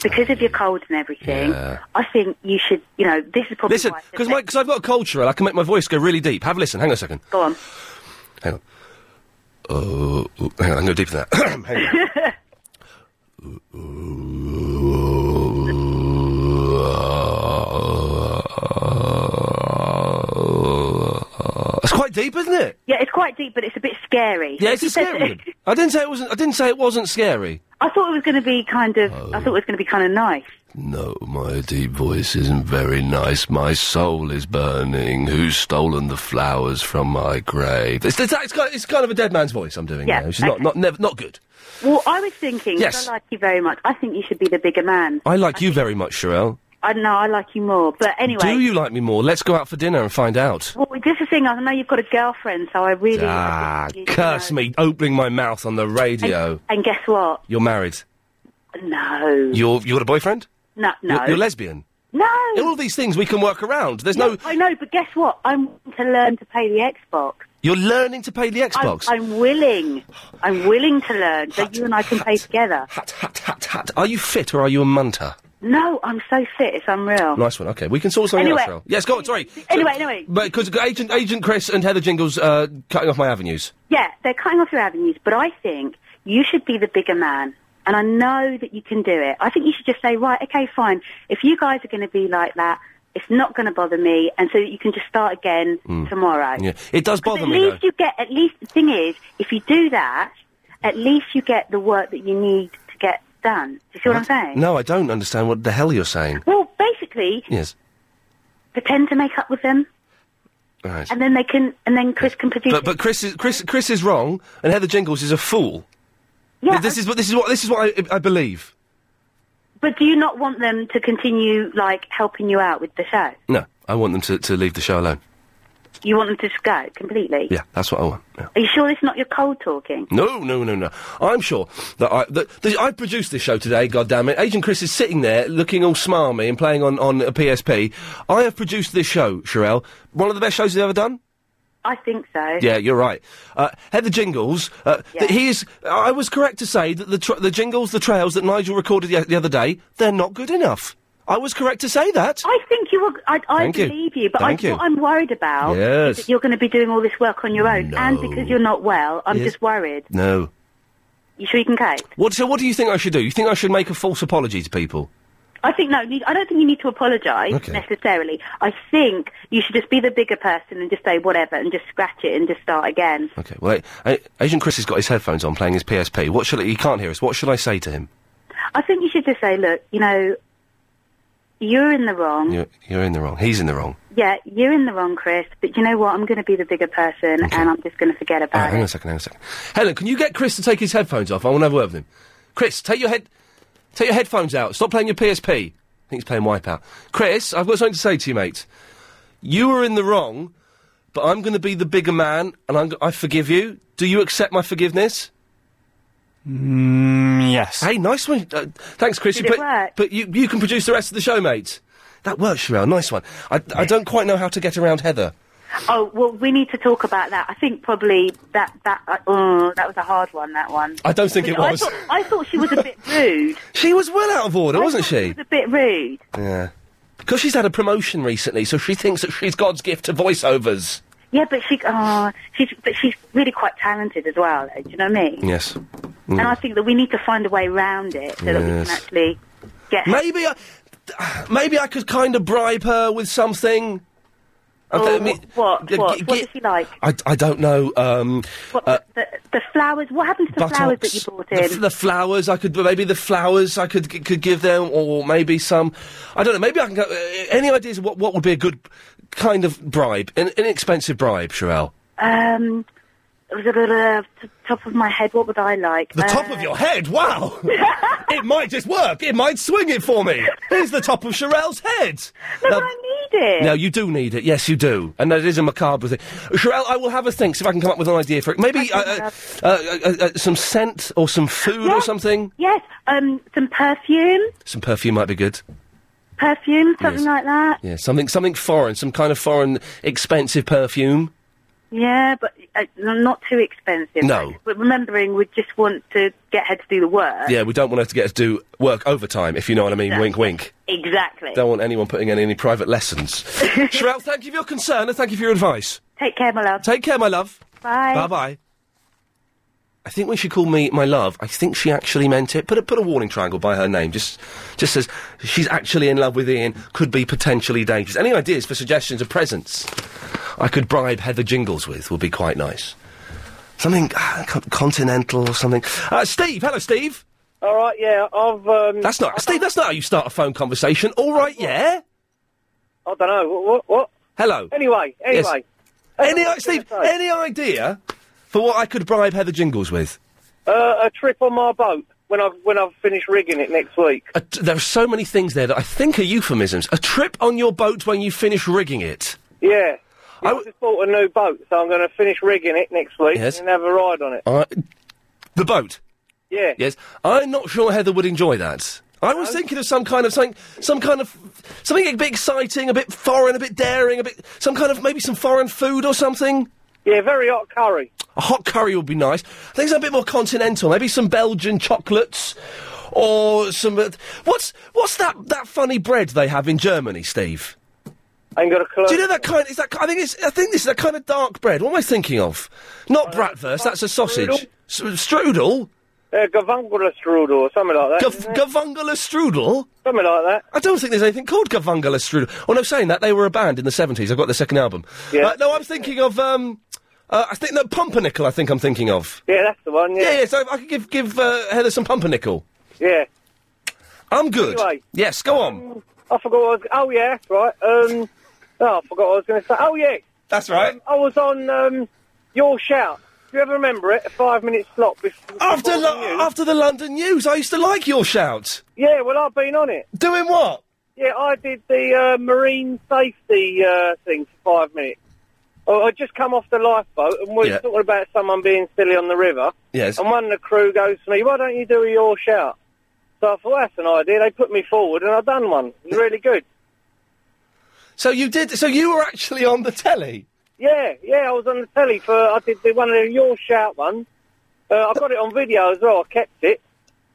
S24: because of your cold and everything, I think you should. You know, this is probably
S1: Listen,
S24: why I said
S1: because I've got a cold, Sherelle. I can make my voice go really deep. Have a listen. Hang on a second.
S24: Go on.
S1: Hang on. Oh, oh, hang on. I'm going deeper than that. *coughs* hang on. That's quite deep, isn't it?
S24: Yeah, it's quite deep, but it's a bit scary.
S1: Yeah, it's a
S24: You said-
S1: scary.
S24: *laughs*
S1: one. I didn't say it wasn't. I didn't say it wasn't scary.
S24: I thought it was going to be kind of.
S1: Oh.
S24: I thought it was going to be kind of nice.
S1: No, my deep voice isn't very nice. My soul is burning. Who's stolen the flowers from my grave? It's, it's, it's, kind, it's kind of a dead man's voice I'm doing
S24: Yeah,
S1: now, which is not,
S24: okay.
S1: not, never, not good.
S24: Well, I was thinking. 'cause
S1: Yes.
S24: I like you very much. I think you should be the bigger man.
S1: I like you very much, Sherelle.
S24: I know I like you more, but anyway.
S1: Do you like me more? Let's go out for dinner and find out.
S24: Well, this is the thing. I know you've got a girlfriend, so I really.
S1: Ah,
S24: you
S1: curse me, opening my mouth on the radio.
S24: And guess what?
S1: You're married.
S24: No.
S1: You're, you got a boyfriend?
S24: No, no.
S1: You're, you're lesbian.
S24: No.
S1: All these things we can work around. There's no.
S24: I know, but guess what? I'm willing to learn to play the Xbox.
S1: You're learning to play the Xbox.
S24: I'm, I'm willing. I'm willing to learn so you and I can play together.
S1: Are you fit or are you a munter?
S24: No, I'm so fit. It's unreal.
S1: Nice one. Okay, we can sort something
S24: Oh. Anyway.
S1: out, Cheryl. Yes, go on. Sorry.
S24: Anyway, anyway.
S1: But because agent agent Chris and Heather Jingles uh, cutting off my avenues.
S24: Yeah, they're cutting off your avenues, but I think you should be the bigger man. And I know that you can do it. I think you should just say, right, okay, fine. If you guys are going to be like that, it's not going to bother me, and so that you can just start again
S1: Mm.
S24: tomorrow.
S1: Yeah, it
S24: Because
S1: does bother
S24: at
S1: me
S24: least
S1: though.
S24: you get. At least the thing is, if you do that, at least you get the work that you need to get done. Do you see what, I'm saying?
S1: No, I don't understand what the hell you're saying.
S24: Well, basically,
S1: Yes.
S24: pretend to make up with them,
S1: Right.
S24: and then they can, and then Chris can produce.
S1: But but Chris is Chris Chris is wrong, and Heather Jingles is a fool.
S24: Yeah,
S1: This is what this is what this is what I, I believe.
S24: But do you not want them to continue like helping you out with the show?
S1: No, I want them to, to leave the show alone.
S24: You want them to just go completely?
S1: Yeah, that's what I want. Yeah.
S24: Are you sure it's not your cold talking?
S1: No, no, no, no. I'm sure that I that, that I produced this show today. God damn it! Agent Chris is sitting there looking all smarmy and playing on on a PSP. I have produced this show, Sherelle. One of the best shows you've ever done.
S24: I think so.
S1: Yeah, you're right. Uh, Heather Jingles. Uh, th- he is. I was correct to say that the tr the jingles, the trails that Nigel recorded the, the other day, they're not good enough. I was correct to say that.
S24: I think you were. I, I
S1: Thank you.
S24: believe you, but I,
S1: Thank you.
S24: what I'm worried about
S1: Yes.
S24: is that you're going to be doing all this work on your own, and because you're not well, I'm
S1: Yes.
S24: just worried.
S1: No.
S24: You sure you can cope?
S1: What? So, what do you think I should do? You think I should make a false apology to people?
S24: I think no. you- I don't think you need to apologise
S1: Okay.
S24: necessarily. I think you should just be the bigger person and just say whatever, and just scratch it and just start again.
S1: Okay. Well, I, I- Agent Chris has got his headphones on, playing his PSP. What should I, he can't hear us? What should I say to him?
S24: I think you should just say, look, you know, you're in the wrong.
S1: You're, you're in the wrong. He's in the wrong.
S24: Yeah, you're in the wrong, Chris. But you know what? I'm going to be the bigger person, and I'm just going to forget
S1: All
S24: about
S1: right, hang on a second. Hang on a second. Helen, can you get Chris to take his headphones off? I want to have a word with him. Chris, take your head, take your headphones out. Stop playing your PSP. I think he's playing Wipeout. Chris, I've got something to say to you, mate. You were in the wrong, but I'm going to be the bigger man, and I'm, g- I forgive you. Do you accept my forgiveness?
S26: Mm, yes.
S1: Hey, nice one. Uh, thanks, Chris.
S26: Did
S1: you
S26: it
S1: put-
S26: work?
S1: But you, you can produce the rest of the show, mate. That works, Sherelle. Nice one. I, I don't quite know how to get around Heather.
S24: it. Oh well, we need to talk about that. I think probably that that uh, uh, that was a hard one. That one.
S1: I don't think it
S24: Because I
S1: was.
S24: thought- I thought she was a bit rude.
S1: She was well out of order, wasn't she?
S24: was a bit rude.
S1: Yeah. Because she's had a promotion recently, so she thinks that she's God's gift to voiceovers.
S24: Yeah, but she, oh, she's, but she's really quite talented as well. though, Do you know what I mean?
S1: Yes.
S24: And I think that we need to find a way round it so that we can
S1: Hmm. Yes.
S24: actually get.
S1: Maybe I, maybe I could kind of bribe her with something. I
S24: Oh,
S1: th- I mean,
S24: wh- what?
S1: uh,
S24: What?
S1: g-
S24: what
S1: g-
S24: does she like?
S1: I, I don't know. Um, uh,
S24: The, the flowers. What happened to the flowers that you brought
S1: The,
S24: in?
S1: f- the flowers I could maybe the flowers I could g- could give them, or maybe some. I don't know. Maybe I can go. Uh, any ideas of what what would be a good kind of bribe, an inexpensive bribe, Sherelle?
S24: Um, the uh, top of my head. What would I like? Um,
S1: The top of your
S24: *laughs*
S1: head? Wow! it might just work. It might swing it for me. Here's the top of Sherelle's head. No,
S24: I need it.
S1: No, you do need it. Yes, you do. And that is a macabre thing. Sherelle, I will have a think, see if I can come up with an idea for it. Maybe uh, uh, uh, uh, uh, uh, some scent or some food or something.
S24: Yes, um, some perfume,
S1: Some perfume might be good.
S24: perfume, something
S1: Yes.
S24: like that.
S1: Yeah, something something foreign, some kind of foreign expensive perfume.
S24: Yeah, but uh, not too expensive.
S1: No.
S24: But remembering, we just want to get her to do the work.
S1: Yeah, we don't want her to get us to do work overtime, if you know what I mean.
S24: Uh, Yeah.
S1: Wink, wink.
S24: Exactly.
S1: Don't want anyone putting in any private lessons. Sherelle, thank you for your concern and thank you for your advice.
S24: Take care, my love.
S1: Take care, my love.
S24: Bye.
S1: Bye bye. I think when she called me my love, I think she actually meant it. Put a put a warning triangle by her name. Just just says she's actually in love with Ian. Could be potentially dangerous. Any ideas for suggestions of presents I could bribe Heather Jingles with would be quite nice. Something ah, con- continental or something. Uh, Steve, hello, Steve.
S20: All right, yeah, I've. Um,
S1: That's not Steve. That's not how you start a phone conversation. All right, yeah.
S20: I don't know. What? What? what?
S1: Hello.
S20: Anyway,
S1: Yes.
S20: anyway.
S1: Any i- Steve? Any idea for what I could bribe Heather Jingles with?
S20: Uh, a trip on my boat when I've when I've finished rigging it next week.
S1: A t- there are so many things there that I think are euphemisms. A trip on your boat when you finish rigging it.
S20: Yeah. I just bought a new boat, so I'm going to finish rigging it next week
S1: Yes.
S20: and have a ride on it.
S1: I the boat.
S20: Yeah.
S1: Yes, I'm not sure Heather would enjoy that. I
S20: Oh.
S1: was thinking of some kind of something, some kind of something a bit exciting, a bit foreign, a bit daring, a bit some kind of maybe some foreign food or something.
S20: Yeah, very hot curry.
S1: A hot curry would be nice. I think something a bit more continental. Maybe some Belgian chocolates, or some. uh, What's what's that that funny bread they have in Germany, Steve?
S20: I ain't got a clue.
S1: Do you know that kind? Is that? ki- I think it's. I think this is a kind of dark bread. What am I thinking of? Not bratwurst. That's a sausage.
S20: Uh, strudel?
S1: S- strudel.
S20: Uh, Gavangula strudel or something like that.
S1: Gav- Gavangula strudel.
S20: Something like that.
S1: I don't think there's anything called Gavangala strudel. Oh no, saying that they were a band in the seventies. I got their second album. Uh, no, I'm thinking of um, Uh, I think no pumpernickel. I think I'm thinking of.
S15: Yeah, that's the one. Yeah,
S1: yeah. so I could give give uh, Heather some pumpernickel.
S15: Yeah.
S1: I'm good.
S15: Anyway. Um,
S1: Yes, go on.
S15: I forgot what I was. Oh yeah, right. Um, oh, I forgot what I was going to say. Oh yeah,
S1: that's right.
S15: I was on um, your shout. Do you ever remember it? A five-minute slot before.
S1: After Lo- after the London news, I used to like your shout.
S15: Yeah, well, I've been on it.
S1: Doing what?
S15: Yeah, I did the uh, marine safety uh, thing for five minutes. Oh, I just come off the lifeboat and we are
S1: Yeah.
S15: talking about someone being silly on the river.
S1: Yes.
S15: And one of the crew goes to me, "Why don't you do your shout?" So I thought "Well, that's an idea. They put me forward and I done one. It was really good.
S1: So you did. So you were actually on the telly.
S15: Yeah, yeah, I was on the telly for I did the one of the your shout ones. Uh, I got it on video as well. I kept it.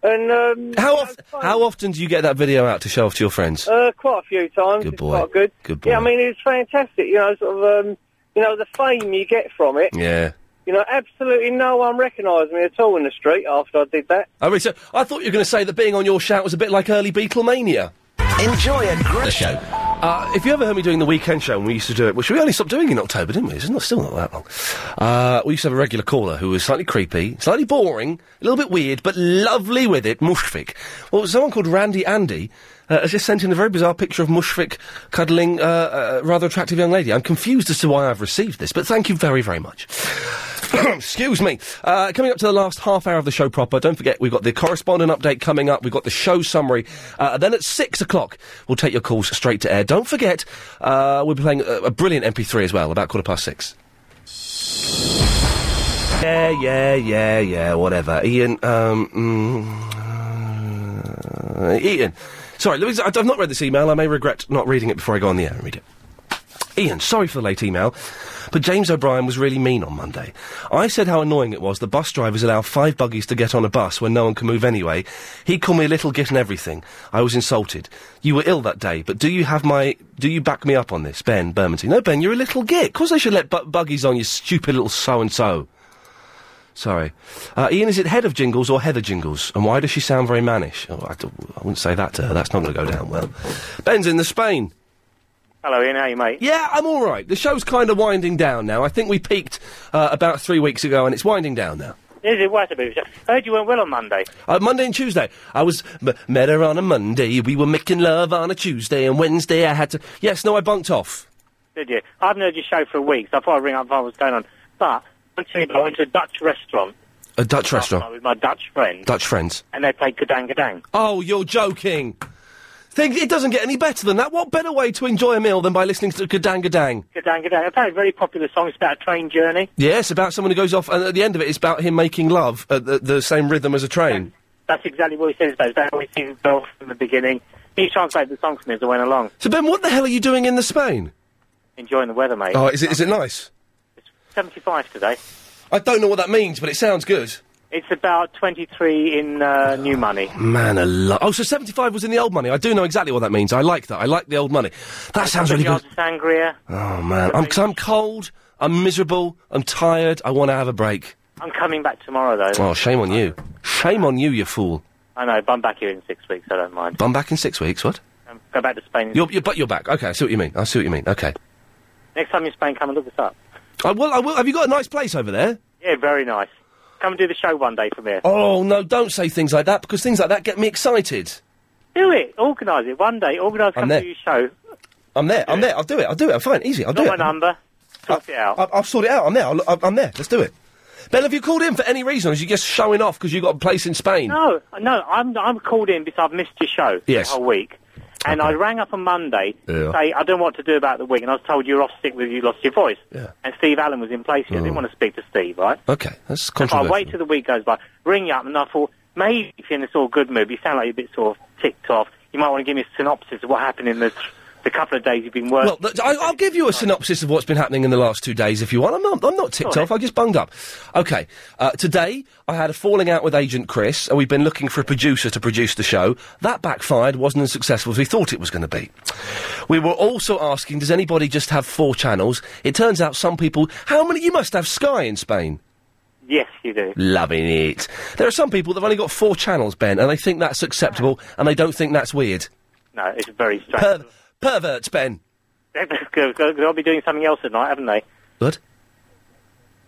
S15: And um,
S1: How often? How often do you get that video out to show off to your friends?
S15: Uh, quite a few times.
S1: Good
S15: It's
S1: boy.
S15: Quite good.
S1: Good boy.
S15: Yeah, I mean it was fantastic. You know, sort of, um, you know, the fame you get from it.
S1: yeah.
S15: You know, absolutely no one recognised me at all in the street after I did that.
S1: I, mean, so I thought you were going to say that being on your shout was a bit like early Beatlemania.
S9: Enjoy a great show.
S1: Uh, if you ever heard me doing the weekend show, and we used to do it, which we only stopped doing in October, didn't we? It's not still not that long. Uh, we used to have a regular caller who was slightly creepy, slightly boring, a little bit weird, but lovely with it, Mushfik. Well, someone called Randy Andy uh, has just sent in a very bizarre picture of Mushfik cuddling uh, a rather attractive young lady. I'm confused as to why I've received this, but thank you very, very much. *coughs* Excuse me. Uh, coming up to the last half hour of the show proper, don't forget we've got the correspondent update coming up, we've got the show summary. Uh, then at six o'clock, we'll take your calls straight to air. Don't forget, uh, we'll be playing a, a brilliant MP3 as well, about quarter past six. Yeah, yeah, yeah, yeah, whatever. Ian, um, mm, uh, Ian. Sorry, let me, I- I've not read this email. I may regret not reading it before I go on the air and read it. Ian, sorry for the late email, but James O'Brien was really mean on Monday. I said how annoying it was the bus drivers allow five buggies to get on a bus when no one can move anyway. He called me a little git and everything. I was insulted. You were ill that day, but do you have my, do you back me up on this, Ben Bermondsey? No, Ben, you're a little git. Of course they should let bu- buggies on, you stupid little so-and-so. Sorry. Uh, Ian, is it head of Jingles or Heather Jingles? And why does she sound very mannish? Oh, I, d- I wouldn't say that to her. That's not going to go down well. Ben's in the Spain.
S10: Hello, Ian. How you, mate?
S1: Yeah, I'm all right. The show's kind of winding down now. I think we peaked uh, about three weeks ago, and it's winding down now.
S10: Is it what about you? I heard you went well on Monday.
S1: Uh, Monday and Tuesday, I was m- met her on a Monday. We were making love on a Tuesday, and Wednesday I had to. Yes, no, I bunked off.
S10: Did you? I haven't heard your show for a week, so I thought I'd ring up and find what's going on. But on Tuesday, I went to a Dutch restaurant uh,
S1: A Dutch restaurant,
S10: with my Dutch friend,
S1: Dutch friends.
S10: and they played Gadang Gadang.
S1: Oh, you're joking. Think it doesn't get any better than that. What better way to enjoy a meal than by listening to Gadang Gadang?
S10: Gadang Gadang. Apparently, a very popular song. It's about a train journey.
S1: Yes, about someone who goes off, and at the end of it, it's about him making love at the, the same rhythm as a train.
S10: That's exactly what he says. But that always seems off from the beginning. He translated the song for me as I went along.
S1: So, Ben, what the hell are you doing in the Spain?
S10: Enjoying the weather, mate.
S1: Oh, is it is it nice?
S10: 75 today.
S1: I don't know what that means, but it sounds good.
S10: It's about 23 in uh, new money.
S1: Man, a lot. Oh, so 75 was in the old money. I do know exactly what that means. I like that. I like the old money. That sounds really good.
S10: Yards of Sangria.
S1: Oh, man. I'm, i I'm cold. I'm miserable. I'm tired. I want to have a break.
S10: I'm coming back tomorrow, though.
S1: Oh, shame on you. Shame on you, you fool.
S10: I know, but I'm back here in six weeks. I don't mind.
S1: But I'm back in six weeks. What?
S10: Um, go back to Spain.
S1: You're, you're, but you're back. Okay, I see what you mean. I see what you mean. Okay.
S10: Next time you're in Spain, come and look us up.
S1: I will. I will. Have you got a nice place over there?
S10: Yeah, very nice. Come and do the show one day from here.
S1: Oh, no, don't say things like that because things like that get me excited.
S10: Do it. Organise it one day. Organise.
S1: I'm
S10: Come
S1: there.
S10: do your show.
S1: I'm there. I'm there. I'll do it. I'll do it. I'm fine. Easy. I'll
S10: Got
S1: do
S10: my
S1: it.
S10: number. Sort it out.
S1: I'll, I'll sort it out. I'm there. I'll, I'm- I'm there. Let's do it. Ben, have you called in for any reason, or is you just showing off because you got a place in Spain?
S10: No, no, I'm I'm called in because I've missed your show
S1: Yes.
S10: the whole week. And I rang up on Monday
S1: Yeah.
S10: to say, I don't know what to do about the week. And I was told you were off sick with you lost your voice.
S1: Yeah.
S10: And Steve Allen was in place here. I didn't want to speak to Steve, right?
S1: Okay, that's
S10: So I
S1: Oh. controversial.
S10: wait till the week goes by, ring you up, and I thought, maybe if you're in a sort of good mood, you sound like you're a bit sort of ticked off, you might want to give me a synopsis of what happened in the, the couple of days you've been working.
S1: Well, th- I, I'll give you a synopsis of what's been happening in the last two days if you want. I'm not, I'm not ticked
S10: All right.
S1: off. I just bunged up. Okay, uh, today I had a falling out with Agent Chris, and we've been looking for a producer to produce the show. That backfired, wasn't as successful as we thought it was going to be. We were also asking, does anybody just have four channels? It turns out some people. How many? You must have Sky in Spain.
S10: yes, you do.
S1: Loving it. There are some people that've only got four channels, Ben, and they think that's acceptable, and they don't think that's weird.
S10: No, it's very strange.
S1: Per- perverts, Ben.
S10: They'll be doing something else at night, haven't they?
S1: What?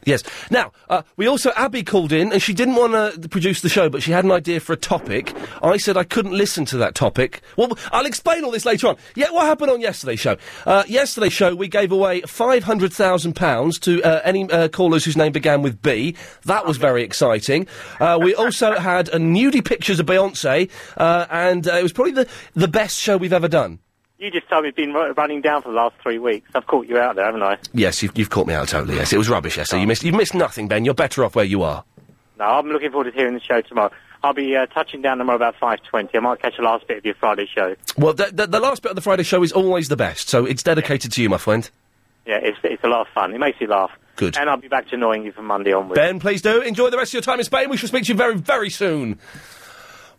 S1: Yes. Now, uh, we also, Abby called in and she didn't want to produce the show, but she had an idea for a topic. I said I couldn't listen to that topic. Well, I'll explain all this later on. Yeah, what happened on yesterday's show? Uh, yesterday's show, we gave away £500,000 to uh, any uh, callers whose name began with B. That was very exciting. Uh, we also *laughs* had a nudie pictures of Beyonce, uh, and uh, it was probably the, the best show we've ever done.
S10: You just told me you've been ru- running down for the last three weeks. I've caught you out there, haven't I?
S1: Yes, you've, you've caught me out totally. Yes, it was rubbish yesterday. You missed, you've missed nothing, Ben. You're better off where you are.
S10: No, I'm looking forward to hearing the show tomorrow. I'll be uh, touching down tomorrow about 5.20. I might catch the last bit of your Friday show.
S1: Well, the, the, the last bit of the Friday show is always the best, so it's dedicated to you, my friend.
S10: Yeah, it's, it's a lot of fun. It makes you laugh.
S1: Good.
S10: And I'll be back to annoying you from Monday onwards.
S1: Ben, please do. Enjoy the rest of your time in Spain. We shall speak to you very, very soon.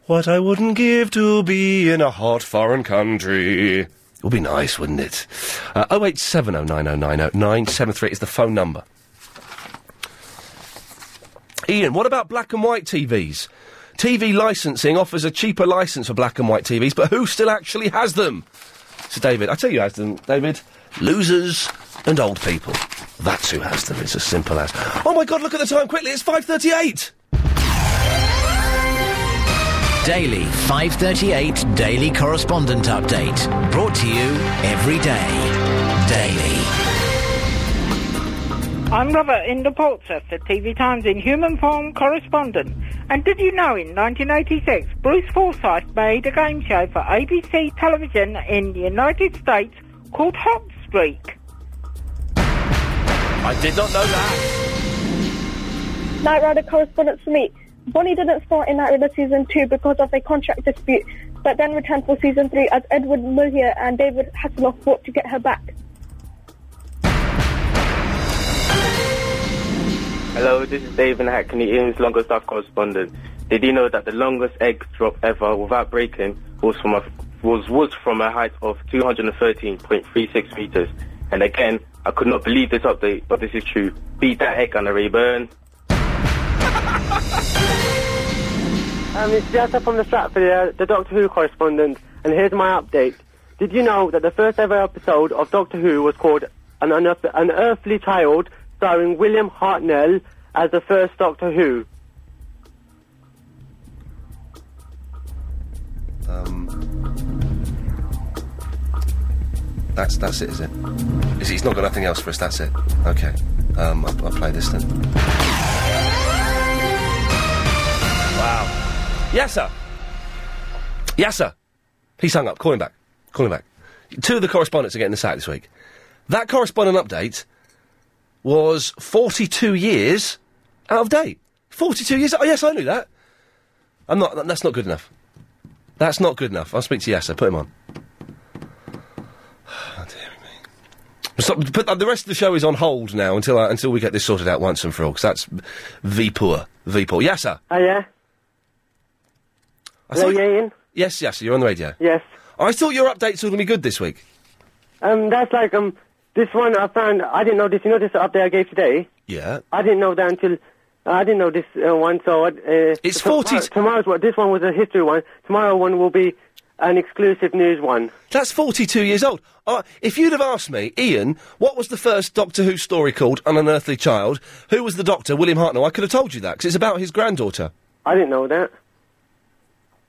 S1: What I wouldn't give to be in a hot foreign country. It would be nice, wouldn't it? Uh, 08709090973 is the phone number. Ian, what about black and white TVs? TV licensing offers a cheaper license for black and white TVs, but who still actually has them? So, David, I tell you, who has them, David, losers and old people. That's who has them. It's as simple as. Oh my God! Look at the time quickly. It's five thirty-eight.
S9: Daily 538 Daily Correspondent Update. Brought to you every day. Daily.
S8: I'm Robert in the Portchester TV Times in human form correspondent. And did you know in 1986 Bruce Forsyth made a game show for ABC television in the United States called Hot Streak?
S1: I did not know that.
S12: Night Rider correspondent for me. Bonnie didn't start in Night Rider season two because of a contract dispute, but then returned for season three as Edward Mulhir and David Hasselhoff fought to get her back.
S16: Hello, this is David Hackney, Ian's longest staff correspondent. Did you know that the longest egg drop ever without breaking was from a, was, was from a height of 213.36 meters? And again, I could not believe this update, but this is true. Beat that egg, Anna Rayburn.
S27: Um, it's Jessa from the Stratford, uh, the Doctor Who correspondent, and here's my update. Did you know that the first ever episode of Doctor Who was called An, Unearth- An Earthly Child, starring William Hartnell as the first Doctor Who?
S1: Um, that's that's it, is it? Is he, he's not got nothing else for us. That's it. Okay. Um, I'll, I'll play this then. Wow. Yes, sir. Yes, sir. He's hung up. Call him back. Call him back. Two of the correspondents are getting the sack this week. That correspondent update was 42 years out of date. 42 years. Oh, yes, I knew that. I'm not. That's not good enough. That's not good enough. I'll speak to Yasser. Put him on. Stop, put, the rest of the show is on hold now until I, until we get this sorted out once and for all. Because that's v poor, v poor. Yes, sir.
S27: Oh, yeah?
S1: I
S27: Hello,
S1: thought-
S27: Ian?
S1: Yes, yes, sir, you're on the radio.
S27: Yes.
S1: I thought your updates were going to be good this week.
S27: Um, that's like, um, this one I found, I didn't know this, you know this update I gave today?
S1: Yeah.
S27: I didn't know that until I didn't know this uh, one. So uh, it's
S1: forty-
S27: tomorrow's one. This one was a history one. Tomorrow one will be an exclusive news one.
S1: That's 42 years old. Uh, if you'd have asked me, Ian, what was the first Doctor Who story called An Unearthly Child? Who was the Doctor? William Hartnell. I could have told you that because it's about his granddaughter.
S27: I didn't know that.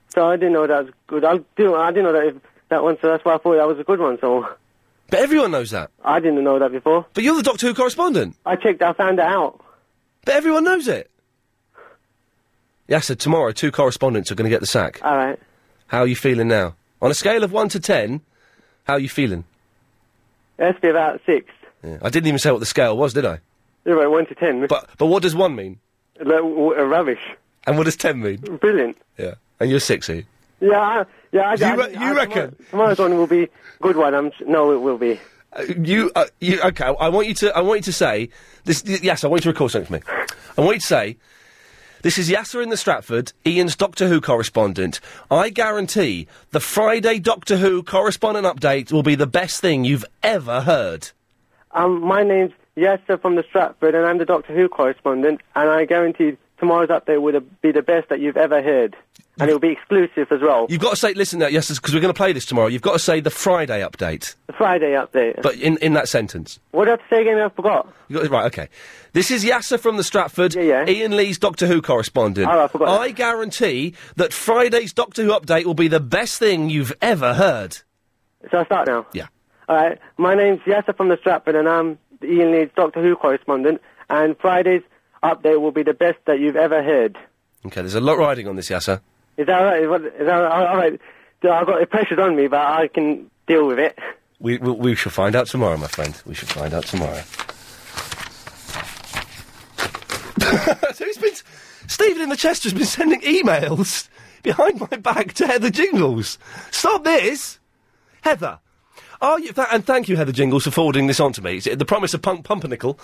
S27: So I didn't know that was good. I do. I didn't know that if, that one. So that's why I thought that was a good one. So
S1: But everyone knows that.
S27: I didn't know that before.
S1: But you're the Doctor Who correspondent.
S27: I checked. I found it out.
S1: But everyone knows it. Yes, sir, tomorrow two correspondents are going to get the sack.
S27: All right.
S1: How are you feeling now? On a scale of 1 to 10, how are you feeling?
S27: Let's be about six.
S1: Yeah, I didn't even say what the scale was, did I?
S27: About one to ten.
S1: But but what does one mean?
S27: Like, w- uh, rubbish.
S1: And what does 10 mean?
S27: Brilliant.
S1: Yeah. And you're sexy.
S27: Yeah. I, yeah. I,
S1: You
S27: I-
S1: re-
S27: I-
S1: you
S27: tomorrow-
S1: reckon?
S27: tomorrow's one will be good one. I'm. s- No, it will be.
S1: Uh, you, uh, you, okay. I want you to. I want you to say this. y- Yes, I want you to record something for me. I want you to say, "This is Yasser in the Stratford, Ian's Doctor Who correspondent. I guarantee the Friday Doctor Who correspondent update will be the best thing you've ever heard."
S27: Um, my name's Yasser from the Stratford, and I'm the Doctor Who correspondent, and I guaranteed tomorrow's update would be the best that you've ever heard. And it will be exclusive as well.
S1: You've got to say, listen, now, yes, because we're going to play this tomorrow. You've got to say the Friday update,
S27: The Friday update.
S1: but in, in that sentence.
S27: What did I have to say again? I forgot.
S1: You got, right, okay. This is Yasser from the Stratford. Ian Lee's Doctor Who correspondent.
S27: Oh, I
S1: forgot. I guarantee that Friday's Doctor Who update will be the best thing you've ever heard.
S27: So I start now.
S1: Yeah.
S27: All right. My name's Yasser from the Stratford, and I'm the Ian Leeds Doctor Who correspondent. And Friday's update will be the best that you've ever heard.
S1: Okay, there's a lot riding on this, Yasser.
S27: Is that all right? Is what- is that all all right? So I've got the pressure's on me, but I can deal with it.
S1: We, we, we shall find out tomorrow, my friend. We shall find out tomorrow. *coughs* so he's been. Stephen in the Chester's been sending emails behind my back to Heather Jingles. Stop this! Heather, are you. Th- and thank you, Heather Jingles, for forwarding this on to me. It's- The promise of Punk Pumpernickel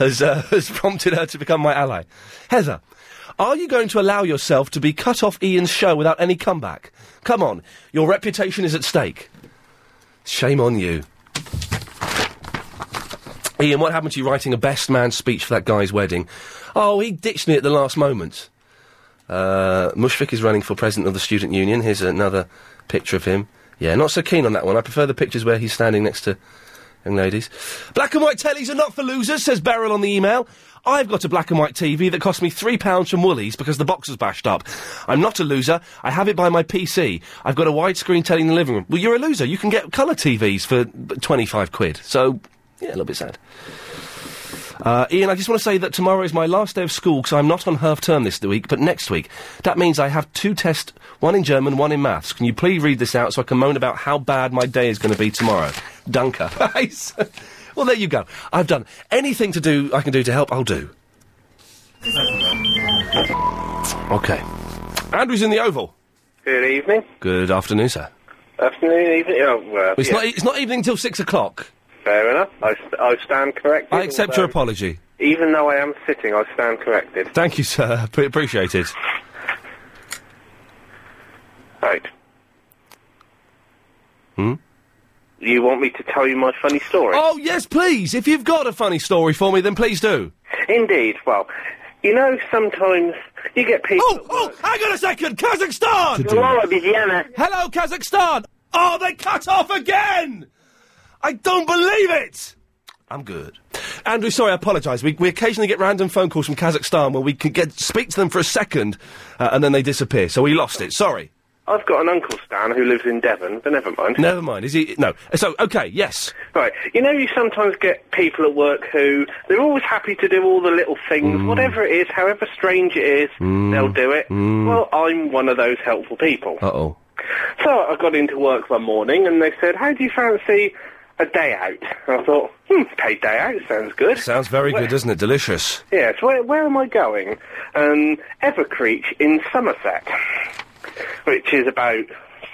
S1: has, uh, *laughs* has prompted her to become my ally. Heather, are you going to allow yourself to be cut off Ian's show without any comeback? Come on, your reputation is at stake. Shame on you. Ian, what happened to you writing a best man speech for that guy's wedding? Oh, he ditched me at the last moment. Uh, Mushfik is running for president of the student union. Here's another picture of him. Yeah, not so keen on that one. I prefer the pictures where he's standing next to young ladies. Black and white tellies are not for losers, says Beryl on the email. I've got a black and white TV that cost me £3 from Woolies because the box was bashed up. I'm not a loser. I have it by my PC. I've got a widescreen telly in the living room. Well, you're a loser. You can get colour TVs for b- 25 quid. So, yeah, a little bit sad. Uh, Ian, I just want to say that tomorrow is my last day of school because I'm not on half term this week, but next week. That means I have two tests, one in German, one in maths. Can you please read this out so I can moan about how bad my day is going to be tomorrow? *laughs* Dunker. well, there you go. I've done anything to do I can do to help. I'll do. Okay. Andrew's in the Oval.
S17: Good evening.
S1: Good afternoon, sir.
S17: Afternoon, evening. Oh, well,
S1: It's
S17: yeah.
S1: not. e-, It's not evening till six o'clock.
S17: Fair enough. I, st- I stand corrected.
S1: I accept your
S17: although-
S1: apology.
S17: Even though I am sitting, I stand corrected.
S1: Thank you, sir. *laughs* P- appreciated.
S17: Right.
S1: Hmm?
S17: You want me to tell you my funny story?
S1: Oh yes, please. If you've got a funny story for me, then please do.
S17: Indeed. Well, you know, sometimes you get people.
S1: Oh, oh, hang on a second. Kazakhstan! Hello, Kazakhstan! Oh, they cut off again! I don't believe it! I'm good. Andrew, sorry, I apologise. We, we occasionally get random phone calls from Kazakhstan where we can get speak to them for a second uh, and then they disappear. So we lost it. Sorry.
S17: I've got an uncle Stan who lives in Devon, but never mind.
S1: Never mind. Is he? No. So okay. Yes.
S17: Right. You know, you sometimes get people at work who they're always happy to do all the little things,
S1: Mm.
S17: whatever it is, however strange it is, they'll do it.
S1: Mm.
S17: Well, I'm one of those helpful people.
S1: Uh oh.
S17: So I got into work one morning and they said, "How do you fancy a day out?" And I thought, "Hmm, paid day out sounds good."
S1: Sounds very
S17: Where-
S1: good, doesn't it? Delicious.
S17: Yes. Where, where am I going? Um, Evercreech in Somerset, which is about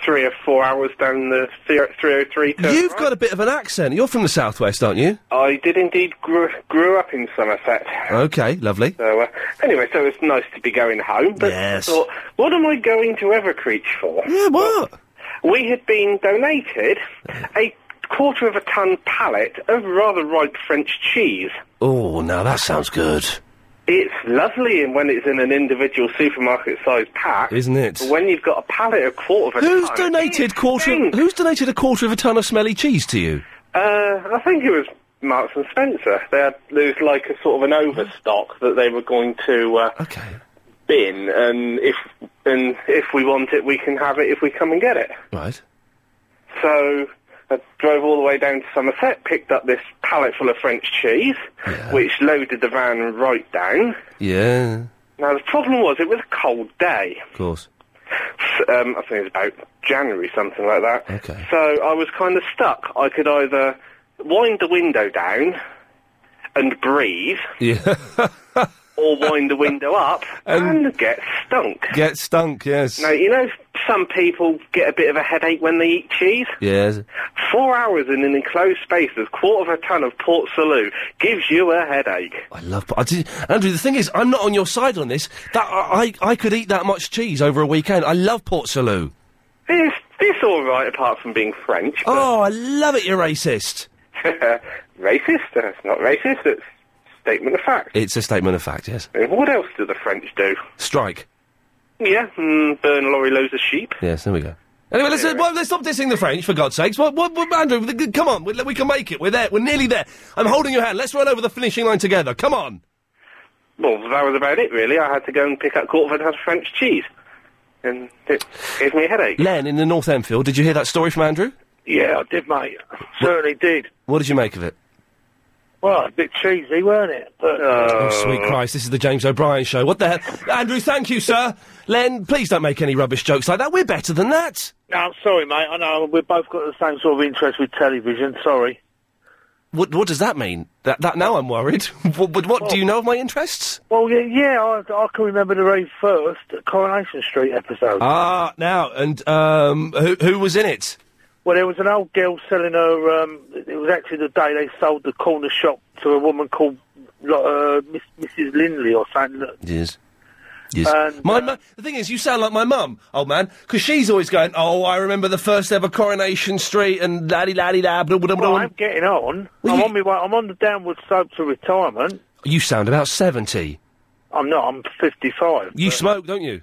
S17: three or four hours down the three hundred three.
S1: You've got a bit of an accent. You're from the southwest, aren't you?
S17: I did indeed grew, grew up in Somerset.
S1: Okay. Lovely.
S17: So uh, anyway, so it's nice to be going home. But yes. thought, what am I going to Evercreech for?
S1: Yeah, what?
S17: We had been donated a quarter of a ton pallet of rather ripe French cheese.
S1: Oh, now that sounds good.
S17: It's lovely and when it's in an individual supermarket-sized pack,
S1: Isn't it?
S17: But when you've got a pallet a quarter of a
S1: Who's
S17: ton,
S1: donated quarter? Who's donated a quarter of a ton of smelly cheese to you?
S17: Uh, I think it was Marks and Spencer. They had, there was like a sort of an overstock that they were going to uh, bin, and if and if we want it, we can have it if we come and get it.
S1: Right.
S17: So I drove all the way down to Somerset, picked up this pallet full of French cheese, which loaded the van right down.
S1: Yeah.
S17: Now the problem was it was a cold day.
S1: Of course.
S17: S- Um, I think it was about January, something like that.
S1: Okay.
S17: So I was kind of stuck. I could either wind the window down and breathe,
S1: Yeah.
S17: or wind the
S1: *laughs*
S17: window up and, get stunk.
S1: Get stunk. Yes.
S17: Now you know some people get a bit of a headache when they eat cheese.
S1: Yes.
S17: Four hours in an enclosed space of quarter of a ton of Port Salut gives you a headache.
S1: I love. I did, Andrew, the thing is, I'm not on your side on this. That I, I I could eat that much cheese over a weekend. I love Port Salut.
S17: It's, it's all right apart from being French. *laughs*
S1: Oh, I love it. You're racist.
S17: racist? Uh, It's not racist. It's statement of fact.
S1: It's a statement of fact, yes.
S17: Uh, What else do the French do?
S1: Strike.
S17: Yeah, mm, burn lorry loads of sheep.
S1: Yes, there we go. Anyway, let's, uh, well, let's stop dissing the French, for God's sakes. What, what, what Andrew, th- th- come on, we, we can make it. We're there. We're nearly there. I'm holding your hand. Let's run over the finishing line together. Come on.
S17: Well, that was about it, really. I had to go and pick up Cortland French cheese. And it gave me a headache.
S1: Len in the North Enfield, did you hear that story from Andrew?
S6: Yeah, I did, mate. Certainly did.
S1: What did you make of it?
S6: Well, a bit cheesy, weren't it? But uh,
S20: Uh,
S1: Oh, sweet Christ, this is the James O'Brien show. What the hell? Andrew, thank you, sir. Len, please don't make any rubbish jokes like that. We're better than that.
S6: No, I'm sorry, mate. I know we've both got the same sort of interest with television. Sorry.
S1: What, what does that mean? That, that now I'm worried. *laughs* what, what, what do you know of my interests?
S6: Well, yeah, yeah I, I can remember the very first Coronation Street episode.
S1: Ah, now, and um, who, who was in it?
S6: Well, there was an old girl selling her. Um, it was actually the day they sold the corner shop to a woman called like, uh, Miss, Mrs. Lindley or something.
S1: Yes. Yes.
S6: And,
S1: my mu- the thing is, you sound like my mum, old man, because she's always going, "Oh, I remember the first ever Coronation Street and la di la di da."
S6: Well, I'm getting on. I'm on my way. I'm on the downward slope to retirement.
S1: You sound about seventy.
S6: I'm not. I'm 55.
S1: You smoke, don't you?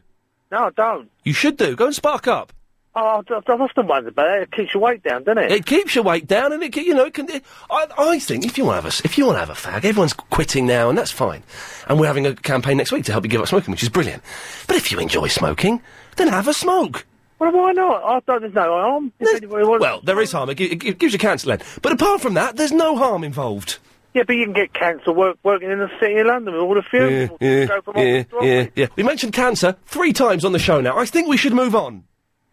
S6: No, I don't.
S1: You should do. Go and spark up.
S6: Oh, I've, I've often wondered about that. It keeps your weight down, doesn't it?
S1: It keeps your weight down, and it ke- you know it can. It, I, I think if you want to have a s- if you want to have a fag, everyone's quitting now, and that's fine. And we're having a campaign next week to help you give up smoking, which is brilliant. But if you enjoy smoking, then have a smoke.
S6: Well, why not? I don't. There's no harm. If anybody wants.
S1: Well, there is harm. It, gi- it gi- gives you cancer, then. But apart from that, there's no harm involved.
S6: Yeah, but you can get cancer work, working in the city of London with all the funerals.
S1: yeah,
S6: Go from
S1: yeah,
S6: office to office.
S1: yeah, yeah. We mentioned cancer three times on the show now. I think we should move on.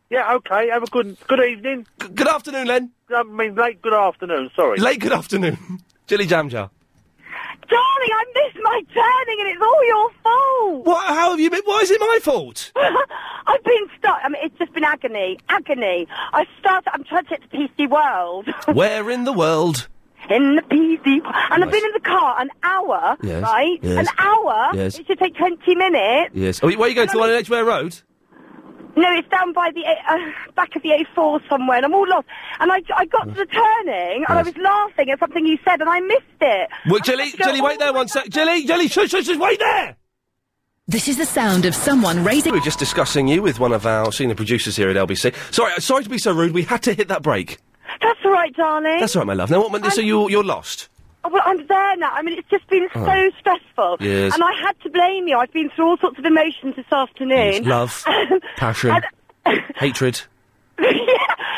S6: Yeah, okay. Have a good good evening.
S1: good afternoon, Len.
S6: I mean, late good afternoon. Sorry.
S1: Late good afternoon. *laughs* Jilly Jam Jar.
S19: Darling, I missed my turning and it's all your fault.
S1: What? How have you been? Why is it my fault?
S19: *laughs* I've been stuck. I mean, it's just been agony, agony. I started. I'm trying to get to PC World. *laughs*
S1: Where in the world?
S19: In the PC, and I've been in the car an hour,
S1: Yes,
S19: right?
S1: yes,
S19: An hour.
S1: yes.
S19: It should take twenty minutes.
S1: Yes. Oh, where are you going to the one on Edgware Road?
S19: No, it's down by the A- uh, back of the A4 somewhere, and I'm all lost. And I, I got to the turning, and I was laughing at something you said, and I missed it.
S1: Well, Jilly, Jilly, wait there one sec. Jilly, Jilly, shush, shush, shush, wait there.
S20: This is the sound of someone raising.
S1: We were just discussing you with one of our senior producers here at LBC. Sorry, uh, sorry to be so rude. We had to hit that break.
S19: That's all right, darling.
S1: That's all right, my love. Now, what? So you're you're lost.
S19: Oh, well, I'm there now. I mean, it's just been
S1: Oh.
S19: so stressful.
S1: Yes.
S19: And I had to blame you. I've been through all sorts of emotions this
S6: *laughs*
S19: afternoon. *laughs*
S1: Love, passion, hatred,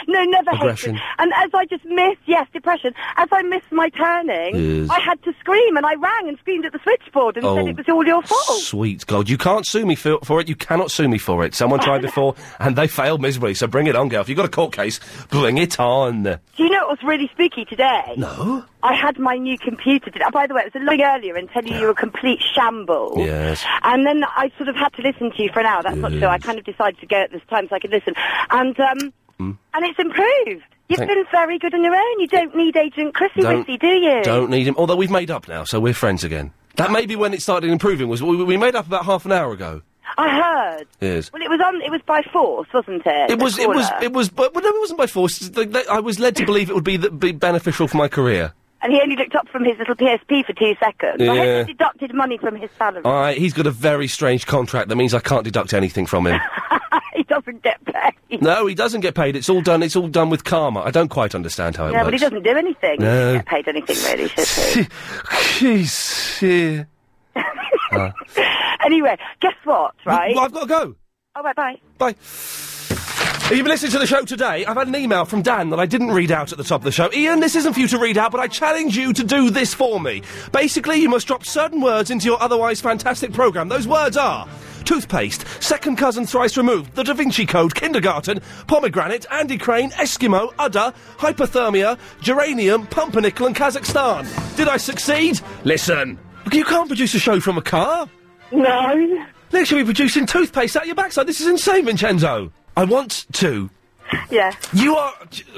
S19: no, never
S1: Aggression.
S19: hatred. And as I just missed, yes, depression, as I missed my turning,
S1: Yes.
S19: I had to scream and I rang and screamed at the switchboard and said
S1: Oh,
S19: it was all your fault.
S1: Sweet God, you can't sue me for, for it. You cannot sue me for it.
S19: *laughs*
S1: Someone tried before and they failed miserably. So bring it on, girl. If you've got a court case, bring it on.
S19: Do you know what was really spooky today?
S1: No.
S19: I had my new computer. Did, oh, by the way, it was a long earlier and telling you you were a complete shambles.
S1: Yes.
S19: And then I sort of had to listen to you for an hour. That's not true. I kind of decided to go at this time so I could listen. And um, and it's improved. You've
S1: Mm. Thank-
S19: been very good on your own. You don't need Agent Chrissy
S1: Don't-
S19: Wissy, do you?
S1: Don't need him. Although we've made up now, so we're friends again. That may be when it started improving. Was we, we made up about half an hour ago?
S19: I heard.
S1: Yes.
S19: Well, it was on. It was by force, wasn't it?
S1: It was.
S19: The
S1: It was.
S19: caller.
S1: It was. But but no, it wasn't by force. It's like that- I was led to believe it would be, that, be beneficial for my career.
S19: And he only looked up from his little PSP for two seconds. I
S1: Yeah.
S19: hope he deducted money from his salary.
S1: I, he's got a very strange contract that means I can't deduct anything from
S19: *laughs*
S1: him.
S19: *laughs* he doesn't get paid.
S1: no, he doesn't get paid. It's all done. It's all done with karma. I don't quite understand how it
S19: yeah,
S1: works.
S19: but he doesn't do anything. He
S1: No.
S19: doesn't get paid anything really, should he?
S1: *laughs* Jeez. Uh,
S19: Anyway, guess what, right?
S1: Well, I've got to go.
S19: Oh, bye bye.
S1: Bye. If you've been listening to the show today, I've had an email from Dan that I didn't read out at the top of the show. Ian, this isn't for you to read out, but I challenge you to do this for me. Basically, you must drop certain words into your otherwise fantastic programme. Those words are toothpaste, second cousin thrice removed, the Da Vinci Code, kindergarten, pomegranate, Andy Crane, Eskimo, udder, hypothermia, geranium, pumpernickel, and Kazakhstan. Did I succeed? Listen. Look, You can't produce a show from a car. No. Next, you'll be producing toothpaste out your backside. This is insane, Vincenzo. I want to.
S19: Yeah.
S1: You are.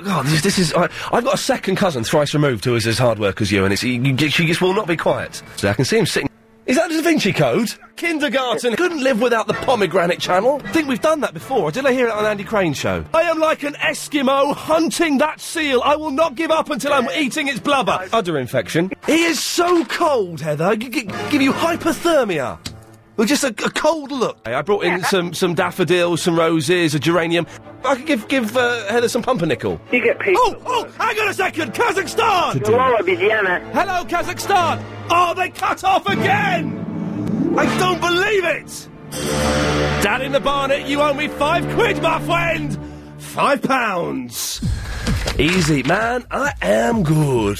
S1: God, this, this is. I, I've got a second cousin, thrice removed, who is as hard work as you, and it's, you, you- she just will not be quiet. So I can see him sitting. Is that the Da Vinci Code? Kindergarten couldn't live without the pomegranate channel. I think we've done that before. Did I hear it on Andy Crane's show? I am like an Eskimo hunting that seal. I will not give up until I'm eating its blubber. Udder infection. He is so cold, Heather. G- g- give you hypothermia. Well, just a, a cold look. I brought in some, some daffodils, some roses, a geranium. I could give give uh, Heather some pumpernickel.
S4: You get pizza.
S1: Oh, oh, hang on a second, Kazakhstan! Hello, Hello, Kazakhstan! Oh, they cut off again! I don't believe it! Dad in the barnet, you owe me five quid, my friend! Five pounds! Easy, man, I am good.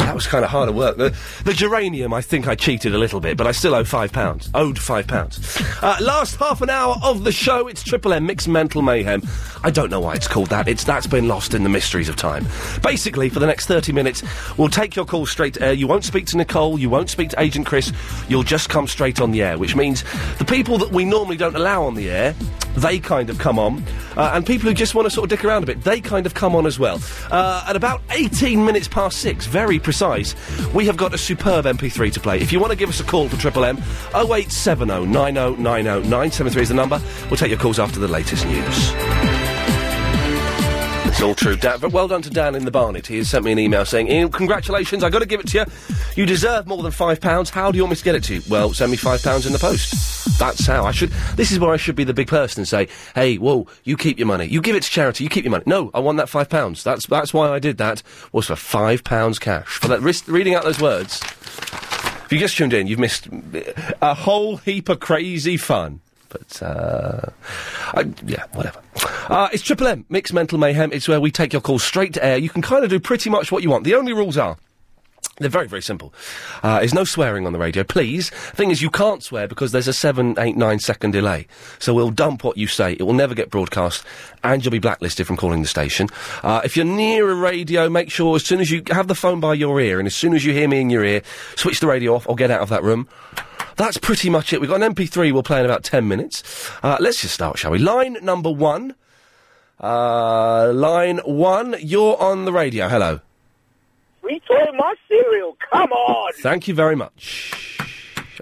S1: That was kind of harder work. The, the geranium, I think I cheated a little bit, but I still owe five pounds. Owed five pounds. Uh, last half an hour of the show, it's Triple M Mixed Mental Mayhem. I don't know why it's called that. It's that's been lost in the mysteries of time. Basically, for the next thirty minutes, we'll take your call straight. to air. you won't speak to Nicole. You won't speak to Agent Chris. You'll just come straight on the air, which means the people that we normally don't allow on the air, they kind of come on, uh, and people who just want to sort of dick around a bit, they kind of come on as well. Uh, at about eighteen minutes past six, very precise, we have got a superb MP3 to play. If you want to give us a call for Triple M, 0870 90 90 973 is the number. We'll take your calls after the latest news. It's all true. Dan, but well done to Dan in the Barnet. He has sent me an email saying, Ian, congratulations, i got to give it to you. You deserve more than £5. How do you want me to get it to you? Well, send me £5 in the post. That's how I should. This is where I should be the big person and say, hey, whoa, you keep your money. You give it to charity, you keep your money. No, I want that £5. That's, that's why I did that, was for £5 cash. For that, risk, reading out those words, if you just tuned in, you've missed mm, a whole heap of crazy fun. But, uh, I, yeah, whatever. Uh, it's Triple M, Mixed Mental Mayhem. It's where we take your calls straight to air. You can kind of do pretty much what you want. The only rules are. They're very, very simple. Uh, there's no swearing on the radio, please. Thing is, you can't swear because there's a seven, eight, nine second delay. So we'll dump what you say. It will never get broadcast, and you'll be blacklisted from calling the station. Uh, if you're near a radio, make sure as soon as you have the phone by your ear, and as soon as you hear me in your ear, switch the radio off or get out of that room. That's pretty much it. We've got an MP3 we'll play in about 10 minutes. Uh, let's just start, shall we? Line number one. Uh, line one, you're on the radio. Hello.
S4: Sweet toy, my cereal. Come on.
S1: Thank you very much.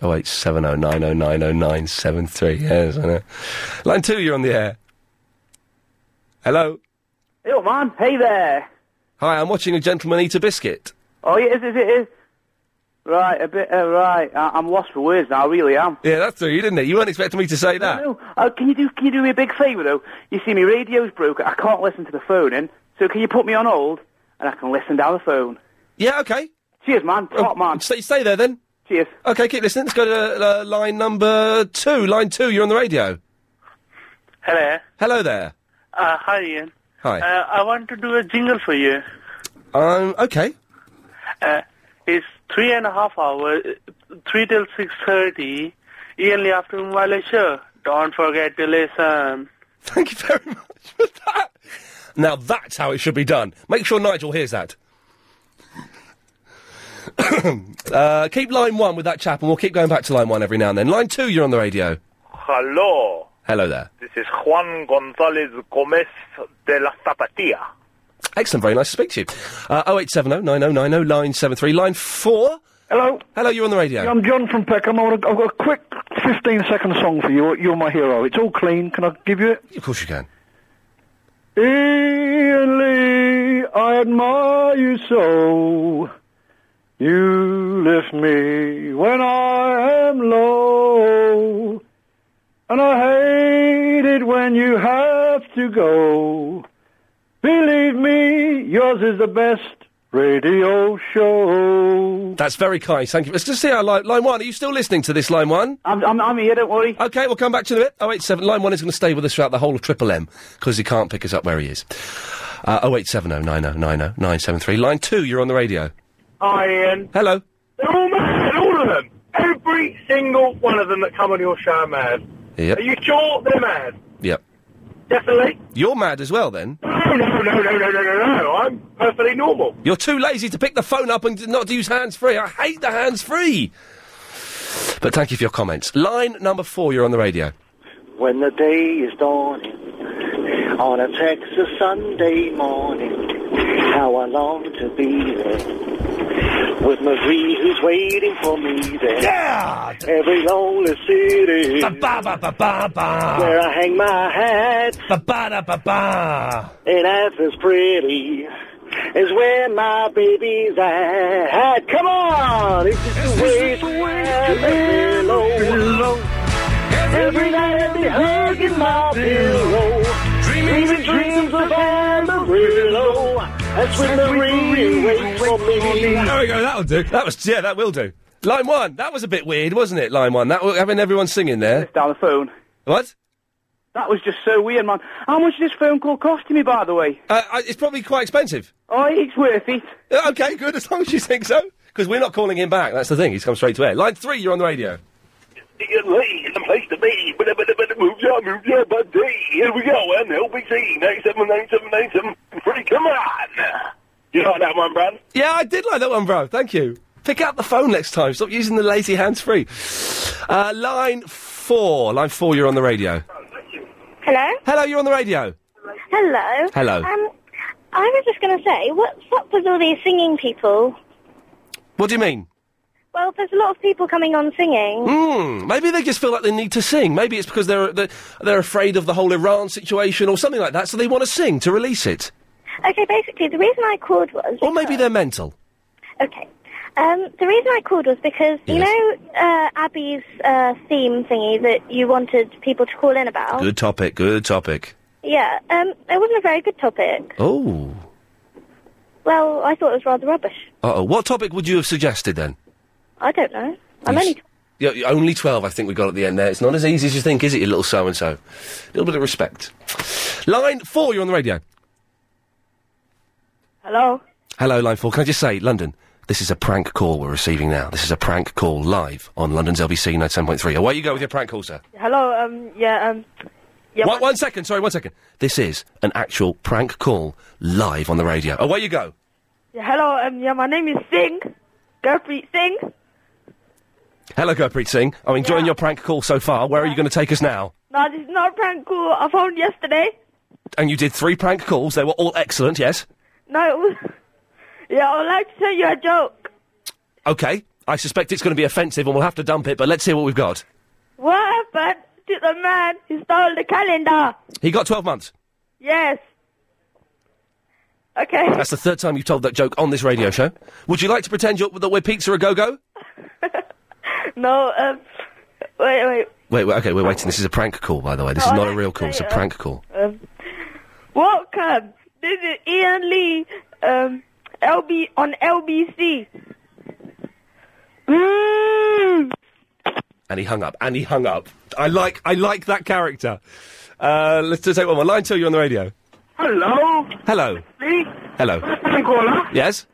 S1: Oh eight seven oh nine oh nine oh nine seven three. Yes, I know. Line two, you're on the air. Hello.
S3: Yo, man. Hey there.
S1: Hi, I'm watching a gentleman eat a biscuit.
S3: Oh, yeah, it is, it is. Right, a bit, uh, right. I- I'm lost for words now, I really am.
S1: Yeah, that's true, didn't it? You weren't expecting me to say that.
S3: No, uh, can you do can you do me a big favour though? You see, my radio's broken. I can't listen to the phone in, so can you put me on hold and I can listen down the phone?
S1: Yeah, okay.
S3: Cheers, man. Top man.
S1: Oh, Stay, stay there then.
S3: Cheers.
S1: Okay, keep listening. Let's go to uh, line number two. Line two, you're on the radio.
S11: Hello.
S1: Hello there.
S11: Uh, hi, Ian.
S1: Hi.
S11: Uh, I want to do a jingle for you.
S1: Um, okay.
S11: Uh, it's three and a half hours, uh, three till six thirty, early afternoon while I show. Don't forget to listen.
S1: Thank you very much for that. Now that's how it should be done. Make sure Nigel hears that. *coughs* uh, keep line one with that chap, and we'll keep going back to line one every now and then. Line two, you're on the radio.
S18: Hello,
S1: Hello there.
S18: this is Juan González Gómez de la Zapatilla.
S1: Excellent, very nice to speak to you. Uh, 0870 9090 oh, line 73, line 4.
S22: Hello.
S1: Hello, you're on the radio.
S22: Yeah, I'm John from Peckham. I want a, I've got a quick 15 second song for you. You're my hero. It's all clean. Can I give you it?
S1: Of course you can.
S22: Ian Lee, I admire you so. You lift me when I am low. And I hate it when you have to go. Believe me, yours is the best radio show.
S1: That's very kind, thank you. Let's just see how line, line one. Are you still listening to this, line one?
S3: I'm, I'm, I'm here, don't worry.
S1: Okay, we'll come back to you in a bit. 087, line one is going to stay with us throughout the whole of Triple M, because he can't pick us up where he is. Uh, 0870 90 90 973. Line two, you're on the radio.
S18: Hi,
S20: um,
S18: Ian.
S1: Hello.
S18: They're all mad, all of them. Every single one of them that come on your show are mad.
S1: Yep.
S18: Are you sure they're mad?
S1: Yep.
S18: Definitely.
S1: You're mad as well, then.
S18: No, no, no, no, no, no, no, no. I'm perfectly normal.
S1: You're too lazy to pick the phone up and d- not use hands free. I hate the hands free. But thank you for your comments. Line number four, you're on the radio.
S28: When the day is dawning on a Texas Sunday morning, how I long to be there.
S4: With Marie who's waiting for me there.
S1: Yeah!
S4: Every lonely city.
S1: Ba ba ba ba
S20: Ah.
S1: ba.
S4: Where I hang my hat.
S1: Ba ba da ba ba.
S4: And Athens pretty is where my baby's at. Come on! It's just the way it's below. Every night I be hugging my pillow. Dreaming dreams of Amarillo. That's when the rain waits for me.
S1: There we go. That'll do. That was yeah. That will do. Line one. That was a bit weird, wasn't it? Line one. That wa- having everyone singing there.
S3: down the phone.
S1: What?
S3: That was just so weird, man. How much did this phone call cost me, by the way?
S1: Uh, I- it's probably quite expensive. Uh,
S3: Oh, it's worth it.
S1: Okay, good. As long as you think so. Because we're not calling him back. That's the thing. He's come straight to air. Line three. You're on the radio.
S20: the place to be. But but but move your move your body. Here we go. And LBC nine seven nine seven nine seven three. Come on. You like that one, Brad?
S1: Yeah, I did like that one, bro. Thank you. Pick up the phone next time. Stop using the lazy hands free. Uh, line four. Line four. You're on the radio.
S7: Hello?
S1: Hello. You're on the radio.
S7: Hello.
S1: Hello.
S7: Um, I was just going to say, what's up with all these singing people?
S1: What do you mean?
S7: Well, there's a lot of people coming on singing.
S1: Hmm. Maybe they just feel like they need to sing. Maybe it's because they're they're, they're afraid of the whole Iran situation or something like that, so they want to sing to release it.
S7: Okay, basically, the reason I called was.
S1: Or maybe they're mental.
S7: Okay. Um, the reason I called was because, you know, uh, Abby's uh, theme thingy that you wanted people to call in about?
S1: Good topic. Good topic.
S7: Yeah, um, it wasn't a very good topic.
S1: Oh.
S7: Well, I thought it was rather rubbish.
S1: Uh oh. What topic would you have suggested then?
S7: I don't know. I'm only.
S1: Yeah, y- only 12, I think we got at the end there. It's not as easy as you think, is it, you little so and so? A little bit of respect. Line four, you're on the radio.
S7: Hello?
S1: Hello, line four. Can I just say, London, this is a prank call we're receiving now. This is a prank call live on London's LBC 97.3. Away you go with your prank call, sir.
S14: Hello, um, yeah, um,
S1: one, one second, sorry, one second. This is an actual prank call live on the radio. Away you go.
S14: yeah, hello, um, yeah, my name is Singh. Gurpreet Singh.
S1: Hello, Gurpreet Singh. I'm enjoying your prank call so far. Where are you going to take us now?
S14: No, this is not a prank call. I phoned yesterday.
S1: And you did three prank calls. They were all excellent, yes?
S14: No, it was. *laughs* Yeah, I would like to tell you a joke.
S1: Okay. I suspect it's going to be offensive and we'll have to dump it, but let's hear what we've got.
S14: What happened to the man who stole the calendar?
S1: He got 12 months.
S14: Yes. Okay. *laughs*
S1: That's the third time you've told that joke on this radio show. Would you like to pretend you're, that we're Pizza A Go Go?
S14: No, um, wait, wait.
S1: Wait, wait, okay, we're waiting. This is a prank call, by the way. This is
S14: Oh,
S1: not a
S14: that's
S1: real call. It's a
S14: right,
S1: prank call.
S14: Um, welcome. This is Ian Lee. Um, LB on LBC.
S1: And he hung up. And he hung up. I like, I like that character. Uh, let's just take one more. Line two, you're on the radio.
S15: Hello,
S1: Hello.
S15: see?
S1: Hello.
S15: Phone caller.
S1: Yes?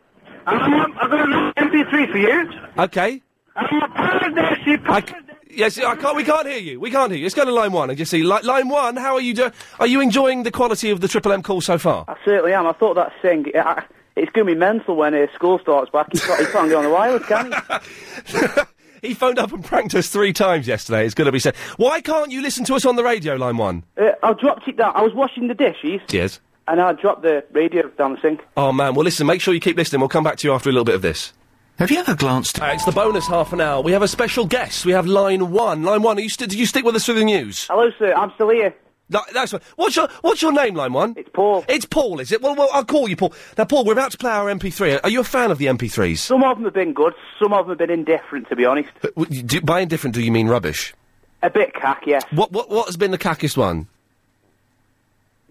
S15: Um, I've got an MP3 for you.
S1: Okay. I c- yes, I can't, we can't hear you. We can't hear you. Let's go to line one and just see. Li- line one, how are you doing? Are you enjoying the quality of the Triple M call so far?
S3: I certainly am. I thought that thing. I, it's going to be mental when uh, school starts back. He can't, he can't get on the wireless, can
S1: *laughs*
S3: he?
S1: He phoned up and pranked us three times yesterday. It's going to be said. Why can't you listen to us on the radio, line one?
S3: Uh, I dropped it down. I was washing the dishes,
S1: Yes.
S3: and I dropped the radio down the sink.
S1: Oh man, well listen, make sure you keep listening. We'll come back to you after a little bit of this. Have you ever glanced? it's the bonus half an hour. We have a special guest. We have line one. Line one, are you st- did you stick with us through the news?
S3: Hello, sir. I'm still here.
S1: that's right. What's your What's your name, line one? It's Paul. It's Paul, is it? Well, well, I'll call you Paul. Now, Paul, we're about to play our MP3. Are you a fan of the MP3s?
S3: Some of them have been good. Some of them have been indifferent, to be honest.
S1: Uh, w- do- by indifferent, do you mean rubbish?
S3: A bit cack, yes.
S1: What What What has been the cackiest one?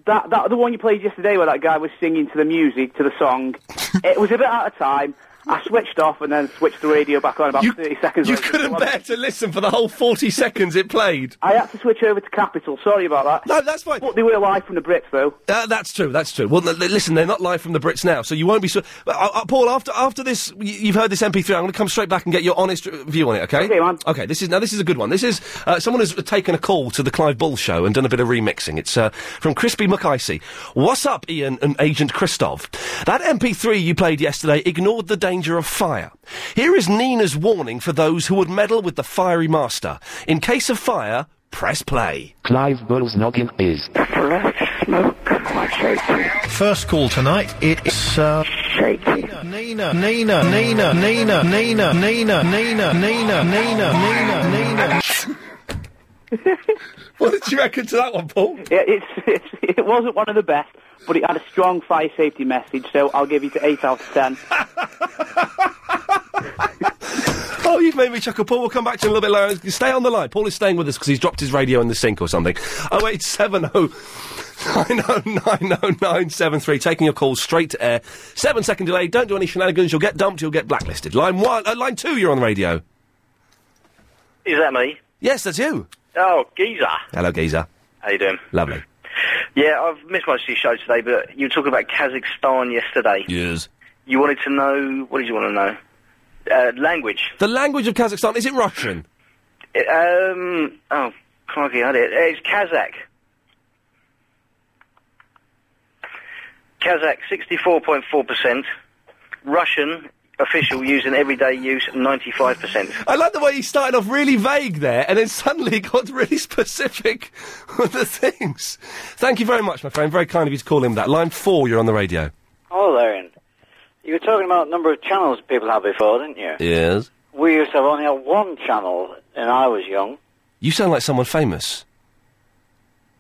S3: That, that the one you played yesterday, where that guy was singing to the music to the song. it was a bit out of time. I switched off and then switched the radio back on about thirty seconds.
S1: You
S3: later.
S1: couldn't bear to listen for the whole forty seconds it played.
S3: I had to switch over to Capital. Sorry about that.
S1: No, that's fine.
S3: But they were live from the Brits, though.
S1: Uh, that's true. That's true. Well, th- th- listen, they're not live from the Brits now, so you won't be. So, but, uh, uh, Paul, after after this, y- you've heard this MP3. I'm going to come straight back and get your honest r- view on it. Okay. Okay, man. Okay. This is now. This is a good one. This is uh, someone has taken a call to the Clive Bull show and done a bit of remixing. It's uh, from Crispy McIcy. What's up, Ian and Agent Christov? That MP3 you played yesterday ignored the danger of fire. Here is Nina's warning for those who would meddle with the fiery master. In case of fire, press play.
S29: Clive Bull's noggin is.
S30: Correct.
S31: smoke quite shaky.
S17: First call tonight, it is, uh...
S31: Shaky.
S17: Nina, Nina, Nina, Nina, Nina, Nina, Nina, Nina, Nina, Nina, Nina.
S1: *laughs* what did you reckon to that one, Paul?
S3: Yeah, it's, it's, it wasn't one of the best, but it had a strong fire safety message, so I'll give it to 8 out of 10.
S1: Oh, you've made me chuckle. Paul, we'll come back to you in a little bit later. Stay on the line. Paul is staying with us because he's dropped his radio in the sink or something. Oh eight seven oh nine oh nine oh nine seven three. Taking your calls straight to air. Seven second delay. Don't do any shenanigans. You'll get dumped. You'll get blacklisted. Line one. Uh, line two. You're on the radio.
S11: Is that me?
S1: Yes, that's you.
S11: Oh, geezer.
S1: Hello, geezer.
S11: How you doing?
S1: Lovely.
S11: Yeah, I've missed most of your show today, but you were talking about Kazakhstan yesterday.
S1: Yes.
S11: You wanted to know... What did you want to know? Uh, language.
S1: The language of Kazakhstan is it Russian?
S11: It, um... Oh, crikey, I had it. It's Kazakh. Kazakh, 64.4%. Russian, official use and everyday use, 95%.
S1: I like the way he started off really vague there, and then suddenly got really *laughs* specific with the things. Thank you very much, my friend. Very kind of you to call him that. Line four. You're on the radio.
S10: Hello there, Ian. You were talking about number of channels people had before, didn't you?
S1: Yes.
S10: We used to have only have one channel, and I was young.
S1: You sound like someone famous.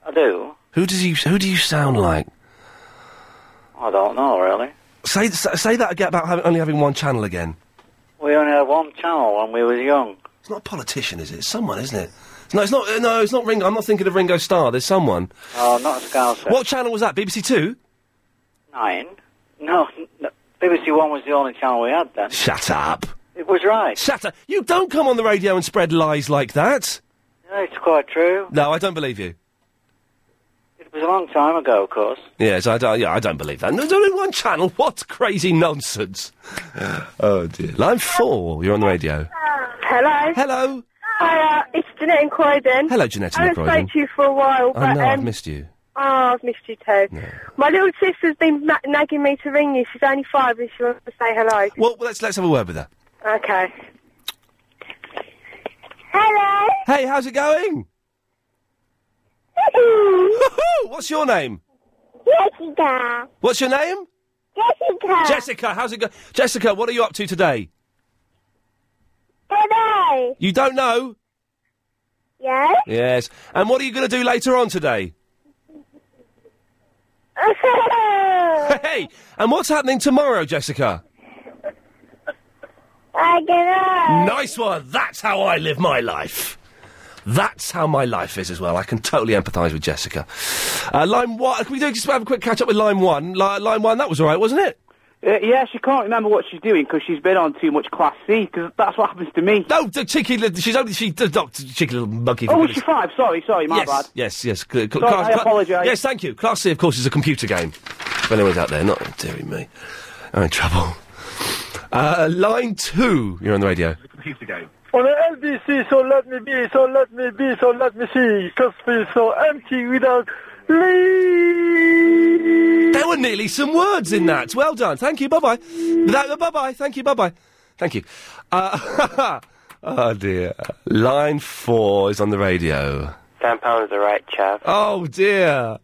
S10: I do.
S1: Who does you? Who do you sound like?
S10: I don't know, really.
S1: Say s- say that again about having, only having one channel again.
S10: We only had one channel when we was young.
S1: It's not a politician, is it? It's someone, isn't it? No, it's not. uh, No, it's not Ringo. I'm not thinking of Ringo Starr. There's someone.
S10: Oh, not a Scouser.
S1: What channel was that? BBC Two.
S10: Nine? No, no, BBC One was the only channel we had then.
S1: Shut up.
S10: It was right.
S1: Shut up. You don't come on the radio and spread lies like that.
S10: Yeah, it's quite true.
S1: No, I don't believe you.
S10: It was a long time ago, of course.
S1: Yes, I don't. Yeah, I don't believe that. No, there's only one channel. What crazy
S10: *sighs*
S1: nonsense! oh dear. Line four. You're on the radio.
S5: Hello.
S1: Hello.
S5: Hi, uh, it's Jeanette in Croydon.
S1: Hello, Jeanette in
S5: I haven't
S1: Croydon.
S5: spoken to you for a
S10: Oh,
S5: while,
S1: I
S5: but
S1: know I've
S5: um,
S1: missed you.
S5: oh, I've missed you too. My little sister's been ma- nagging me to ring you. She's only five, and she wants to say hello.
S1: Well, let's let's have a word with her.
S5: Okay.
S1: Hey, how's it going? What's your name?
S7: Jessica.
S1: What's your name?
S7: Jessica.
S1: Jessica. How's it go? Jessica, what are you up to today?
S7: Hello.
S1: You don't know?
S7: Yes.
S1: Yes. And what are you going to do later on today? *laughs* hey. And what's happening tomorrow, Jessica?
S7: I don't know.
S1: Nice one. That's how I live my life. That's how my life is as well. I can totally empathise with Jessica. Uh, line one. Can we do just have a quick catch up with line one? Li- line one. That was all right, wasn't it?
S3: Uh, yeah, she can't remember what she's doing because she's been on too much Class C, because that's what happens to me.
S1: No, the cheeky little... She's only... She, the doctor, cheeky little monkey. for
S3: Oh, was
S1: goodness-
S3: she five? Sorry, sorry, my
S1: yes,
S3: bad.
S1: Yes, yes. C- c-
S3: Sorry, I
S1: cla-
S3: apologise.
S1: Yes, thank you. Class C, of course, is a computer game. If anyone's out there, not dearie me, I'm in trouble. Uh, line two, you're on the radio.
S32: Computer game.
S4: On the LBC, so let me be, so let me be, so let me see. Cause feel so empty without
S1: There were nearly some words in that. Well done. Thank you. Bye bye. Bye bye. Thank you. Bye bye. Thank you. Uh, *laughs* oh dear. Line four is on the radio.
S33: Ten pounds the right, chav.
S1: Oh dear.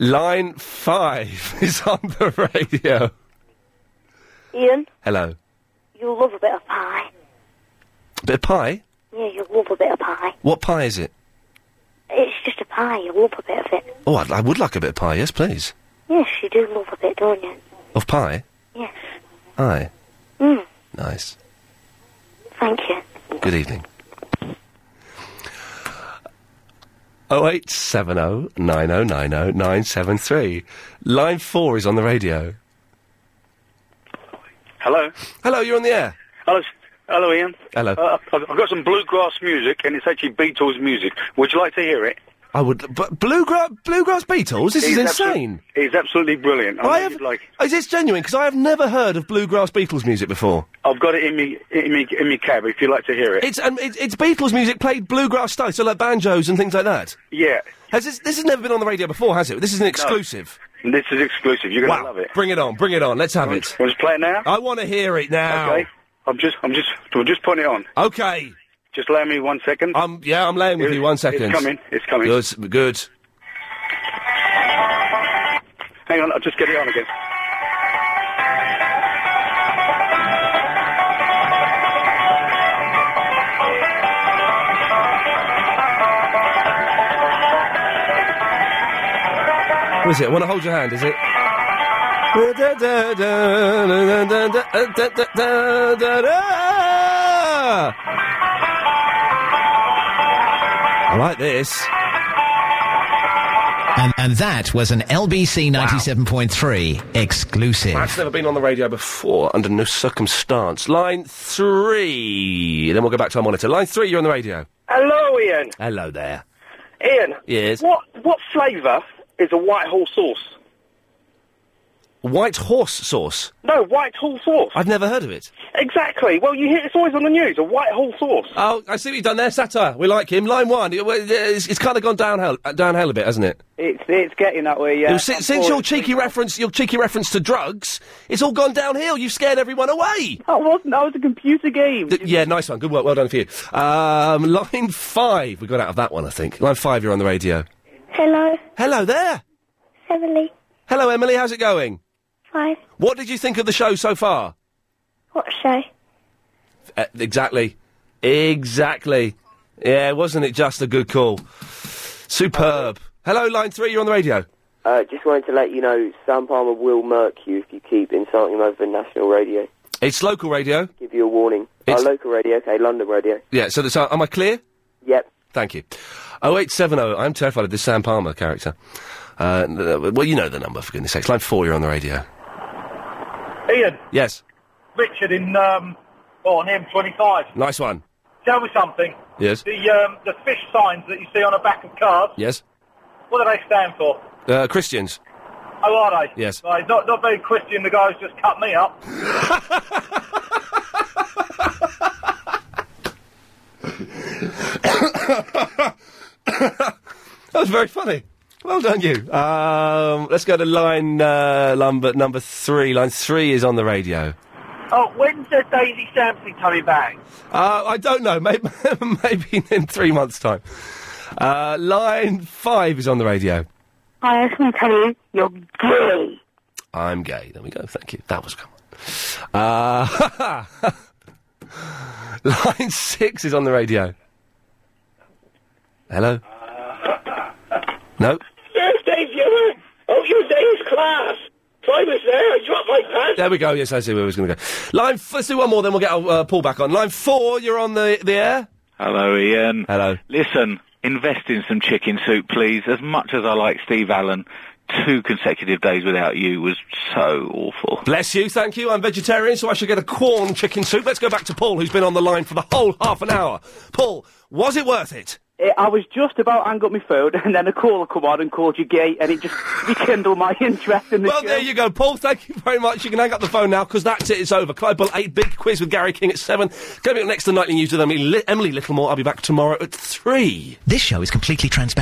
S1: Line five *laughs* is on the radio.
S7: Ian,
S1: Hello.
S7: you'll love a bit of pie.
S1: Bit of pie?
S7: Yeah, you'll love a bit of pie.
S1: What pie is it?
S7: It's just a pie. You'll love a bit of it.
S1: Oh, I'd, I would like a bit of pie. Yes, please.
S7: Yes, you do love a bit, don't you?
S1: Of pie?
S7: Yes.
S1: Aye.
S7: Mm.
S1: Nice.
S7: Thank you.
S1: Good evening. Oh eight seven oh nine oh nine oh nine seven three. Line four is on the radio.
S20: Hello.
S1: Hello, you're on the air.
S20: Hello. s- Hello, Ian.
S1: Hello.
S20: Uh, I've I've got some bluegrass music, and it's actually Beatles music. Would you like to hear it?
S1: I would, but bluegrass, bluegrass Beatles. Oh, This is
S20: It's absolute-
S1: insane.
S20: it's absolutely brilliant. I,
S1: I
S20: know
S1: have-
S20: you'd like.
S1: Is this genuine? Because I have never heard of bluegrass Beatles music before.
S20: I've got it in me in me in me cab. If you'd like to hear it.
S1: It's um, it, it's Beatles music played bluegrass style, so like banjos and things like that.
S20: yeah.
S1: Has this this has never been on the radio before, has it? This is an exclusive.
S20: This is exclusive. You're gonna
S1: wow.
S20: love it.
S1: Bring it on, bring it on. Let's have it.
S20: Want to play it now?
S1: I want to hear it now.
S20: Okay. I'm just I'm just we're just putting it on.
S1: Okay.
S20: Just allow me one second.
S1: Um. Yeah, I'm laying with you. One second.
S20: It's coming. It's coming.
S1: Good, good.
S34: Hang on, I'll just get it on again.
S1: What is it? I want to hold your hand, is it? I like this.
S8: And, and that was an LBC 97.3 exclusive.
S1: That's never been on the radio before, under no circumstance. Line three. Then we'll go back to our monitor. Line three, you're on the radio.
S9: Hello, Ian.
S1: Hello there.
S9: Ian.
S1: Yes.
S9: What what flavour is a Whitehall sauce?
S1: White horse sauce.
S9: No, Whitehall sauce.
S1: I've never heard of it.
S9: Exactly. Well, you hear it's always on the news. A Whitehall sauce.
S1: Oh, I see what you've done there, satire. We like him. Line one. It- well, It's, it's kind of gone downhill, uh, downhill a bit, hasn't it?
S3: It's it's getting that way.
S1: It
S3: Yeah.
S1: was- since, since your cheeky reference, your cheeky reference to drugs, it's all gone downhill. You've scared everyone away.
S3: That wasn't. That was a computer game.
S1: Th- yeah, nice one. Good work. Well done for you. Um, *laughs* line five. We got out of that one, I think. Line five. You're on the radio.
S21: Hello,
S1: Hello there.
S21: Emily.
S1: Hello, Emily. How's it going?
S21: Fine.
S1: What did you think of the show so far?
S21: What show?
S1: Uh, exactly. Exactly. Yeah, wasn't it just a good call? Superb. Hello, line three. You're on the radio.
S10: Uh, just wanted to let you know, Sam Palmer will murk you if you keep insulting him over national radio.
S1: It's local radio.
S10: Give you a warning.
S1: It's-
S10: Oh, local radio, okay, London radio.
S1: Yeah, so, so am I clear?
S10: Yep.
S1: Thank you. Oh, 0870, I'm terrified of this Sam Palmer character. Uh, n- n- well, you know the number, for goodness sakes. Line 4, you're on the radio.
S18: Ian,
S1: Yes,
S18: Richard in, um, well, on M25.
S1: nice one.
S18: Tell me something.
S1: Yes.
S18: The, um, the fish signs that you see on the back of cars,
S1: Yes.
S18: what do they stand for?
S1: Uh, *laughs* Christians.
S18: Oh, are they?
S1: Yes.
S18: Right, not, not very Christian, the guy who's just cut me up.
S1: That was very funny. Well done, you. Um, let's go to line uh, number, number 3. Line 3 is on the radio.
S4: Oh, when's the Daisy Sampson coming back?
S1: Uh, I don't know. *laughs* Maybe, maybe in three months' time. Uh, line 5 is on the radio.
S21: I just want to tell you, you're gay.
S1: I'm gay. There we go. Thank you. That was good. Uh, *laughs* line six is on the radio. Hello. no.
S4: First day viewer. Oh, you day's class. So I was there. I dropped my pants.
S1: There we go. Yes, I see where I was going to go. Line. F- let's do one more. Then we'll get our uh, Paul back on. Line four. You're on the the air.
S16: Hello, Ian.
S1: Hello.
S16: Listen, invest in some chicken soup, please. As much as I like Steve Allen, two consecutive days without you was so awful.
S1: Bless you. Thank you. I'm vegetarian, so I should get a corn chicken soup. Let's go back to Paul, who's been on the line for the whole half an hour. Paul, was it worth it?
S3: It, Eh, I was just about to hang up my phone, *laughs* and then a caller come on and called you gay, and it just *laughs* rekindled my interest in the
S1: Well,
S3: show.
S1: there you go, Paul. Thank you very much. You can hang up the phone now because that's it. It's over. Clyde Bull, 8, big quiz with Gary King at 7. Coming up next, the Nightly News with Emily, Li- Emily Littlemore. I'll be back tomorrow at 3.
S8: This show is completely transparent.